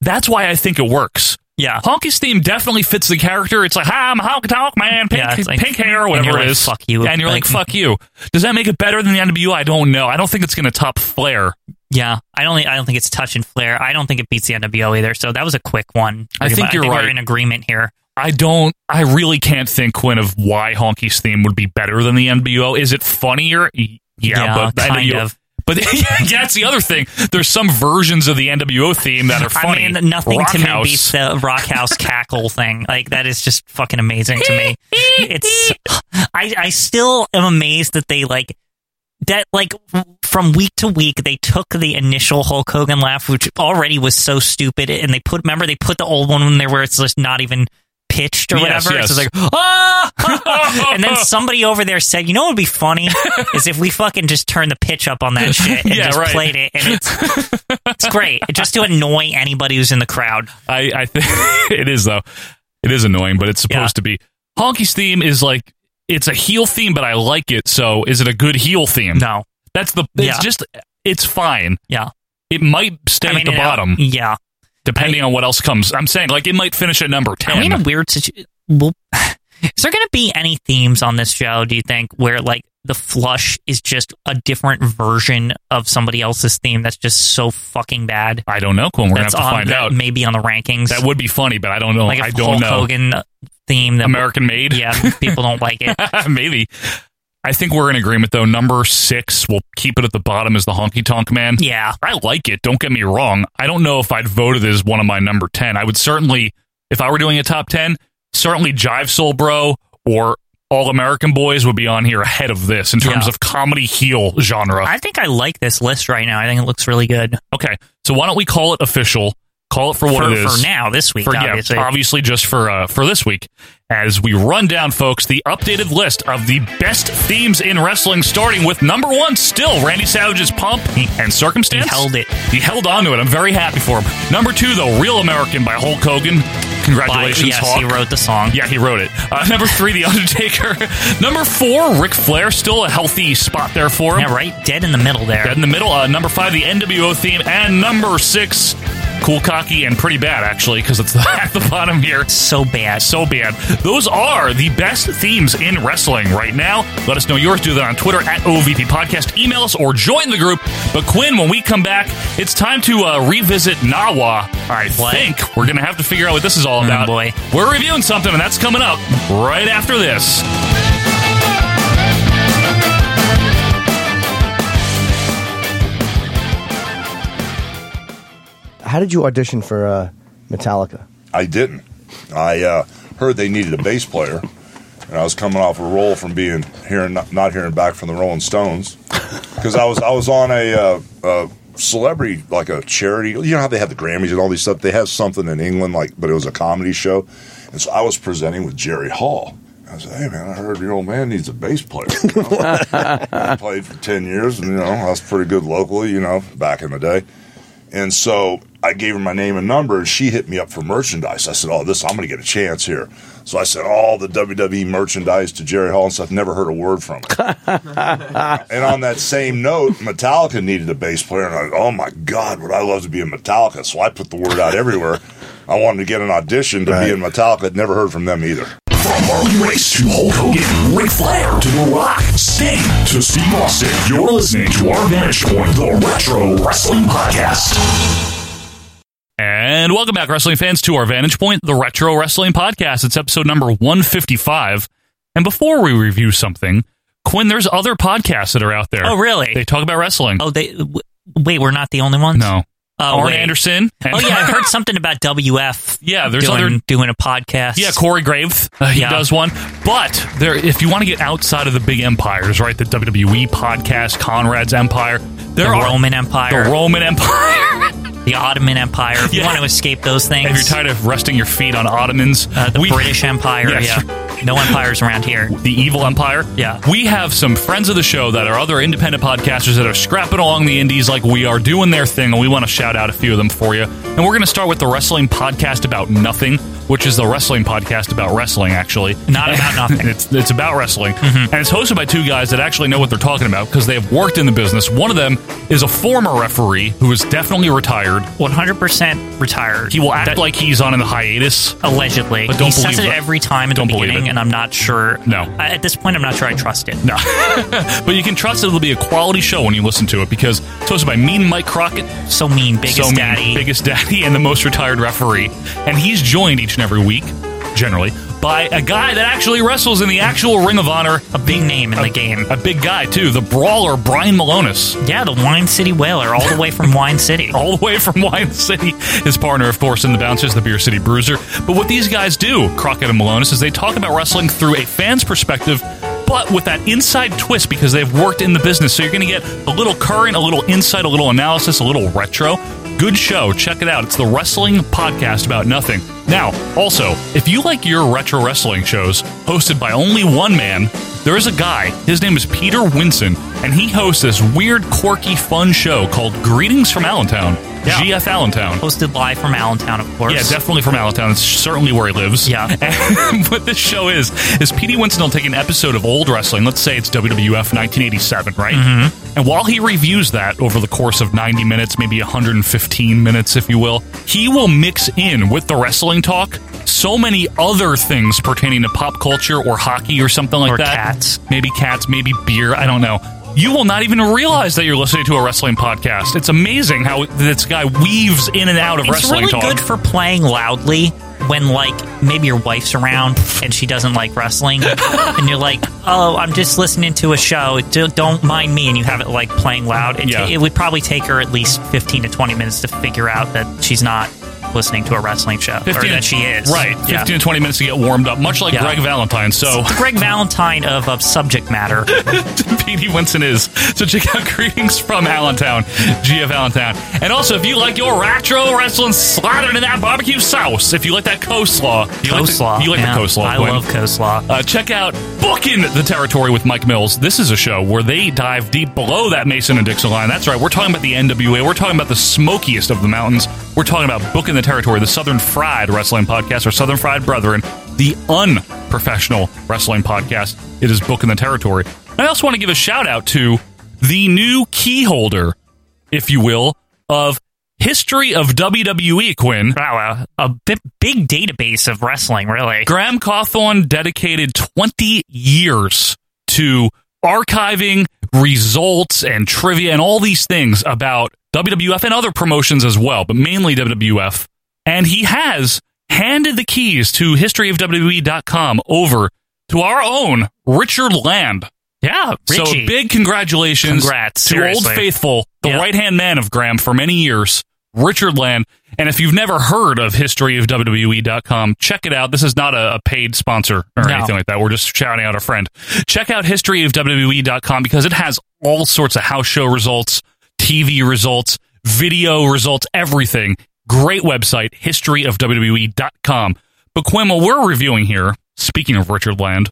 Speaker 1: that's why i think it works
Speaker 2: Yeah.
Speaker 1: Honky's theme definitely fits the character. It's like, hi, I'm Honky Tonk Man, pink,
Speaker 2: Yeah, it's like-
Speaker 1: pink hair, or
Speaker 2: and
Speaker 1: whatever
Speaker 2: you're
Speaker 1: it
Speaker 2: like,
Speaker 1: is.
Speaker 2: "Fuck you."
Speaker 1: And you're like,
Speaker 2: Like-
Speaker 1: fuck you. Does that make it better than the NWO? I don't know. I don't think it's going to top Flair.
Speaker 2: Yeah, I don't. think- I don't think it's touch and flare. I don't think it beats the NWO either. So that was a quick one.
Speaker 1: I think you're
Speaker 2: we're
Speaker 1: right.
Speaker 2: in agreement here.
Speaker 1: I don't. I really can't think, Quinn, of why Honky's theme would be better than the NBO. Is it funnier? Y- Yeah,
Speaker 2: Yeah,
Speaker 1: but the
Speaker 2: kind
Speaker 1: NWO
Speaker 2: of.
Speaker 1: But that's the other thing. There's some versions of the NWO theme that are funny.
Speaker 2: I mean, nothing to me
Speaker 1: Rockhouse.
Speaker 2: beats the rock house cackle thing. Like that is just fucking amazing to me. It's I I still am amazed that they like that like from week to week they took the initial Hulk Hogan laugh, which already was so stupid, and they put remember they put the old one in there where it's just not even pitched or
Speaker 1: Yes,
Speaker 2: whatever.
Speaker 1: yes.
Speaker 2: It's just like ah, and then somebody over there said, you know what would be funny is if we fucking just turn the pitch up on that shit and
Speaker 1: Yeah,
Speaker 2: just
Speaker 1: right.
Speaker 2: played it, and it's it's great just to annoy anybody who's in the crowd.
Speaker 1: I, I think it is though. It is annoying, but it's supposed to be. Honky's theme is like it's a heel theme, but I like it. So is it a good heel theme?
Speaker 2: No,
Speaker 1: that's the. It's
Speaker 2: Yeah.
Speaker 1: just it's fine.
Speaker 2: Yeah,
Speaker 1: it might stay
Speaker 2: I
Speaker 1: at
Speaker 2: mean,
Speaker 1: the
Speaker 2: it-
Speaker 1: bottom.
Speaker 2: Yeah,
Speaker 1: depending on what else comes. I'm saying like it might finish at number ten.
Speaker 2: I'm in a weird situation. Well, is there going to be any themes on this show? Do you think where like the flush is just a different version of somebody else's theme that's just so fucking bad?
Speaker 1: I don't know, Quinn. We're gonna have
Speaker 2: That's
Speaker 1: to
Speaker 2: on-
Speaker 1: find
Speaker 2: that
Speaker 1: out.
Speaker 2: Maybe on the rankings.
Speaker 1: That would be funny, but I don't know.
Speaker 2: like a
Speaker 1: I don't
Speaker 2: Hulk
Speaker 1: know.
Speaker 2: Hogan uh, theme that
Speaker 1: American made.
Speaker 2: Yeah, people don't like it.
Speaker 1: Maybe. I think we're in agreement though. Number six, we'll keep it at the bottom is the Honky Tonk Man.
Speaker 2: Yeah.
Speaker 1: I like it. Don't get me wrong. I don't know if I'd vote it as one of my number ten. I would certainly, if I were doing a top ten, certainly Jive Soul Bro or All American Boys would be on here ahead of this in terms
Speaker 2: Yeah.
Speaker 1: of comedy heel genre.
Speaker 2: I think I like this list right now. I think it looks really good.
Speaker 1: Okay, so why don't we call it official? Call it for what
Speaker 2: For-
Speaker 1: it is
Speaker 2: for now, this week,
Speaker 1: For,
Speaker 2: obviously.
Speaker 1: yeah, obviously just for uh, for this week. As we run down, folks, the updated list of the best themes in wrestling, starting with number one, still Randy Savage's Pump and Circumstance.
Speaker 2: He held it.
Speaker 1: He held on to it. I'm very happy for him. Number two, The Real American by Hulk Hogan. Congratulations,
Speaker 2: yes,
Speaker 1: Hulk.
Speaker 2: he wrote the song.
Speaker 1: Yeah, he wrote it. Uh, number three, The Undertaker. number four, Ric Flair. Still a healthy spot there for him.
Speaker 2: Yeah, right. Dead in the middle there.
Speaker 1: Dead in the middle. Uh, number five, the NWO theme, and number six, cool, cocky, and pretty bad actually, because it's at the bottom here.
Speaker 2: So bad.
Speaker 1: So bad. Those are the best themes in wrestling right now. Let us know yours. Do that on Twitter at OVP Podcast. Email us or join the group. But Quinn, when we come back, it's time to uh, revisit Nawa. I
Speaker 2: What? Mm,
Speaker 1: think we're gonna have to figure out what this is all about.
Speaker 2: boy.
Speaker 1: We're reviewing something, and that's coming up right after this.
Speaker 15: How did you audition for uh, Metallica?
Speaker 16: I didn't. I uh, heard they needed a bass player, and I was coming off a roll from being hearing not, not hearing back from the Rolling Stones because I was I was on a, uh, uh celebrity like a charity. You know how they have the Grammys and all these stuff. They have something in England like, but it was a comedy show, and so I was presenting with Jerry Hall. I said, "Hey man, I heard your old man needs a bass player." You know? I played for ten years, and you know I was pretty good locally, you know, back in the day. And so I gave her my name and number, and she hit me up for merchandise. I said, "Oh, this I'm going to get a chance here." So I sent all the WWE merchandise to Jerry Hall and stuff. Never heard a word from him. and on that same note, Metallica needed a bass player, and I, oh my God, would I love to be in Metallica? So I put the word out everywhere. I wanted to get an audition to be in Metallica. Never heard from them either.
Speaker 10: From Harley Race to Hulk Hogan, Ric Flair to The Rock, Sting to Steve Austin, you're listening to our Vantage Point, the Retro Wrestling Podcast.
Speaker 1: And welcome back, wrestling fans, to our Vantage Point, the Retro Wrestling Podcast. It's episode number 155. And before we review something, Quinn, there's other podcasts that are out there.
Speaker 2: Oh, really?
Speaker 1: They talk about wrestling.
Speaker 2: Oh, they. W- wait, we're not the only ones.
Speaker 1: No.
Speaker 2: Oh,
Speaker 1: Arn
Speaker 2: wait.
Speaker 1: Anderson. and-
Speaker 2: Oh yeah, I heard something about WF.
Speaker 1: Yeah, there's
Speaker 2: doing,
Speaker 1: other-
Speaker 2: doing a podcast.
Speaker 1: Yeah, Corey Graves, uh, he
Speaker 2: Yeah.
Speaker 1: does one. But there, if you want to get outside of the big empires, right? The WWE podcast, Conrad's Empire, there
Speaker 2: the
Speaker 1: are
Speaker 2: Roman Empire,
Speaker 1: the Roman Empire.
Speaker 2: the Ottoman Empire. If you
Speaker 1: Yeah.
Speaker 2: want to escape those things,
Speaker 1: if you're tired of resting your feet on ottomans,
Speaker 2: uh, the
Speaker 1: we-
Speaker 2: British Empire.
Speaker 1: Yes.
Speaker 2: Yeah, no empires around here.
Speaker 1: the evil empire.
Speaker 2: Yeah.
Speaker 1: We have some friends of the show that are other independent podcasters that are scrapping along the indies like we are doing their thing, and we want to shout out a few of them for you. And we're going to start with the wrestling podcast about nothing. which is the wrestling podcast about wrestling, actually.
Speaker 2: Not about nothing.
Speaker 1: it's, it's about wrestling. And it's hosted by two guys that actually know what they're talking about because they have worked in the business. One of them is a former referee who is definitely retired.
Speaker 2: 100% retired.
Speaker 1: He will act
Speaker 2: That-
Speaker 1: like he's on in the hiatus.
Speaker 2: Allegedly.
Speaker 1: But don't
Speaker 2: he
Speaker 1: believe
Speaker 2: says it
Speaker 1: that.
Speaker 2: every time at
Speaker 1: Don't
Speaker 2: the
Speaker 1: believe
Speaker 2: beginning,
Speaker 1: it.
Speaker 2: and I'm not sure.
Speaker 1: No.
Speaker 2: I- at this point, I'm not sure I trust it.
Speaker 1: No. but you can trust that it'll be a quality show when you listen to it because it's hosted by Mean Mike Crockett.
Speaker 2: So mean, biggest
Speaker 1: so mean,
Speaker 2: daddy.
Speaker 1: Biggest daddy and the most retired referee. And he's joined each and every week, generally, by a guy that actually wrestles in the actual Ring of Honor.
Speaker 2: A big name in the game.
Speaker 1: A big guy, too. The brawler, Brian Malonis.
Speaker 2: Yeah, the Wine City Whaler, all the way from Wine City.
Speaker 1: all the way from Wine City. His partner, of course, in the Bouncers, the Beer City Bruiser. But what these guys do, Crockett and Malonis, is they talk about wrestling through a fan's perspective, but with that inside twist because they've worked in the business. So you're going to get a little current, a little insight, a little analysis, a little retro. Good show. Check it out. It's the Wrestling Podcast About Nothing. Now, also, if you like your retro wrestling shows hosted by only one man, there is a guy. His name is Peter Winson, and he hosts this weird, quirky, fun show called Greetings from Allentown. GF Allentown.
Speaker 2: Hosted live from Allentown, of course.
Speaker 1: Yeah, definitely from Allentown. It's certainly where he lives. Yeah. And what this show is is Petey Winston will take an episode of old wrestling. Let's say it's WWF 1987, right? Mm-hmm. And while he reviews that over the course of 90 minutes, maybe 115 minutes, if you will, he will mix in with the wrestling talk so many other things pertaining to pop culture or hockey or something like
Speaker 2: Or
Speaker 1: that.
Speaker 2: cats.
Speaker 1: Maybe cats. Maybe beer. I don't know. You will not even realize that you're listening to a wrestling podcast. It's amazing how this guy weaves in and out of
Speaker 2: it's
Speaker 1: wrestling
Speaker 2: really
Speaker 1: talk.
Speaker 2: good for playing loudly when like maybe your wife's around and she doesn't like wrestling and you're like oh i'm just listening to a show D- don't mind me and you have it like playing loud it,
Speaker 1: Yeah.
Speaker 2: it would probably take her at least 15 to 20 minutes to figure out that she's not listening to a wrestling show or that she is
Speaker 1: Right. Oh.
Speaker 2: Yeah.
Speaker 1: 15 to 20 minutes to get warmed up, much like
Speaker 2: Yeah.
Speaker 1: Greg Valentine. So
Speaker 2: It's the greg valentine of, of subject matter
Speaker 1: Petey Winston is. So check out Greetings from Allentown, GF Allentown. And also, if you like your retro wrestling slathered in that barbecue sauce, if you like that coleslaw, you like
Speaker 2: Coleslaw,
Speaker 1: the, you like
Speaker 2: yeah.
Speaker 1: the coleslaw.
Speaker 2: I
Speaker 1: Gwen.
Speaker 2: love coleslaw.
Speaker 1: Uh, check out Booking the Territory with Mike Mills. This is a show where they dive deep below that Mason and Dixon line. That's right. We're talking about the NWA. We're talking about the smokiest of the mountains. We're talking about Booking the Territory, the Southern Fried Wrestling Podcast, or Southern Fried Brethren, the unprofessional wrestling podcast. It is Booking the Territory. And I also want to give a shout out to the new key holder, if you will, of History of WWE, Quinn.
Speaker 2: wow a, a bi- big database of wrestling really
Speaker 1: Graham Cawthorn dedicated 20 years to archiving results and trivia and all these things about WWF and other promotions as well, but mainly WWF. And he has handed the keys to historyofwwe.com E over to our own Richard Land.
Speaker 2: yeah
Speaker 1: So
Speaker 2: Richie.
Speaker 1: big congratulations
Speaker 2: Congrats,
Speaker 1: to
Speaker 2: seriously.
Speaker 1: Old Faithful, the
Speaker 2: Yeah.
Speaker 1: right hand man of Graham for many years, Richard Land. And if you've never heard of history of WWE.com, check it out. This is not a, a paid sponsor or
Speaker 2: No.
Speaker 1: anything like that. We're just shouting out a friend. Check out history of WWE.com because it has all sorts of house show results, TV results, video results, everything. Great website, history of WWE.com. But Quinn, what we're reviewing here, speaking of Richard Land,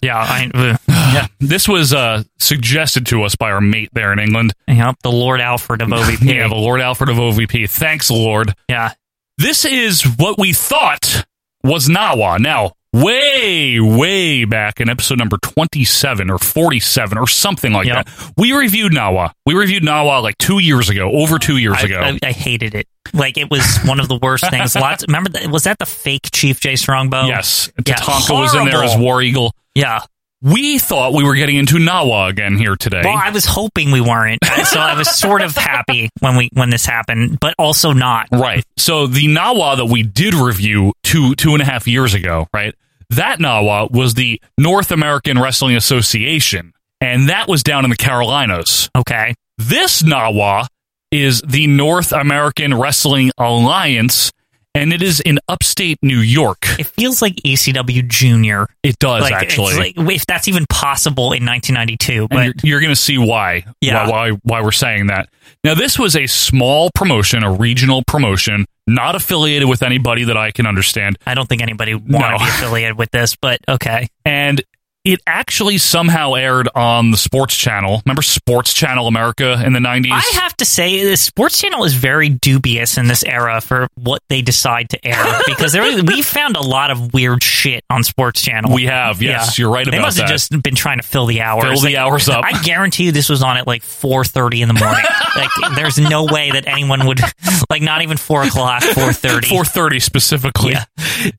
Speaker 2: yeah I, ugh.
Speaker 1: yeah, this was uh, suggested to us by our mate there in England.
Speaker 2: Yep, the Lord Alfred of OVP.
Speaker 1: Yeah, the Lord Alfred of OVP. Thanks, Lord.
Speaker 2: yeah.
Speaker 1: This is what we thought was Nawa. Now, way, way back in episode number 27 or 47 or something like
Speaker 2: Yep.
Speaker 1: that, we reviewed Nawa. We reviewed Nawa like two years ago, over two years
Speaker 2: I,
Speaker 1: ago.
Speaker 2: I, I hated it. Like it was one of the worst things. Lots. Remember, that, was that the fake Chief J Strongbow?
Speaker 1: yes.
Speaker 2: Yeah,
Speaker 1: Tatanka was in there as
Speaker 2: horrible.
Speaker 1: War Eagle.
Speaker 2: Yeah.
Speaker 1: We thought we were getting into Nawa again here today.
Speaker 2: Well, I was hoping we weren't, so I was sort of happy when we when this happened, but also not.
Speaker 1: Right. So the Nawa that we did review two two and a half years ago, right? That Nawa was the North American Wrestling Association, and that was down in the Carolinas.
Speaker 2: Okay.
Speaker 1: This Nawa is the North American Wrestling Alliance, and it is in upstate New York.
Speaker 2: It feels like ECW Junior.
Speaker 1: It does
Speaker 2: Like, it's
Speaker 1: actually.
Speaker 2: like- if that's even possible in 1992,
Speaker 1: and
Speaker 2: but
Speaker 1: you're, you're going to see why,
Speaker 2: Yeah.
Speaker 1: why, why, why we're saying that. Now, this was a small promotion, a regional promotion, not affiliated with anybody that I can understand.
Speaker 2: I don't think anybody would want
Speaker 1: No.
Speaker 2: to be affiliated with this. But okay,
Speaker 1: and It actually somehow aired on the Sports Channel. Remember Sports Channel America in the 90s?
Speaker 2: I have to say, the sports channel is very dubious in this era for what they decide to air because there is, we found a lot of weird shit on sports channel.
Speaker 1: We have, yes, you're right
Speaker 2: They
Speaker 1: about
Speaker 2: must have
Speaker 1: that.
Speaker 2: just been trying to fill the hours,
Speaker 1: Fill the hours up.
Speaker 2: I guarantee you, this was on at like four thirty in the morning. like, there's no way that anyone would like not even four o'clock, four thirty.
Speaker 1: 430 specifically.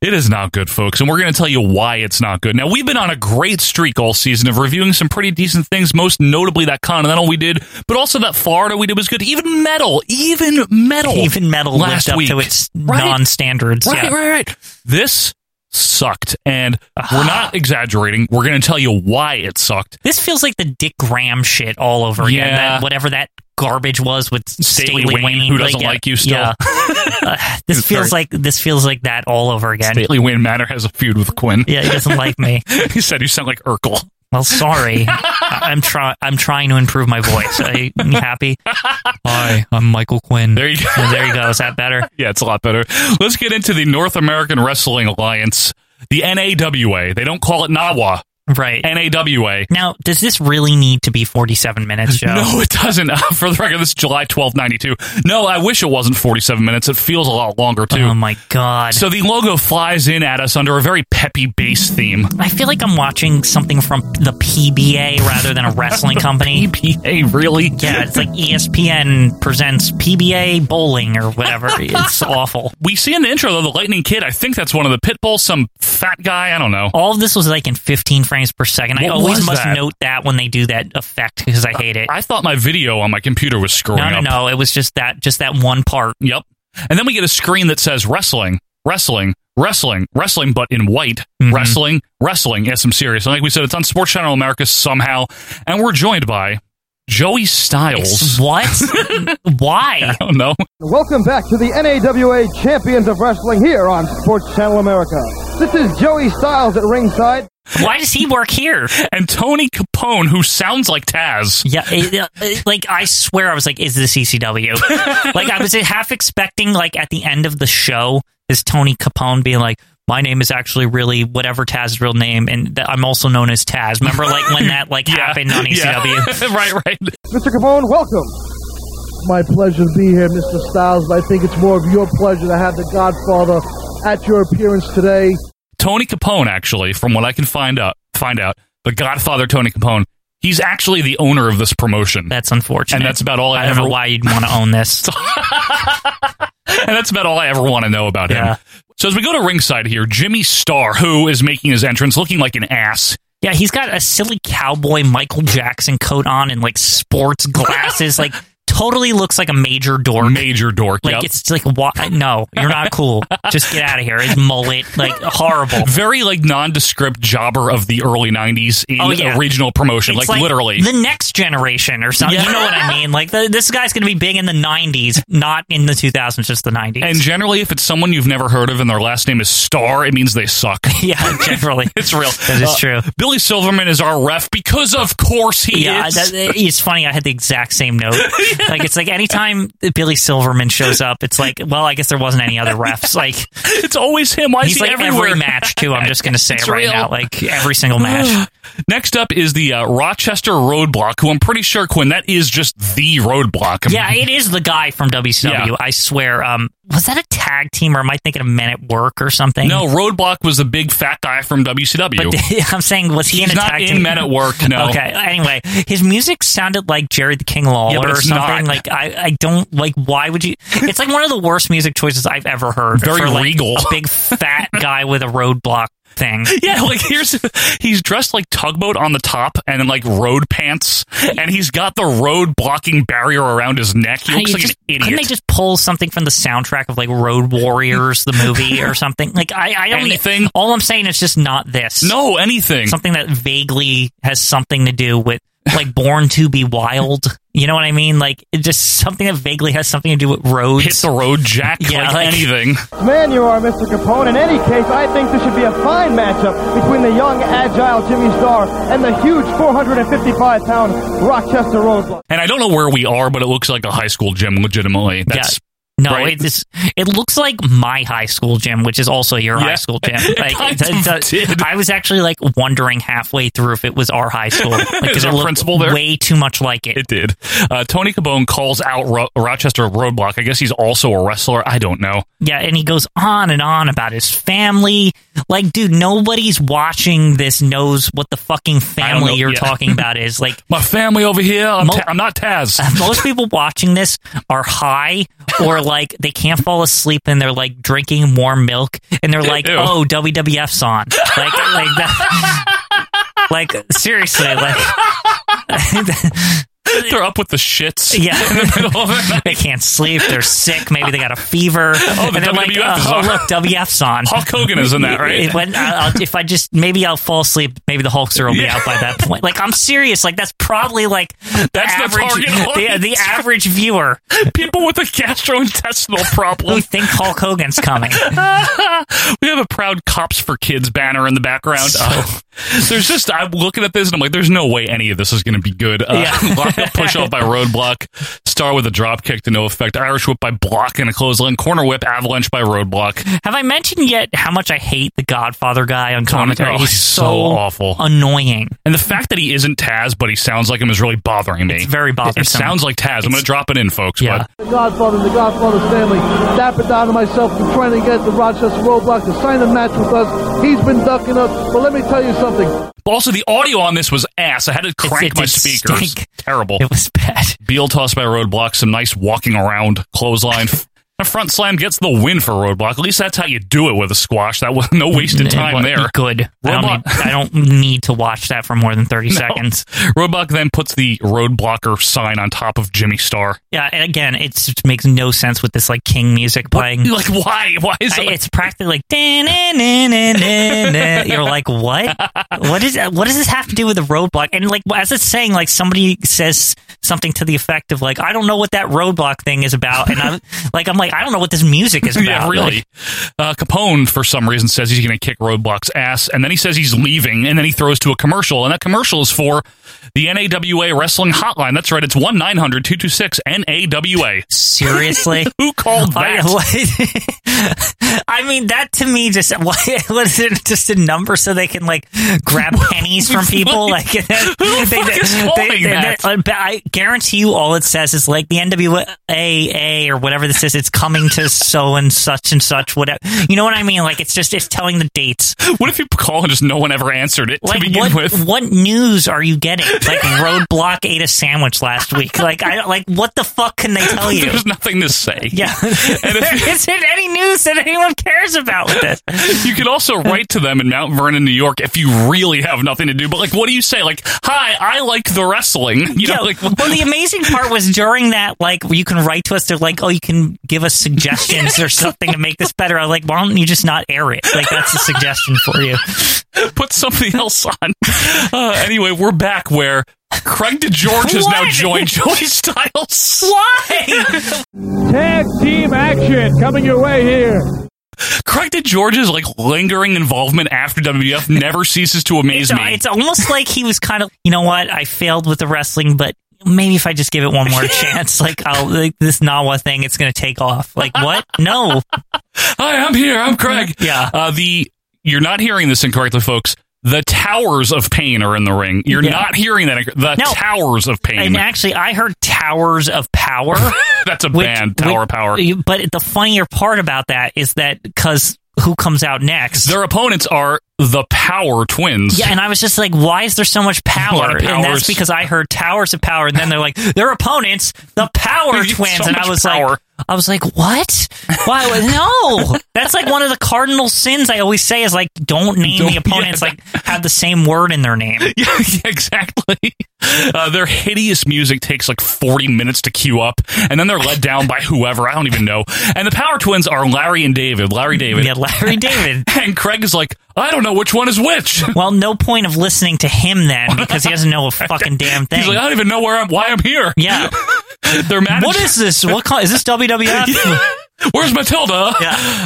Speaker 1: It is not good, folks, and we're going to tell you why it's not good. Now, we've been on a great streak all season of reviewing some pretty decent things, most notably that Continental we did, but also that Florida we did was good. Even metal, even metal.
Speaker 2: Even metal lived
Speaker 1: last
Speaker 2: up
Speaker 1: week.
Speaker 2: to its
Speaker 1: Right?
Speaker 2: non-standards.
Speaker 1: Right,
Speaker 2: yeah.
Speaker 1: right, right. This sucked, and we're not exaggerating. We're going to tell you why it sucked.
Speaker 2: This feels like the Dick Graham shit all over again.
Speaker 1: Yeah.
Speaker 2: That, whatever that garbage was with Staley,
Speaker 1: Staley Wayne, who doesn't
Speaker 2: yeah,
Speaker 1: like you still.
Speaker 2: yeah. Uh, this
Speaker 1: It's
Speaker 2: feels
Speaker 1: very-
Speaker 2: like this feels like that all over again.
Speaker 1: Stately Wayne Manor has a feud with Quinn.
Speaker 2: Yeah, he doesn't like me.
Speaker 1: he said you sound like Urkel.
Speaker 2: Well, sorry. I- I'm try I'm trying to improve my voice. Are you you happy? Hi, I'm Michael Quinn.
Speaker 1: There you go.
Speaker 2: there you go. Is that better?
Speaker 1: Yeah, it's a lot better. Let's get into the North American Wrestling Alliance, the NAWA. They don't call it NAWA.
Speaker 2: Right.
Speaker 1: NAWA.
Speaker 2: Now, does this really need to be 47 minutes, Joe?
Speaker 1: No, it doesn't. For the record, this is July 12, 92. No, I wish it wasn't 47 minutes. It feels a lot longer, too.
Speaker 2: Oh, my God.
Speaker 1: So the logo flies in at us under a very peppy bass theme.
Speaker 2: I feel like I'm watching something from the PBA rather than a wrestling company.
Speaker 1: PBA, really?
Speaker 2: Yeah, it's like E ESPN presents PBA bowling or whatever. It's awful.
Speaker 1: We see in the intro, though, the Lightning Kid. I think that's one of the Pitbulls, some fat guy. I don't know.
Speaker 2: All of this was like in 15 frames per second. I
Speaker 1: What
Speaker 2: always
Speaker 1: was
Speaker 2: must
Speaker 1: that?
Speaker 2: note that when they do that effect because I hate it.
Speaker 1: I thought my video on my computer was screwing
Speaker 2: no, no,
Speaker 1: up.
Speaker 2: no. It was just that, just that one part.
Speaker 1: Yep. And then we get a screen that says wrestling, wrestling, wrestling, wrestling, but in white. Wrestling, wrestling. Yes, I'm serious. And like we said, it's on Sports Channel America somehow. And we're joined by Joey Styles.
Speaker 2: What? Why?
Speaker 1: I don't know.
Speaker 4: Welcome back to the NAWA Champions of Wrestling here on Sports Channel America. This is Joey Styles at ringside.
Speaker 2: Why does he work here?
Speaker 1: And Tony Capone, who sounds like Taz.
Speaker 2: Yeah, it, uh, it- like I swear, I was like, "Is this ECW?" like I was half expecting, like at the end of the show, is Tony Capone being like, "My name is actually really whatever Taz's real name, and th- I'm also known as Taz." Remember, like when that like happened on E ECW?
Speaker 1: right, right.
Speaker 4: Mr. Capone, welcome. My pleasure to be here, Mr. Styles, but I think it's more of your pleasure to have the Godfather at your appearance today.
Speaker 1: Tony Capone, actually, from what I can find out, find out, the Godfather Tony Capone, he's actually the owner of this promotion.
Speaker 2: That's unfortunate.
Speaker 1: And that's about all I,
Speaker 2: I don't
Speaker 1: ever
Speaker 2: know why you'd want to own this.
Speaker 1: and that's about all I ever want to know about
Speaker 2: Yeah.
Speaker 1: him. So as we go to ringside here, Jimmy Starr, who is making his entrance looking like an ass.
Speaker 2: Yeah, he's got a silly cowboy Michael Jackson coat on and like sports glasses. like, totally looks like a major dork.
Speaker 1: Major dork.
Speaker 2: Like
Speaker 1: yep.
Speaker 2: it's like why? No, you're not cool. Just get out of here. His mullet, like horrible.
Speaker 1: very like nondescript jobber of the early '90s in
Speaker 2: Oh, yeah.
Speaker 1: a regional promotion,
Speaker 2: It's
Speaker 1: like, literally.
Speaker 2: the next generation or something. You know what I mean? Like the, this guy's going to be big in the '90s, not in the 2000s, just the '90s.
Speaker 1: and generally, if it's someone you've never heard of and their last name is Star, it means they suck.
Speaker 2: yeah, generally,
Speaker 1: It's real. Uh,
Speaker 2: That is true.
Speaker 1: Billy Silverman is our ref because, of course, he
Speaker 2: Yeah,
Speaker 1: is.
Speaker 2: that, it's funny. I had the exact same note. Like it's like anytime Billy Silverman shows up, it's like, well, I guess there wasn't any other refs. Like
Speaker 1: it's always him. Why is
Speaker 2: he's
Speaker 1: he
Speaker 2: like
Speaker 1: everywhere?
Speaker 2: every match too. I'm just going to say
Speaker 1: It's
Speaker 2: it right
Speaker 1: real.
Speaker 2: now, like every single match.
Speaker 1: Next up is the uh, Rochester Roadblock, who I'm pretty sure, Quinn, that is just the roadblock.
Speaker 2: Yeah, it is the guy from WCW.
Speaker 1: Yeah.
Speaker 2: I swear. Um, was that a tag team, or am I thinking of Men at Work or something?
Speaker 1: No, Roadblock was the big fat guy from WCW.
Speaker 2: but I'm saying was he
Speaker 1: He's
Speaker 2: in a
Speaker 1: not
Speaker 2: tag
Speaker 1: in
Speaker 2: team?
Speaker 1: Men at Work, no.
Speaker 2: Okay. Anyway, his music sounded like Jerry the King Lawler
Speaker 1: Yeah, but
Speaker 2: or
Speaker 1: it's
Speaker 2: something.
Speaker 1: not.
Speaker 2: Like I, I don't like. Why would you? It's like one of the worst music choices I've ever heard.
Speaker 1: Very
Speaker 2: for, like,
Speaker 1: regal.
Speaker 2: a big fat guy with a roadblock thing.
Speaker 1: yeah, like here's he's dressed like tugboat on the top and in like road pants, and he's got the road blocking barrier around his neck. He
Speaker 2: How
Speaker 1: looks
Speaker 2: you
Speaker 1: like
Speaker 2: just-
Speaker 1: an
Speaker 2: Couldn't
Speaker 1: idiot.
Speaker 2: they just pull something from the soundtrack of like Road Warriors, the movie, or something? Like I, I don't e-,
Speaker 1: Anything?
Speaker 2: All I'm saying is just not this.
Speaker 1: no, anything.
Speaker 2: something that vaguely has something to do with like born to be wild you know what i mean like it just something that vaguely has something to do with roads
Speaker 1: Hit the road, Jack.
Speaker 2: Yeah,
Speaker 1: like,
Speaker 2: like-
Speaker 1: anything.
Speaker 4: Man, you are, Mr. Capone. In any case, I think this should be a fine matchup between the young, agile Jimmy Starr and the huge 455 pound Rochester Roadblock.
Speaker 1: And I don't know where we are, but it looks like a high school gym. Legitimately, that's
Speaker 2: No, it is. It looks like my high school gym, which is also your high school gym.
Speaker 1: It
Speaker 2: Like,
Speaker 1: kind
Speaker 2: it
Speaker 1: of
Speaker 2: does- I was actually like wondering halfway through if it was our high school because
Speaker 1: Is
Speaker 2: it
Speaker 1: our
Speaker 2: looked
Speaker 1: principal there?
Speaker 2: way too much like it.
Speaker 1: It did. Uh, Tony Cabone calls out Ro- Rochester Roadblock. I guess he's also a wrestler. I don't know.
Speaker 2: Yeah, and he goes on and on about his family. Like, dude, nobody's watching this knows what the fucking family you're talking about is. Like,
Speaker 1: my family over here. I'm, Ta- I'm not Taz.
Speaker 2: most people watching this are high or like they can't fall asleep and they're like drinking warm milk and they're like,
Speaker 1: Ew.
Speaker 2: oh, WWF's on. Like, like that. Like seriously, like
Speaker 1: They're up with the shits.
Speaker 2: yeah,
Speaker 1: In the middle of it.
Speaker 2: they can't sleep. They're sick. Maybe they got a fever.
Speaker 1: Oh, the
Speaker 2: and they're like,
Speaker 1: WWF is
Speaker 2: oh,
Speaker 1: on."
Speaker 2: look, WF's on.
Speaker 1: Hulk Hogan is in that, right?
Speaker 2: When- I'll- I'll- if I just maybe I'll fall asleep. Maybe the Hulkster will be
Speaker 1: Yeah.
Speaker 2: out by that point. Like I'm serious. Like that's probably like the
Speaker 1: That's the
Speaker 2: average,
Speaker 1: target
Speaker 2: the, the
Speaker 1: audience.
Speaker 2: average viewer.
Speaker 1: People with a gastrointestinal problem.
Speaker 2: who think Hulk Hogan's coming.
Speaker 1: we have a proud cops for kids banner in the background. Uh, there's just I'm looking at this and I'm like, there's no way any of this is going to be good. Uh,
Speaker 2: Yeah.
Speaker 1: lock up, push off by roadblock, star with a drop kick to no effect, Irish whip by block and a clothesline, corner whip, avalanche by roadblock.
Speaker 2: Have I mentioned yet how much I hate the Godfather guy on
Speaker 1: Tony-
Speaker 2: commentary?
Speaker 1: oh,
Speaker 2: he's,
Speaker 1: he's
Speaker 2: so,
Speaker 1: so awful.
Speaker 2: annoying.
Speaker 1: And the fact that he isn't Taz, but he sounds like him is really bothering me. It's
Speaker 2: very
Speaker 1: bothersome. It sounds like Taz. I'm going to drop it in, folks. Yeah.
Speaker 17: The Godfather and the Godfather's family. Dapper Down and myself been trying to get the Rochester Roadblock to sign a match with us. He's been ducking us, but let me tell you something.
Speaker 1: But also, the audio on this was ass. I had to crank
Speaker 2: it
Speaker 1: my
Speaker 2: did
Speaker 1: speakers.
Speaker 2: stink.
Speaker 1: Terrible.
Speaker 2: It was bad.
Speaker 1: Beal tossed by Roadblock, some nice walking around clothesline. a front slam gets the win for Roadblock. At least that's how you do it with a squash. That was no wasted
Speaker 2: It
Speaker 1: time
Speaker 2: wasn't
Speaker 1: there.
Speaker 2: Good. I don't,
Speaker 1: Roadblock,
Speaker 2: need, I don't need to watch that for more than thirty seconds.
Speaker 1: Roadblock then puts the Roadblocker sign on top of Jimmy Star.
Speaker 2: Yeah, and again, it's- it makes no sense with this like King music playing.
Speaker 1: Like, why? Why is it?
Speaker 2: I- it's practically like "Da-na-na-na-na-na." you're like what? What is what does this have to do with the roadblock? And like as it's saying, like somebody says something to the effect of like I don't know what that roadblock thing is about, and I'm like I'm like I don't know what this music is about.
Speaker 1: yeah, really. Uh, Capone, for some reason, says he's going to kick Roadblock's ass, and then he says he's leaving, and then he throws to a commercial, and that commercial is for the NAWA Wrestling Hotline. That's right, it's 1 900 226 NAWA.
Speaker 2: Seriously?
Speaker 1: Who called
Speaker 2: I-
Speaker 1: that?
Speaker 2: what- I mean, that to me just what, what is it? Just a number so they can like grab pennies from people. Like
Speaker 1: Who the fuck is calling that?
Speaker 2: but I guarantee you, all it says is like the NWAA or whatever this is. It's coming to so and such and such. Whatever you know what I mean? Like it's just it's telling the dates.
Speaker 1: What if you call and just no one ever answered it
Speaker 2: Like
Speaker 1: to begin
Speaker 2: what?
Speaker 1: with?
Speaker 2: What news are you getting? Like Roadblock ate a sandwich last week. Like I don't like what the fuck can they tell you?
Speaker 1: There's nothing to say.
Speaker 2: Yeah.
Speaker 1: And if
Speaker 2: there isn't any news that anyone cares about with this.
Speaker 1: you can also write to them in Mount Vernon, New York, if you really have nothing to do. But like, what do you say? Like, hi, I like the wrestling. You
Speaker 2: Yeah,
Speaker 1: know, like,
Speaker 2: well, the amazing part was during that, like, where you can write to us. They're like, "Oh, you can give us suggestions or something to make this better." I'm like, "Why don't you just not air it?" Like, that's a suggestion for you.
Speaker 1: put something else on. Uh, anyway, we're back where Craig DeGeorge has now
Speaker 6: What?
Speaker 1: joined Joey Styles.
Speaker 2: Why?
Speaker 6: Tag team action coming your way here.
Speaker 1: Craig DeGeorge's like lingering involvement after WWF never ceases to amaze
Speaker 2: So
Speaker 1: me.
Speaker 2: it's almost like he was kind of, you know what? I failed with the wrestling, but maybe if I just give it one more chance, like, I'll like this Nawa thing, it's going to take off. Like, what? No,
Speaker 1: Hi, I'm here. I'm Craig.
Speaker 2: Yeah.
Speaker 1: Uh, the you're not hearing this incorrectly, folks. The towers of pain are in the ring. You're
Speaker 2: Yeah.
Speaker 1: not hearing that. inc- The
Speaker 2: No.
Speaker 1: towers of pain.
Speaker 2: And actually, I heard Towers of Power.
Speaker 1: That's a
Speaker 2: which-
Speaker 1: band. Tower
Speaker 2: which-
Speaker 1: of Power.
Speaker 2: But the funnier part about that is that because who comes out next?
Speaker 1: Their opponents are the Power Twins.
Speaker 2: yeah, and I was just like, why is there so much power?
Speaker 1: lot of
Speaker 2: And that's
Speaker 1: powers.
Speaker 2: because I heard Towers of Power, and then they're like, their opponents, the Power
Speaker 1: So
Speaker 2: Twins, and I
Speaker 1: much
Speaker 2: was
Speaker 1: power.
Speaker 2: like, I was like, what? Why? No, that's like one of the cardinal sins I always say is like, don't name
Speaker 1: Don't-
Speaker 2: the opponents
Speaker 1: yeah,
Speaker 2: like have the same word in their name.
Speaker 1: Yeah, yeah, exactly. Uh, their hideous music takes like 40 minutes to queue up, and then they're let down by whoever. I don't even know. And the Power Twins are Larry and David. Larry David.
Speaker 2: Yeah, Larry David.
Speaker 1: And Craig is like, I don't know which one is which.
Speaker 2: Well, no point of listening to him then because he doesn't know a fucking damn thing.
Speaker 1: He's like, "Ah." I don't even know where I'm, why I'm here.
Speaker 2: yeah.
Speaker 1: Their manager,
Speaker 2: What is this? What kind? Is this WWF?
Speaker 1: Where's Matilda?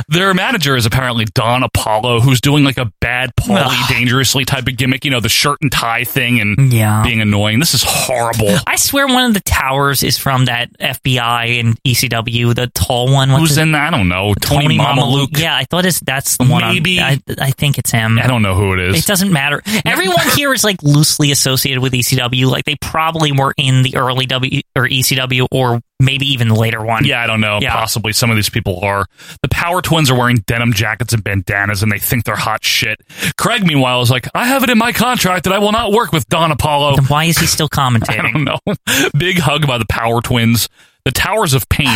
Speaker 1: Their manager is apparently Don Apollo, who's doing like a bad, Paulie, dangerously type of gimmick. You know, the shirt and tie thing and
Speaker 2: Yeah.
Speaker 1: being annoying. This is horrible.
Speaker 2: I swear one of the towers is from that FBI and ECW, the tall one.
Speaker 1: Who's in that? I don't know. Tony Mamaluke.
Speaker 2: Yeah, I thought it's, that's the one. I'm-
Speaker 1: Maybe.
Speaker 2: I, I think it's him.
Speaker 1: I don't know who it is.
Speaker 2: It doesn't matter. Everyone here is like loosely associated with ECW. Like they probably were in the early W or ECW or maybe even the later one.
Speaker 1: Yeah, I don't know.
Speaker 2: Yeah.
Speaker 1: Possibly some of these people are. The Power Twins are wearing denim jackets and bandanas and they think they're hot shit. Craig, meanwhile, is like, I have it in my contract that I will not work with Don Apollo. Then
Speaker 2: why is he still commentating?
Speaker 1: I don't know. Big hug by the Power Twins. The Towers of Pain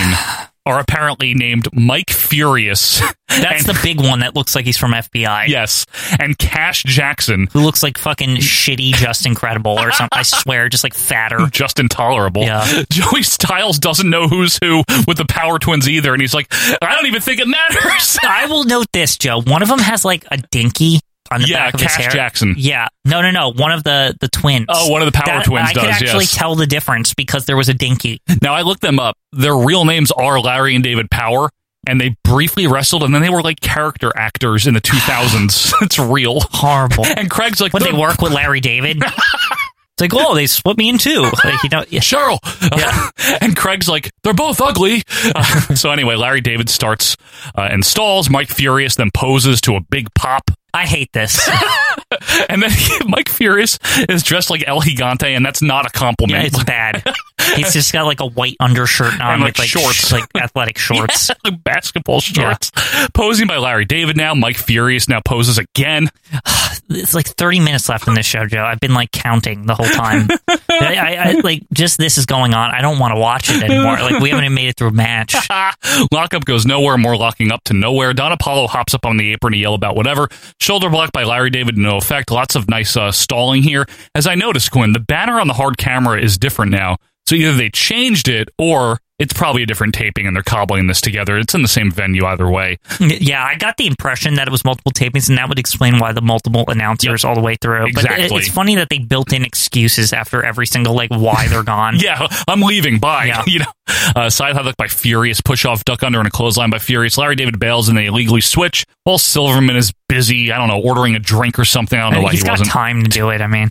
Speaker 1: are apparently named Mike Furious.
Speaker 2: That's the big one that looks like he's from FBI.
Speaker 1: Yes. And Cash Jackson.
Speaker 2: Who looks like fucking shitty Just Incredible or something. I swear, just like fatter.
Speaker 1: Just intolerable.
Speaker 2: Yeah.
Speaker 1: Joey Styles doesn't know who's who with the Power Twins either, and he's like, I don't even think it matters.
Speaker 2: I will note this, Joe. One of them has like a dinky on the
Speaker 1: Yeah,
Speaker 2: back of
Speaker 1: Cash
Speaker 2: his hair.
Speaker 1: Jackson.
Speaker 2: Yeah. No, no, no. One of the the twins.
Speaker 1: Oh, one of the Power
Speaker 2: That-
Speaker 1: Twins
Speaker 2: I could
Speaker 1: does,
Speaker 2: actually
Speaker 1: yes.
Speaker 2: tell the difference because there was a dinky.
Speaker 1: Now I looked them up. Their real names are Larry and David Power, and they briefly wrestled, and then they were like character actors in the 2000s. it's real
Speaker 2: horrible.
Speaker 1: And Craig's like,
Speaker 2: Would
Speaker 1: "No."
Speaker 2: they work with Larry David? It's like, oh, they split me in two. Like, you know, yeah.
Speaker 1: Cheryl. and Craig's like, they're both ugly. Uh, so anyway, Larry David starts uh, and stalls. Mike Furious then poses to a big pop.
Speaker 2: I hate this.
Speaker 1: Oh, and then Mike Furious is dressed like El Gigante, and that's not a compliment.
Speaker 2: Yeah, it's bad. He's just got like a white undershirt on
Speaker 1: And, like,
Speaker 2: with like
Speaker 1: shorts.
Speaker 2: sh- like athletic shorts.
Speaker 1: Yeah, basketball shorts. Posing by Larry David now. Mike Furious now poses again.
Speaker 2: It's like 30 minutes left in this show, Joe. I've been like counting the whole time. I, I, I like just this is going on. I don't want to watch it anymore. Like we haven't even made it through a match.
Speaker 1: Lockup goes nowhere, more locking up to nowhere. Don Apollo hops up on the apron to yell about whatever. Shoulder block by Larry David, no effect. Lots of nice uh, stalling here. As I noticed, Quinn, the banner on the hard camera is different now. So either they changed it or it's probably a different taping and they're cobbling this together. It's in the same venue either way.
Speaker 2: Yeah, I got the impression that it was multiple tapings, and that would explain why the multiple announcers all the way through. But
Speaker 1: Exactly.
Speaker 2: it- it's funny that they built in excuses after every single like why they're gone.
Speaker 1: Yeah, I'm leaving. Bye. You know, uh, side headlock by Furious, push off, duck under, and a clothesline by Furious. Larry David bails, and they illegally switch. While Silverman is busy, I don't know, ordering a drink or something. I don't know why
Speaker 2: He's
Speaker 1: he
Speaker 2: got
Speaker 1: wasn't.
Speaker 2: time to do it. I mean,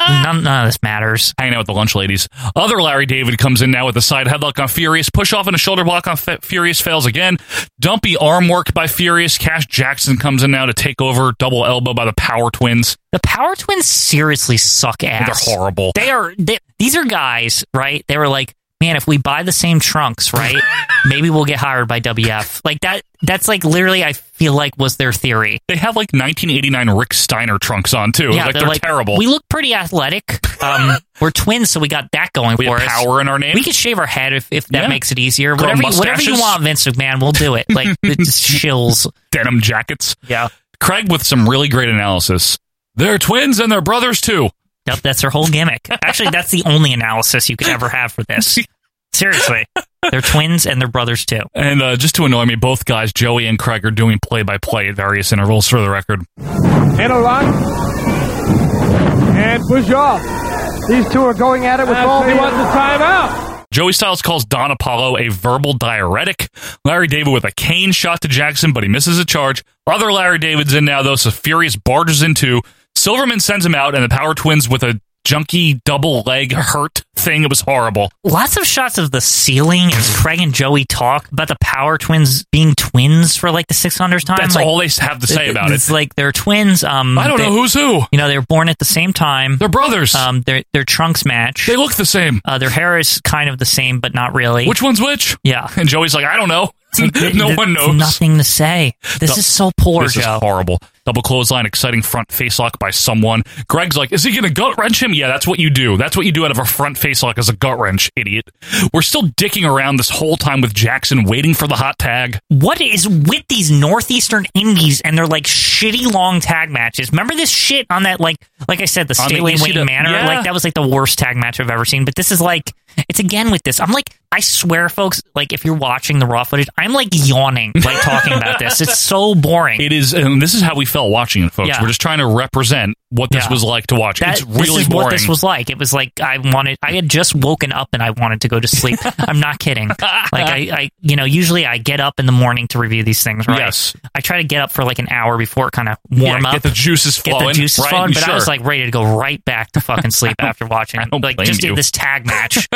Speaker 2: none, none of this matters.
Speaker 1: Hanging out with the lunch ladies. Other Larry David comes in now with a side headlock on Furious, push off and a shoulder block on Fe- Furious, fails again. Dumpy arm work by Furious. Cash Jackson comes in now to take over. Double elbow by the Power Twins.
Speaker 2: The Power Twins seriously suck ass.
Speaker 1: They're horrible.
Speaker 2: They are. They, these are guys, right? They were like, man, if we buy the same trunks, right, maybe we'll get hired by WF. Like that. That's like literally. I feel like was their theory.
Speaker 1: They have like 1989 Rick Steiner trunks on too. like they're, terrible.
Speaker 2: We look pretty athletic. Um, we're twins, so we got that going
Speaker 1: We
Speaker 2: for
Speaker 1: have
Speaker 2: us.
Speaker 1: power in our name.
Speaker 2: We can shave our head if, if that
Speaker 1: Yeah.
Speaker 2: makes it easier.
Speaker 1: Grow
Speaker 2: Whatever, you- whatever you
Speaker 1: mustaches.
Speaker 2: want, Vince McMahon, we'll do it. Like it's shills,
Speaker 1: denim jackets.
Speaker 2: Yeah.
Speaker 1: Craig with some really great analysis. They're twins and they're brothers too.
Speaker 2: Yep, that's their whole gimmick. Actually, that's the only analysis you could ever have for this. Seriously. They're twins and they're brothers too.
Speaker 1: And uh, just to annoy me, both guys, Joey and Craig, are doing play by play at various intervals for the record.
Speaker 17: And a lock. And push off. These two are going at it with all the... wants a timeout.
Speaker 1: Joey Styles calls Don Apollo a verbal diuretic. Larry David with a cane shot to Jackson, but he misses a charge. Other Larry David's in now, though, so Furious barges in two. Silverman sends him out, and the Power Twins with a junky double leg hurt thing. It was horrible.
Speaker 2: Lots of shots of the ceiling as Craig and Joey talk about the Power Twins being twins for like the 600th time.
Speaker 1: That's
Speaker 2: Like,
Speaker 1: all they have to say about
Speaker 2: It's
Speaker 1: it.
Speaker 2: like they're twins. Um,
Speaker 1: I don't know who's who.
Speaker 2: You know, they were born at the same time.
Speaker 1: They're brothers.
Speaker 2: Um, their their trunks match.
Speaker 1: They look the same.
Speaker 2: Uh, their hair is kind of the same, but not really.
Speaker 1: Which one's which?
Speaker 2: Yeah.
Speaker 1: And Joey's like, I don't know. no
Speaker 2: There's
Speaker 1: one knows.
Speaker 2: Nothing to say. This
Speaker 1: No.
Speaker 2: is so poor,
Speaker 1: This is
Speaker 2: Joe.
Speaker 1: horrible. Double clothesline, exciting front face lock by someone. Greg's like, is he going to gut wrench him? Yeah, that's what you do. That's what you do out of a front face lock as a gut wrench, idiot. We're still dicking around this whole time with Jackson waiting for the hot tag.
Speaker 2: what is with these northeastern indies and their like shitty long tag matches? Remember this shit on that like like I said the
Speaker 1: On the
Speaker 2: Staley
Speaker 1: ECW
Speaker 2: Wayne Manor
Speaker 1: yeah.
Speaker 2: like that was like the worst tag match I've ever seen. But this is like it's again with this. I'm like I swear, folks. Like if you're watching the raw footage, I'm like yawning like talking about this. It's so boring.
Speaker 1: It is, and this is how we felt watching it, folks.
Speaker 2: Yeah.
Speaker 1: We're just trying to represent what this
Speaker 2: Yeah.
Speaker 1: was like to watch.
Speaker 2: That-
Speaker 1: it's really
Speaker 2: this is
Speaker 1: boring.
Speaker 2: what this was like. It was like I wanted. I had just woken up and I wanted to go to sleep. I'm not kidding. Like I, I, you know, usually I get up in the morning to review these things. Right?
Speaker 1: Yes.
Speaker 2: I try to get up for like an hour before it kind of warm
Speaker 1: Yeah,
Speaker 2: up,
Speaker 1: get the juices
Speaker 2: get the
Speaker 1: flowing,
Speaker 2: juices
Speaker 1: right?
Speaker 2: flowing. But I was
Speaker 1: Sure.
Speaker 2: like ready to go right back to fucking sleep after watching. it. Like
Speaker 1: blame
Speaker 2: just did
Speaker 1: you.
Speaker 2: this tag match.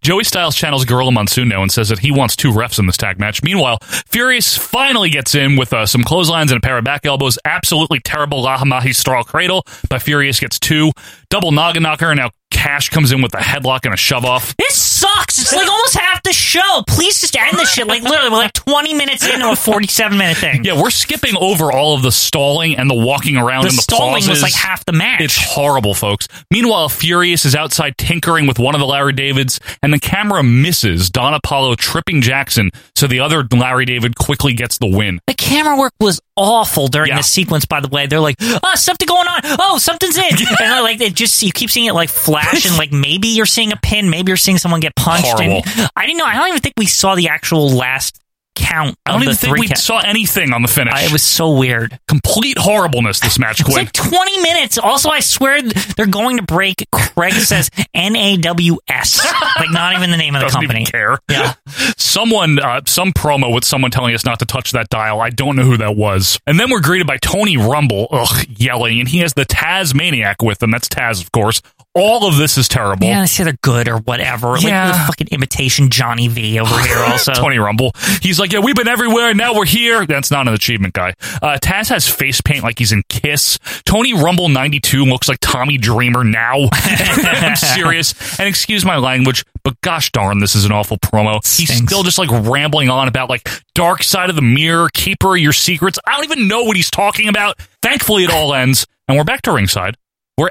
Speaker 1: Joey Styles channels Gorilla Monsoon now and says that he wants two refs in this tag match. Meanwhile, Furious finally gets in with uh, some clotheslines and a pair of back elbows. Absolutely terrible Lahamahi straw cradle, but Furious gets two. Double Naga knocker, and now Cash comes in with a headlock and a shove off.
Speaker 2: This sucks. It's like almost half the show. Please just end this shit. Like literally, we're like 20 minutes into a 47 minute thing.
Speaker 1: Yeah, we're skipping over all of the stalling and the walking around
Speaker 2: The
Speaker 1: and the
Speaker 2: stalling was,
Speaker 1: pauses.
Speaker 2: like, half the match.
Speaker 1: It's horrible, folks. Meanwhile, Furious is outside tinkering with one of the Larry Davids, and the camera misses Don Apollo tripping Jackson, so the other Larry David quickly gets the win.
Speaker 2: The camera work was awful during this sequence. By the way, they're like, "Oh, something going on. Oh, something's in." And they're like, it just you keep seeing it like flash, and like maybe you're seeing a pin, maybe you're seeing someone get punched.
Speaker 1: Horrible.
Speaker 2: And I didn't know. I don't even think we saw the actual last count.
Speaker 1: I don't
Speaker 2: of
Speaker 1: even
Speaker 2: the
Speaker 1: think
Speaker 2: three
Speaker 1: we
Speaker 2: count.
Speaker 1: saw anything on the finish.
Speaker 2: it was so weird.
Speaker 1: Complete horribleness this match,
Speaker 2: It's
Speaker 1: Quinn.
Speaker 2: like 20 minutes. Also, I swear th- they're going to break. Craig says N A W S. Like, not even the name of the
Speaker 1: Doesn't even
Speaker 2: company.
Speaker 1: care.
Speaker 2: Yeah.
Speaker 1: Someone, uh, some promo with someone telling us not to touch that dial. I don't know who that was. And then we're greeted by Tony Rumble, ugh, yelling, and he has the Taz Maniac with him. That's Taz, of course. All of this is terrible.
Speaker 2: Yeah, they say they're good or whatever. Like
Speaker 1: Yeah.
Speaker 2: the fucking imitation Johnny V over here. Also,
Speaker 1: Tony Rumble. He's like, yeah, we've been everywhere. Now we're here. That's not an achievement, guy. Uh, Taz has face paint like he's in Kiss. Tony Rumble ninety two looks like Tommy Dreamer now. I'm serious. And excuse my language, but gosh darn, this is an awful promo. He's still just like rambling on about like dark side of the mirror, keeper of your secrets. I don't even know what he's talking about. Thankfully, it all ends, and we're back to ringside. Where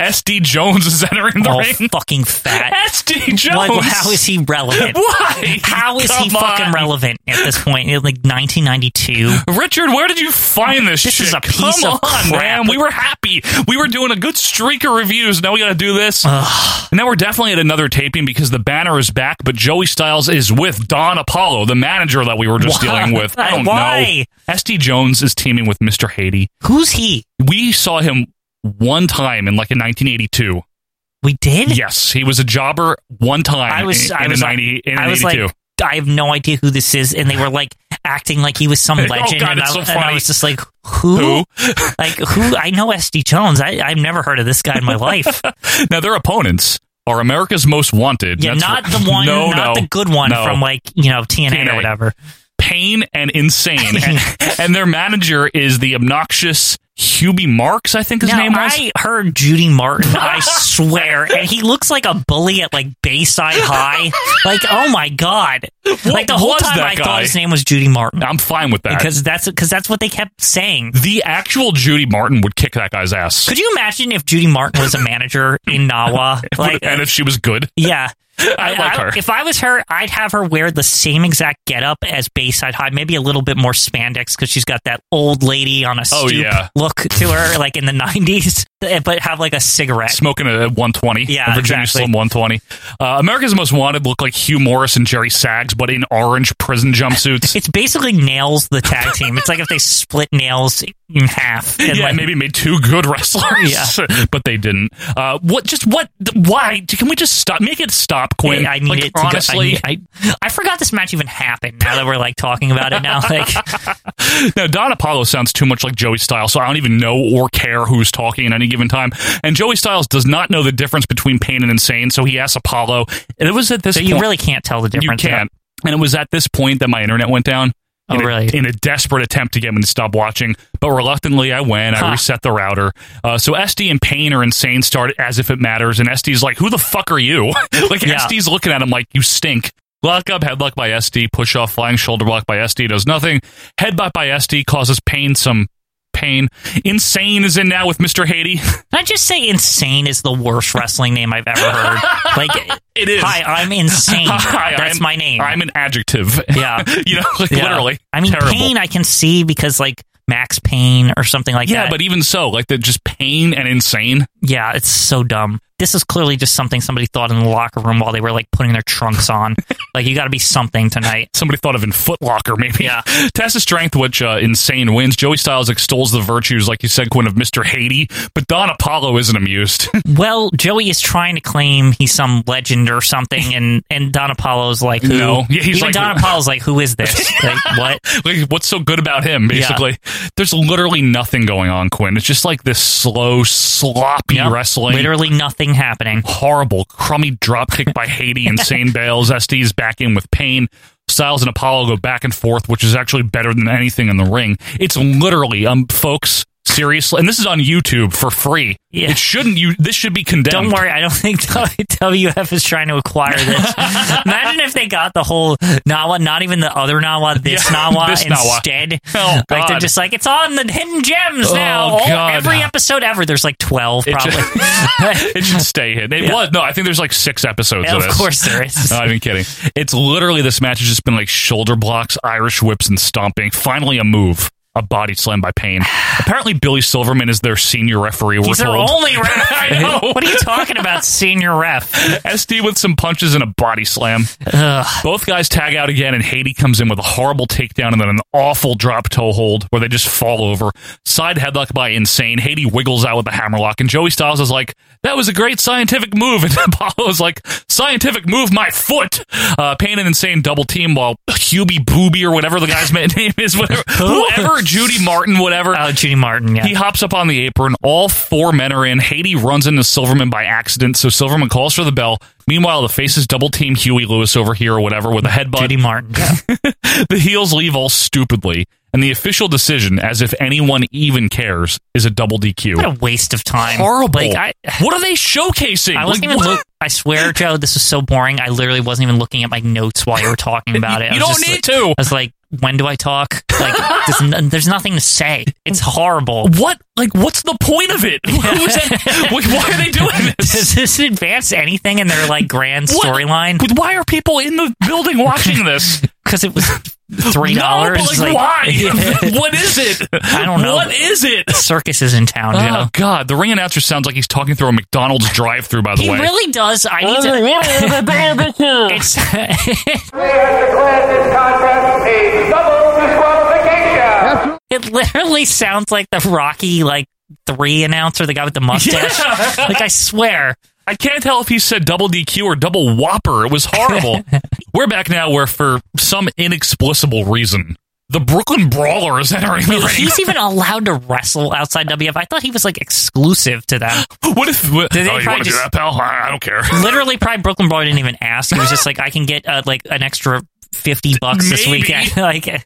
Speaker 1: SD Jones is entering the
Speaker 2: All
Speaker 1: ring.
Speaker 2: fucking fat.
Speaker 1: SD Jones.
Speaker 2: Like, how is he relevant?
Speaker 1: Why?
Speaker 2: How is he
Speaker 1: Come
Speaker 2: fucking
Speaker 1: on.
Speaker 2: relevant at this point? Like 1992.
Speaker 1: Richard, where did you find this,
Speaker 2: This
Speaker 1: shit?
Speaker 2: is a piece
Speaker 1: Come
Speaker 2: of
Speaker 1: on,
Speaker 2: crap.
Speaker 1: man. We were happy. We were doing a good streak of reviews. Now we got to do this. And now we're definitely at another taping because the banner is back, but Joey Styles is with Don Apollo, the manager that we were just
Speaker 2: Why?
Speaker 1: dealing with. I don't
Speaker 2: Why?
Speaker 1: know. SD Jones is teaming with Mr. Haiti.
Speaker 2: Who's he?
Speaker 1: We saw him one time in like in 1982.
Speaker 2: We did?
Speaker 1: Yes, he was a jobber one time.
Speaker 2: I was.
Speaker 1: in,
Speaker 2: I
Speaker 1: in
Speaker 2: was.
Speaker 1: the
Speaker 2: like-
Speaker 1: 90, in
Speaker 2: I was
Speaker 1: 82.
Speaker 2: like. I have no idea who this is, and they were like acting like he was some
Speaker 1: Oh,
Speaker 2: legend.
Speaker 1: God,
Speaker 2: and,
Speaker 1: it's
Speaker 2: I,
Speaker 1: so
Speaker 2: and I
Speaker 1: funny.
Speaker 2: was just like, who? like who? I know SD Jones. I, I've never heard of this guy in my life.
Speaker 1: now their opponents are America's Most Wanted.
Speaker 2: Yeah,
Speaker 1: That's
Speaker 2: not
Speaker 1: what-
Speaker 2: the one,
Speaker 1: No,
Speaker 2: not
Speaker 1: no,
Speaker 2: the good one
Speaker 1: no.
Speaker 2: from like you know TNA,
Speaker 1: TNA.
Speaker 2: or whatever.
Speaker 1: Pain and Insane, and, and their manager is the obnoxious Hubie Marks. I think his
Speaker 2: Now,
Speaker 1: name was.
Speaker 2: I heard Judy Martin. I swear, and he looks like a bully at like Bayside High. Like, oh my god! like the whole
Speaker 1: was
Speaker 2: time,
Speaker 1: that
Speaker 2: I thought
Speaker 1: guy?
Speaker 2: his name was Judy Martin
Speaker 1: I'm fine with that
Speaker 2: because that's because that's what they kept saying.
Speaker 1: the actual Judy Martin would kick that guy's ass.
Speaker 2: Could you imagine if Judy Martin was a manager in Nawa? Like,
Speaker 1: and if she was good,
Speaker 2: yeah.
Speaker 1: I like her.
Speaker 2: If I was her, I'd have her wear the same exact getup as Bayside High, maybe a little bit more spandex because she's got that old lady on a stoop
Speaker 1: Oh, yeah.
Speaker 2: look to her, like in the '90s, but have like a cigarette.
Speaker 1: smoking a 120,
Speaker 2: Yeah,
Speaker 1: a Virginia
Speaker 2: exactly.
Speaker 1: Slim 120. Uh, America's Most Wanted looked like Hugh Morris and Jerry Sags, but in orange prison jumpsuits.
Speaker 2: It's basically nails the tag team. It's like if they split nails in half. And
Speaker 1: yeah,
Speaker 2: like,
Speaker 1: maybe made two good wrestlers,
Speaker 2: Yeah.
Speaker 1: but they didn't. Uh, what? Just what? Why? Can we just stop? Make it stop, Quinn.
Speaker 2: I need
Speaker 1: Like,
Speaker 2: it to go- I
Speaker 1: honestly.
Speaker 2: need- I, I forgot this match even happened. Now that we're like talking about it now, like
Speaker 1: now Don Apollo sounds too much like Joey Styles, so I don't even know or care who's talking at any given time. And Joey Styles does not know the difference between pain and insane, so he asks Apollo. And it was at this
Speaker 2: so
Speaker 1: point
Speaker 2: you really can't tell the difference.
Speaker 1: You can't. And it was at this point that my internet went down.
Speaker 2: Oh,
Speaker 1: in a,
Speaker 2: really?
Speaker 1: In a desperate attempt to get me to stop watching, but reluctantly I went.
Speaker 2: Huh.
Speaker 1: I reset the router. Uh, so SD and Payne are insane. Started as if it matters, and SD's like, "Who the fuck are you?" like
Speaker 2: Yeah.
Speaker 1: SD's looking at him like, "You stink." Lock up, headlock by SD, push off, flying shoulder block by SD does nothing. Headbutt by SD causes Payne some pain. Insane is in now with Mr. Haiti.
Speaker 2: Can I just say insane is the worst wrestling name I've ever heard? Like
Speaker 1: It is.
Speaker 2: Hi, I'm insane.
Speaker 1: Hi,
Speaker 2: That's
Speaker 1: I'm-
Speaker 2: my name.
Speaker 1: I'm an adjective.
Speaker 2: yeah.
Speaker 1: you know, like
Speaker 2: Yeah.
Speaker 1: literally.
Speaker 2: I mean,
Speaker 1: Terrible.
Speaker 2: pain I can see because like Max Payne or something like
Speaker 1: yeah,
Speaker 2: that.
Speaker 1: but even so, like the just pain and insane.
Speaker 2: Yeah, it's so dumb. This is clearly just something somebody thought in the locker room while they were like putting their trunks on. like you got to be something tonight.
Speaker 1: Somebody thought of in Foot Locker, maybe. Yeah. Tessa's strength, which uh, insane wins. Joey Styles extols the virtues, like you said, Quinn, of Mr. Haiti, but Don Apollo isn't amused.
Speaker 2: Well, Joey is trying to claim he's some legend or something, and and Don Apollo's like, who?
Speaker 1: No. Yeah, he's
Speaker 2: Even
Speaker 1: like-
Speaker 2: Don Apollo's like, who is this? like, what?
Speaker 1: Like, what's so good about him,
Speaker 2: Yeah.
Speaker 1: basically? There's literally nothing going on, Quinn. It's just like this slow, sloppy
Speaker 2: Yep.
Speaker 1: wrestling.
Speaker 2: Literally nothing happening.
Speaker 1: Horrible, crummy dropkick by Haiti. Insane Bales. SD's back in with pain. Styles and Apollo go back and forth, which is actually better than anything in the ring. It's literally, um, folks, seriously, and this is on YouTube for free.
Speaker 2: Yeah.
Speaker 1: It shouldn't you. This should be condemned.
Speaker 2: Don't worry, I don't think WF is trying to acquire this. Imagine if they got the whole Nawa, not even the other Nawa, this
Speaker 1: Yeah,
Speaker 2: Nawa
Speaker 1: this Nawa.
Speaker 2: instead.
Speaker 1: Oh,
Speaker 2: Like they're
Speaker 1: God.
Speaker 2: just like it's on the hidden gems
Speaker 1: Oh,
Speaker 2: now. All-
Speaker 1: God.
Speaker 2: every episode ever, there's like twelve
Speaker 1: It
Speaker 2: probably.
Speaker 1: should- it should stay hidden. It
Speaker 2: Yeah.
Speaker 1: was no. I think there's like six episodes
Speaker 2: Yeah,
Speaker 1: of
Speaker 2: of
Speaker 1: this.
Speaker 2: course there is.
Speaker 1: No, I'm even kidding. It's literally this match has just been like shoulder blocks, Irish whips, and stomping. Finally, a move, a body slam by Payne. Apparently, Billy Silverman is their senior referee. We're
Speaker 2: He's their
Speaker 1: told.
Speaker 2: only ref.
Speaker 1: I know.
Speaker 2: What are you talking about, senior ref?
Speaker 1: SD with some punches and a body slam. Both guys tag out again, and Haiti comes in with a horrible takedown and then an awful drop toe hold where they just fall over. Side headlock by Insane. Haiti wiggles out with a hammerlock, and Joey Styles is like, That was a great scientific move. And Apollo's like, Scientific move, my foot. Uh, Payne and Insane double team while Hubie Booby or whatever the guy's ma- name is, whatever, whoever Judy Martin, whatever.
Speaker 2: Oh, Judy Martin. Yeah.
Speaker 1: He hops up on the apron. All four men are in. Haiti runs into Silverman by accident, so Silverman calls for the bell. Meanwhile, the faces double team Huey Lewis over here or whatever with a headbutt.
Speaker 2: Judy Martin.
Speaker 1: the heels leave all stupidly, and the official decision, as if anyone even cares, is a double DQ.
Speaker 2: What a waste of time.
Speaker 1: Horrible.
Speaker 2: Like I,
Speaker 1: what are they showcasing?
Speaker 2: I wasn't
Speaker 1: Like,
Speaker 2: even.
Speaker 1: what?
Speaker 2: Look, I swear, Joe, this is so boring. I literally wasn't even looking at my notes while you were talking about it. I
Speaker 1: You don't
Speaker 2: was just
Speaker 1: need
Speaker 2: like-
Speaker 1: to.
Speaker 2: I was like, when do I talk? Like, there's, n- there's nothing to say. It's horrible.
Speaker 1: What? Like, what's the point of it? Who's that? Like, why are they doing this?
Speaker 2: Does this advance anything in their like grand
Speaker 1: What?
Speaker 2: storyline?
Speaker 1: Why are people in the building watching this?
Speaker 2: Because it was three dollars.
Speaker 1: No, but like, why? what is it?
Speaker 2: I don't know.
Speaker 1: What is it?
Speaker 2: Circus is in town,
Speaker 1: Oh
Speaker 2: Joe.
Speaker 1: God! The ring announcer sounds like he's talking through a McDonald's drive-through. By the
Speaker 2: He
Speaker 1: way,
Speaker 2: really does. I need to. it's, it literally sounds like the Rocky like three announcer, the guy with the mustache.
Speaker 1: Yeah.
Speaker 2: Like I swear.
Speaker 1: I can't tell if he said double DQ or double Whopper. It was horrible. We're back now, where for some inexplicable reason, the Brooklyn Brawler is entering the
Speaker 2: Wait,
Speaker 1: ring.
Speaker 2: he's even allowed to wrestle outside WF. I thought he was like exclusive to them.
Speaker 1: what if? What,
Speaker 2: Did they
Speaker 1: oh, you
Speaker 2: probably
Speaker 1: want to do
Speaker 2: just-
Speaker 1: that, pal? I I don't care.
Speaker 2: Literally, probably Brooklyn Brawler didn't even ask. He was just like, I can get uh, like an extra fifty bucks this
Speaker 1: Maybe.
Speaker 2: weekend. like, you know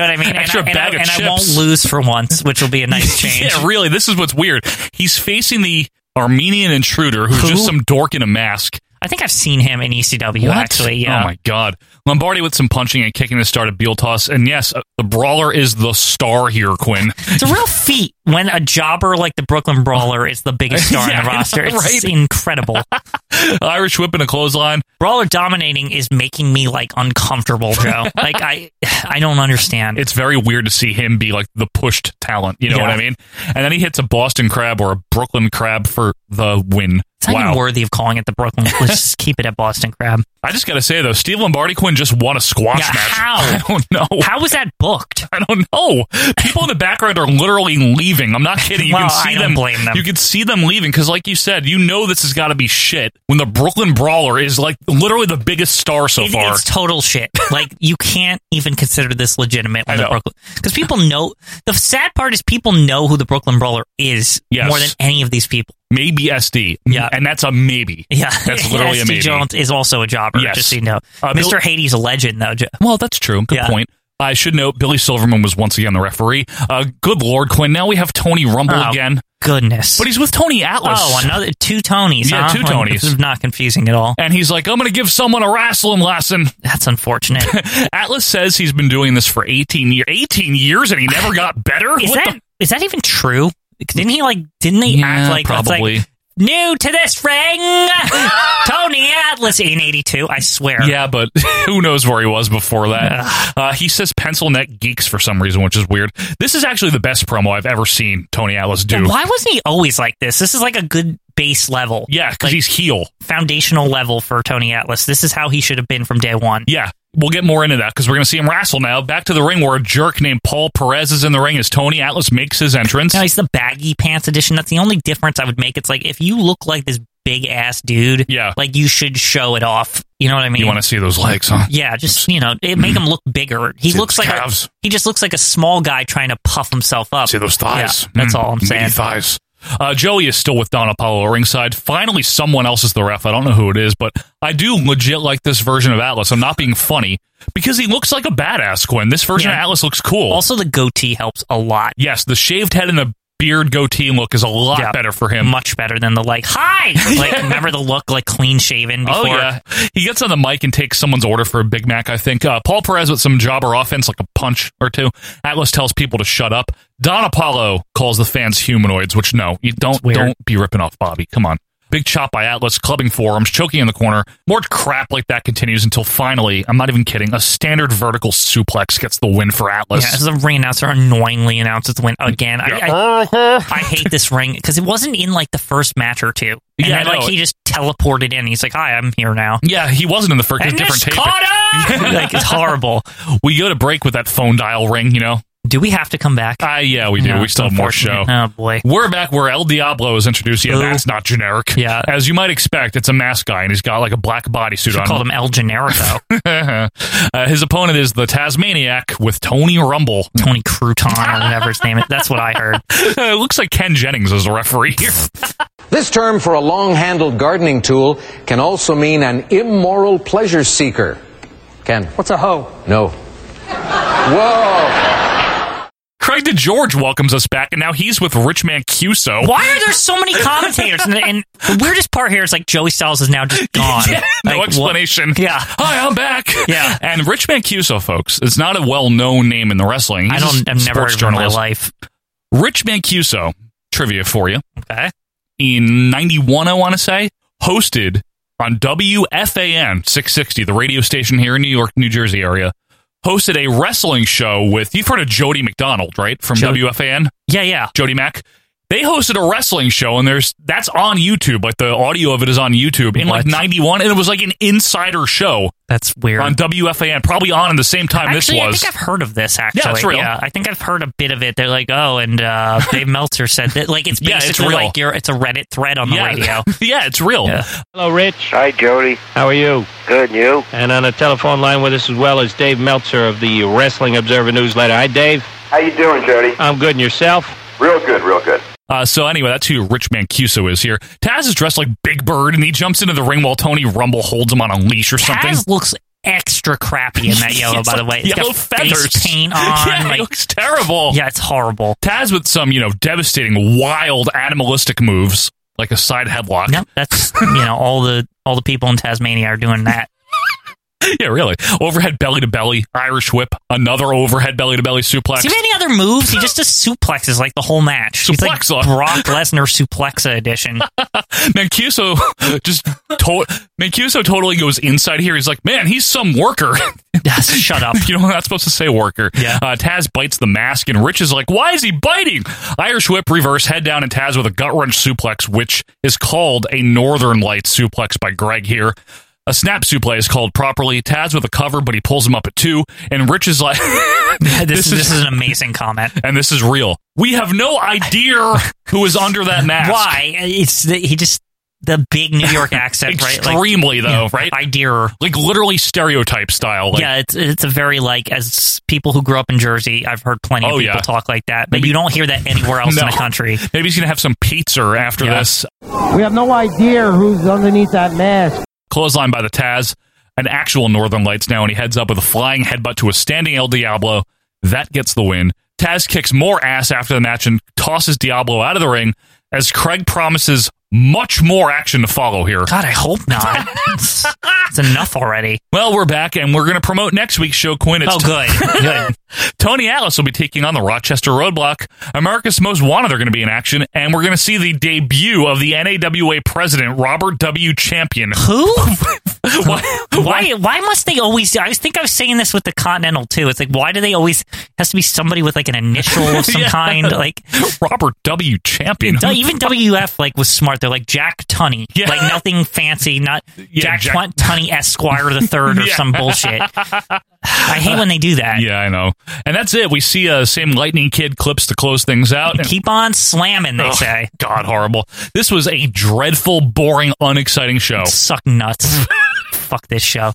Speaker 2: what I mean? And
Speaker 1: Extra
Speaker 2: I, and
Speaker 1: bag
Speaker 2: I,
Speaker 1: of
Speaker 2: and I won't
Speaker 1: chips.
Speaker 2: lose for once, which will be a nice change.
Speaker 1: Yeah, really. This is what's weird. He's facing the Armenian intruder, who's
Speaker 2: Who?
Speaker 1: just some dork in a mask.
Speaker 2: I think I've seen him in ECW
Speaker 1: What?
Speaker 2: actually. Yeah.
Speaker 1: Oh my god. Lombardi with some punching and kicking to start a Beal toss. And yes, uh, the brawler is the star here, Quinn.
Speaker 2: It's a real feat when a jobber like the Brooklyn Brawler is the biggest star
Speaker 1: Yeah,
Speaker 2: in the
Speaker 1: I know,
Speaker 2: roster. It's
Speaker 1: right?
Speaker 2: incredible.
Speaker 1: Irish whip and a clothesline.
Speaker 2: Brawler dominating is making me like uncomfortable, Joe. like I, I don't understand.
Speaker 1: It's very weird to see him be like the pushed talent. You know
Speaker 2: Yeah.
Speaker 1: what I mean? And then he hits a Boston crab or a Brooklyn crab for the win.
Speaker 2: It's not
Speaker 1: wow.
Speaker 2: even worthy of calling it the Brooklyn. Let's just keep it at Boston Crab.
Speaker 1: I just gotta say though, Steve Lombardi Quinn just won a squash
Speaker 2: Yeah,
Speaker 1: match.
Speaker 2: how?
Speaker 1: I don't know.
Speaker 2: How was that booked?
Speaker 1: I don't know. People in the background are literally leaving. I'm not kidding. You
Speaker 2: Well,
Speaker 1: can see
Speaker 2: I don't
Speaker 1: them.
Speaker 2: blame them.
Speaker 1: You can see them leaving because, like you said, you know this has got to be shit when the Brooklyn Brawler is like literally the biggest star so
Speaker 2: It-
Speaker 1: far.
Speaker 2: It's total shit. Like you can't even consider this legitimate
Speaker 1: I
Speaker 2: on the
Speaker 1: know.
Speaker 2: Brooklyn because people know. The sad part is people know who the Brooklyn Brawler is
Speaker 1: Yes.
Speaker 2: more than any of these people.
Speaker 1: maybe SD.
Speaker 2: Yeah.
Speaker 1: and that's a maybe.
Speaker 2: Yeah,
Speaker 1: that's literally a
Speaker 2: SD
Speaker 1: maybe.
Speaker 2: Jones is also a jobber.
Speaker 1: Yes.
Speaker 2: Just so you know,
Speaker 1: Uh,
Speaker 2: Mr.
Speaker 1: Bill-
Speaker 2: Hades a legend though. Joe.
Speaker 1: Well, that's true. Good
Speaker 2: Yeah.
Speaker 1: point. I should note Billy Silverman was once again the referee. Uh, good Lord, Quinn. Now we have Tony Rumble
Speaker 2: Oh,
Speaker 1: again,
Speaker 2: Goodness,
Speaker 1: but he's with Tony Atlas.
Speaker 2: oh another two Tonys.
Speaker 1: Yeah,
Speaker 2: huh?
Speaker 1: two Tonys.
Speaker 2: This is not confusing at all.
Speaker 1: and he's like, I'm going to give someone a wrestling lesson.
Speaker 2: That's unfortunate.
Speaker 1: Atlas says he's been doing this for 18 years. 18 years, and he never got better.
Speaker 2: is
Speaker 1: What
Speaker 2: that
Speaker 1: the-
Speaker 2: is that even true? Didn't he like? Didn't they
Speaker 1: Yeah,
Speaker 2: act like it's like,
Speaker 1: probably.
Speaker 2: new to this ring? Tony the Atlas in '82. I swear.
Speaker 1: Yeah, but who knows where he was before that? Uh, he says pencil neck geeks for some reason, which is weird. This is actually the best promo I've ever seen Tony Atlas do.
Speaker 2: Yeah, why wasn't he always like this? This is like a good base level.
Speaker 1: Yeah, because he's heel,
Speaker 2: foundational level for Tony Atlas. This is how he should have been from day one.
Speaker 1: Yeah. We'll get more into that because we're going to see him wrestle now. Back to the ring where a jerk named Paul Perez is in the ring as Tony Atlas makes his entrance.
Speaker 2: Now he's the baggy pants edition. That's the only difference I would make. It's like if you look like this big ass dude,
Speaker 1: yeah.
Speaker 2: like you should show it off. You know what I mean?
Speaker 1: You want to see those legs, huh?
Speaker 2: Yeah, just you know, it make him look bigger. He
Speaker 1: See
Speaker 2: looks
Speaker 1: those
Speaker 2: like a,
Speaker 1: calves?
Speaker 2: he just looks like a small guy trying to puff himself up.
Speaker 1: See those thighs?
Speaker 2: Yeah, that's
Speaker 1: Mm,
Speaker 2: all I'm
Speaker 1: meaty
Speaker 2: saying.
Speaker 1: Thighs. Uh, Joey is still with Don Apollo at ringside. Finally, someone else is the ref. I don't know who it is, but I do legit like this version of Atlas. I'm not being funny because he looks like a badass, Quinn. This version of
Speaker 2: Yeah.
Speaker 1: Atlas looks cool.
Speaker 2: Also, the goatee helps a lot.
Speaker 1: yes, the shaved head and the beard goatee look is a lot
Speaker 2: Yeah.
Speaker 1: better for him.
Speaker 2: Much better than the like hi. Like remember the look like clean shaven. Before?
Speaker 1: Oh yeah, he gets on the mic and takes someone's order for a Big Mac. I think uh, Paul Perez with some jobber offense, like a punch or two. Atlas tells people to shut up. Don Apollo calls the fans humanoids, which no, you don't
Speaker 2: weird.
Speaker 1: don't be ripping off Bobby. Come on. Big chop by Atlas, clubbing forearms, choking in the corner. More crap like that continues until finally, I'm not even kidding, a standard vertical suplex gets the win for Atlas.
Speaker 2: Yeah, as the ring announcer annoyingly announces the win again. I, I, I hate this ring because it wasn't in like the first match or two. And
Speaker 1: Yeah,
Speaker 2: then,
Speaker 1: I
Speaker 2: like
Speaker 1: know.
Speaker 2: he just teleported in. He's like, "Hi, I'm here now."
Speaker 1: Yeah, he wasn't in the first
Speaker 2: And
Speaker 1: different
Speaker 2: it's
Speaker 1: tape.
Speaker 2: caught up! Like, it's horrible.
Speaker 1: We go to break with that phone dial ring, you know.
Speaker 2: Do we have to come back?
Speaker 1: Ah, yeah, we do.
Speaker 2: No,
Speaker 1: we still have more show.
Speaker 2: unfortunately. Oh boy.
Speaker 1: We're back where El Diablo is introduced. Yeah,
Speaker 2: Ooh.
Speaker 1: that's not generic.
Speaker 2: Yeah.
Speaker 1: As you might expect, it's a mask guy, and he's got like a black bodysuit
Speaker 2: Should
Speaker 1: on.
Speaker 2: call him El Generico.
Speaker 1: uh, his opponent is the Tasmaniac with Tony Rumble.
Speaker 2: Tony Crouton or whatever his name is. That's what I heard.
Speaker 1: it looks like Ken Jennings is the referee here.
Speaker 8: This term for a long handled gardening tool can also mean an immoral pleasure seeker. Ken. What's a hoe? No. Whoa.
Speaker 1: Craig DeGeorge welcomes us back, and now he's with Rich Mancuso.
Speaker 2: Why are there so many commentators? And, and the weirdest part here is like Joey Styles is now just gone.
Speaker 1: Yeah,
Speaker 2: Like,
Speaker 1: no
Speaker 2: what-
Speaker 1: explanation.
Speaker 2: Yeah.
Speaker 1: Hi, I'm back.
Speaker 2: Yeah.
Speaker 1: And Rich Mancuso, folks, is not a well-known name in the wrestling.
Speaker 2: I
Speaker 1: He's a
Speaker 2: don't. I've never
Speaker 1: sports
Speaker 2: heard of him in my
Speaker 1: journalist.
Speaker 2: life.
Speaker 1: Rich Mancuso, trivia for you.
Speaker 2: Okay.
Speaker 1: in 91, I want to say, hosted on WFAN 660, the radio station here in New York, New Jersey area, hosted a wrestling show with, you've heard of Jody McDonald, right? From
Speaker 2: Jody-
Speaker 1: WFAN,
Speaker 2: Yeah, yeah.
Speaker 1: Jody Mack. They hosted a wrestling show, and there's that's on YouTube. Like the audio of it is on YouTube in like
Speaker 2: What?
Speaker 1: '91, and it was like an insider show
Speaker 2: That's weird.
Speaker 1: on WFAN, probably on at the same time
Speaker 2: actually,
Speaker 1: this was.
Speaker 2: I think I've heard of this. Actually,
Speaker 1: it's real.
Speaker 2: I think I've heard a bit of it. They're like, oh, and uh, Dave Meltzer said that. Like, it's
Speaker 1: Yeah, it's
Speaker 2: basically
Speaker 1: real.
Speaker 2: like you're, it's a Reddit thread on the
Speaker 1: yeah,
Speaker 2: radio.
Speaker 1: yeah, it's real.
Speaker 2: Yeah.
Speaker 18: Hello, Rich. Hi, Jody. How are you? Good, you? And on the telephone line with us as well is Dave Meltzer of the Wrestling Observer Newsletter. Hi, Dave. How you doing, Jody? I'm good. And yourself? Real good, real good.
Speaker 1: Uh, so anyway, that's who Rich Mancuso is here. Taz is dressed like Big Bird, and he jumps into the ring while Tony Rumble holds him on a leash or something.
Speaker 2: Taz looks extra crappy in that yellow.
Speaker 1: It's
Speaker 2: by the
Speaker 1: like
Speaker 2: way, It's
Speaker 1: yellow
Speaker 2: got
Speaker 1: feathers.
Speaker 2: face paint on.
Speaker 1: yeah,
Speaker 2: like-
Speaker 1: it looks terrible.
Speaker 2: yeah, it's horrible.
Speaker 1: Taz with some you know devastating, wild, animalistic moves like a side headlock.
Speaker 2: No, that's you know all the all the people in Tasmania are doing that.
Speaker 1: yeah, really. Overhead belly to belly, Irish whip, another overhead belly to belly suplex.
Speaker 2: Do you have any other moves? He just does suplexes like the whole match. He's like
Speaker 1: Suplexa.
Speaker 2: Brock Lesnar suplexa edition. Ah,
Speaker 1: Mancuso just to- Mancuso totally goes inside here. He's like, man, he's some worker.
Speaker 2: Shut up.
Speaker 1: you know, we're not supposed to say worker.
Speaker 2: Yeah.
Speaker 1: Uh, Taz bites the mask, and Rich is like, why is he biting? Irish whip, reverse, head down, and Taz with a gut wrench suplex, which is called a Northern Light suplex by Greg here. A snap suplex is called properly. Taz with a cover, but he pulls him up at two, and Rich is like,
Speaker 2: This, is, this is an amazing comment.
Speaker 1: and this is real. We have no idea who is under that mask.
Speaker 2: Why? It's the, he just the big New York accent, right? Like,
Speaker 1: Extremely though, right?
Speaker 2: idea.
Speaker 1: like literally stereotype style. Like,
Speaker 2: yeah, it's it's a very like as people who grew up in Jersey, I've heard plenty of
Speaker 1: Oh,
Speaker 2: people
Speaker 1: yeah.
Speaker 2: talk like that, but you don't hear that anywhere else in
Speaker 1: No.
Speaker 2: the country.
Speaker 1: Maybe he's gonna have some pizza after this.
Speaker 19: We have no idea who's underneath that mask.
Speaker 1: Clothesline by the Taz, an actual Northern Lights now, and he heads up with a flying headbutt to a standing El Diablo. That gets the win. Taz kicks more ass after the match and tosses Diablo out of the ring as Craig promises Much more action to follow here. God, I hope not. it's, enough already. Well, we're back and we're going to promote next week's show, Quinn. It's
Speaker 2: Oh,
Speaker 1: good. Tony Atlas will be taking on the Rochester Roadblock. America's Most Wanted are going to be in action, and we're going to see the debut of the NAWA president, Robert W. Champion.
Speaker 2: Who? why, why? Why must they always? I was- think I was saying this with the Continental too. It's like why do they always has to be somebody with like an initial of some
Speaker 1: Yeah.
Speaker 2: kind? Like
Speaker 1: Robert W. Champion.
Speaker 2: Du- even WF like was smart. They're like Jack Tunney, like nothing fancy, not Jack,
Speaker 1: Jack-
Speaker 2: Tun- Tunney Esquire the Third or
Speaker 1: Yeah.
Speaker 2: some bullshit. I hate when they do that.
Speaker 1: Yeah, I know. And that's it. We see uh, same Lightning Kid clips to close things out. And
Speaker 2: Keep on slamming, they
Speaker 1: Ugh,
Speaker 2: say.
Speaker 1: God, horrible. This was a dreadful, boring, unexciting show.
Speaker 2: Suck nuts. Fuck this show.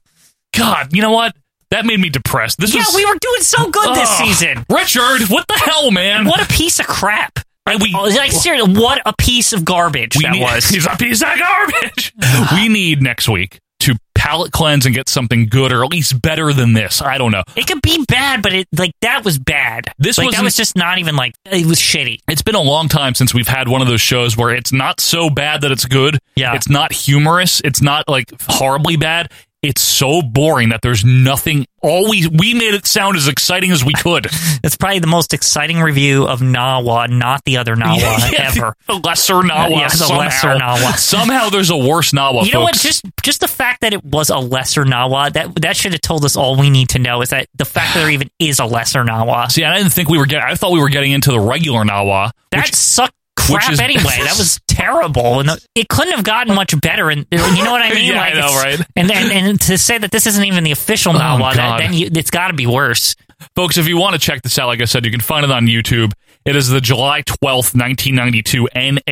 Speaker 1: God, you know what? That made me depressed. This
Speaker 2: yeah,
Speaker 1: was,
Speaker 2: we were doing so good this
Speaker 1: Ugh.
Speaker 2: season.
Speaker 1: Richard, what the hell, man?
Speaker 2: What a piece of crap.
Speaker 1: And we,
Speaker 2: Like seriously, what a piece of garbage that
Speaker 1: need,
Speaker 2: was.
Speaker 1: He's a piece of garbage. we need next week to palate cleanse and get something good, or at least better than this. I don't know.
Speaker 2: It could be bad, but it like that was bad.
Speaker 1: This
Speaker 2: like, that
Speaker 1: wasn't-
Speaker 2: was just not even like it was shitty.
Speaker 1: It's been a long time since we've had one of those shows where it's not so bad that it's good.
Speaker 2: Yeah.
Speaker 1: It's not humorous. It's not like horribly bad. It's so boring that there's nothing. All we we made it sound as exciting as we could.
Speaker 2: That's probably the most exciting review of Nawa, not the other Nawa
Speaker 1: Yeah,
Speaker 2: ever.
Speaker 1: The lesser Nawa.
Speaker 2: Yeah, the
Speaker 1: somehow.
Speaker 2: lesser Nawa.
Speaker 1: Somehow there's a worse Nawa.
Speaker 2: you know what?
Speaker 1: folks.
Speaker 2: Just just the fact that it was a lesser Nawa that that should have told us all we need to know is that the fact that there even is a lesser Nawa
Speaker 1: See, I didn't think we were getting. I thought we were getting into the regular Nawa.
Speaker 2: that sucked crap
Speaker 1: which is-
Speaker 2: anyway. That was terrible, and it couldn't have gotten much better. And you know what I mean?
Speaker 1: Yeah, I know,
Speaker 2: it's-
Speaker 1: right?
Speaker 2: And, and and to say that this isn't even the official
Speaker 1: Oh,
Speaker 2: Nawa, that,
Speaker 1: God.
Speaker 2: then you, it's got to be worse.
Speaker 1: Folks, if you want to check this out, like I said, you can find it on YouTube. It is the July 12th, 1992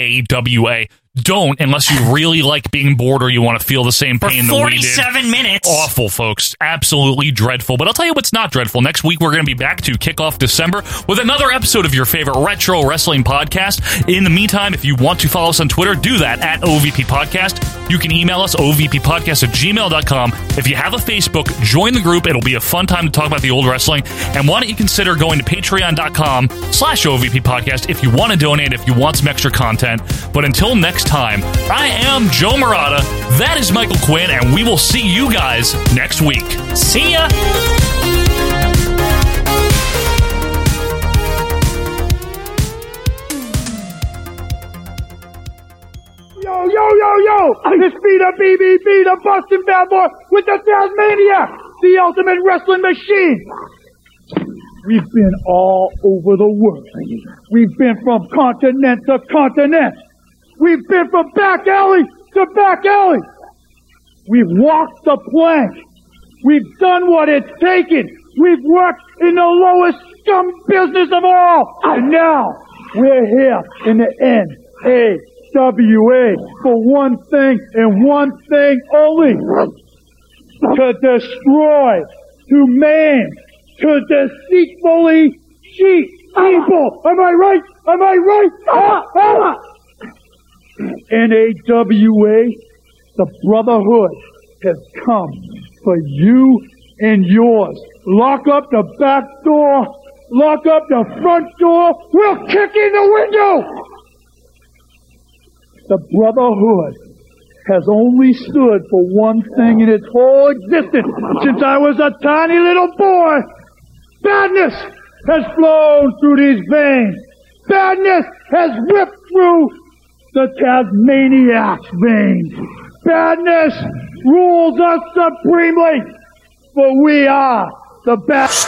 Speaker 1: NAWA. Don't, unless you really like being bored or you want to feel the same
Speaker 2: For
Speaker 1: pain that we did.
Speaker 2: 47 minutes.
Speaker 1: Awful, folks. Absolutely dreadful. But I'll tell you what's not dreadful. Next week, we're going to be back to kick off December with another episode of your favorite retro wrestling podcast. In the meantime, if you want to follow us on Twitter, do that at OVP Podcast. You can email us, ovppodcast at gmail.com. If you have a Facebook, join the group. It'll be a fun time to talk about the old wrestling. And why don't you consider going to patreon.com slash OVP Podcast if you want to donate, if you want some extra content. But until next time, I am Joe Murata. That is Michael Quinn, and we will see you guys next week.
Speaker 2: See ya.
Speaker 6: Yo, yo, yo, yo! It's Peter BBB, the Boston Bad Boy, with the Tasmania, the ultimate wrestling machine! We've been all over the world. We've been from continent to continent. We've been from back alley to back alley. We've walked the plank. We've done what it's taken. We've worked in the lowest scum business of all. And now we're here in the NAWA for one thing and one thing only. To destroy, to maim, to deceitfully cheat people. Am I right? Am I right? Ah, ah. NAWA, the Brotherhood has come for you and yours. Lock up the back door. Lock up the front door. We'll kick in the window. The Brotherhood has only stood for one thing in its whole existence since I was a tiny little boy. Badness has flown through these veins. Badness has ripped through the Tasmaniac's veins. Badness rules us supremely, for we are the best.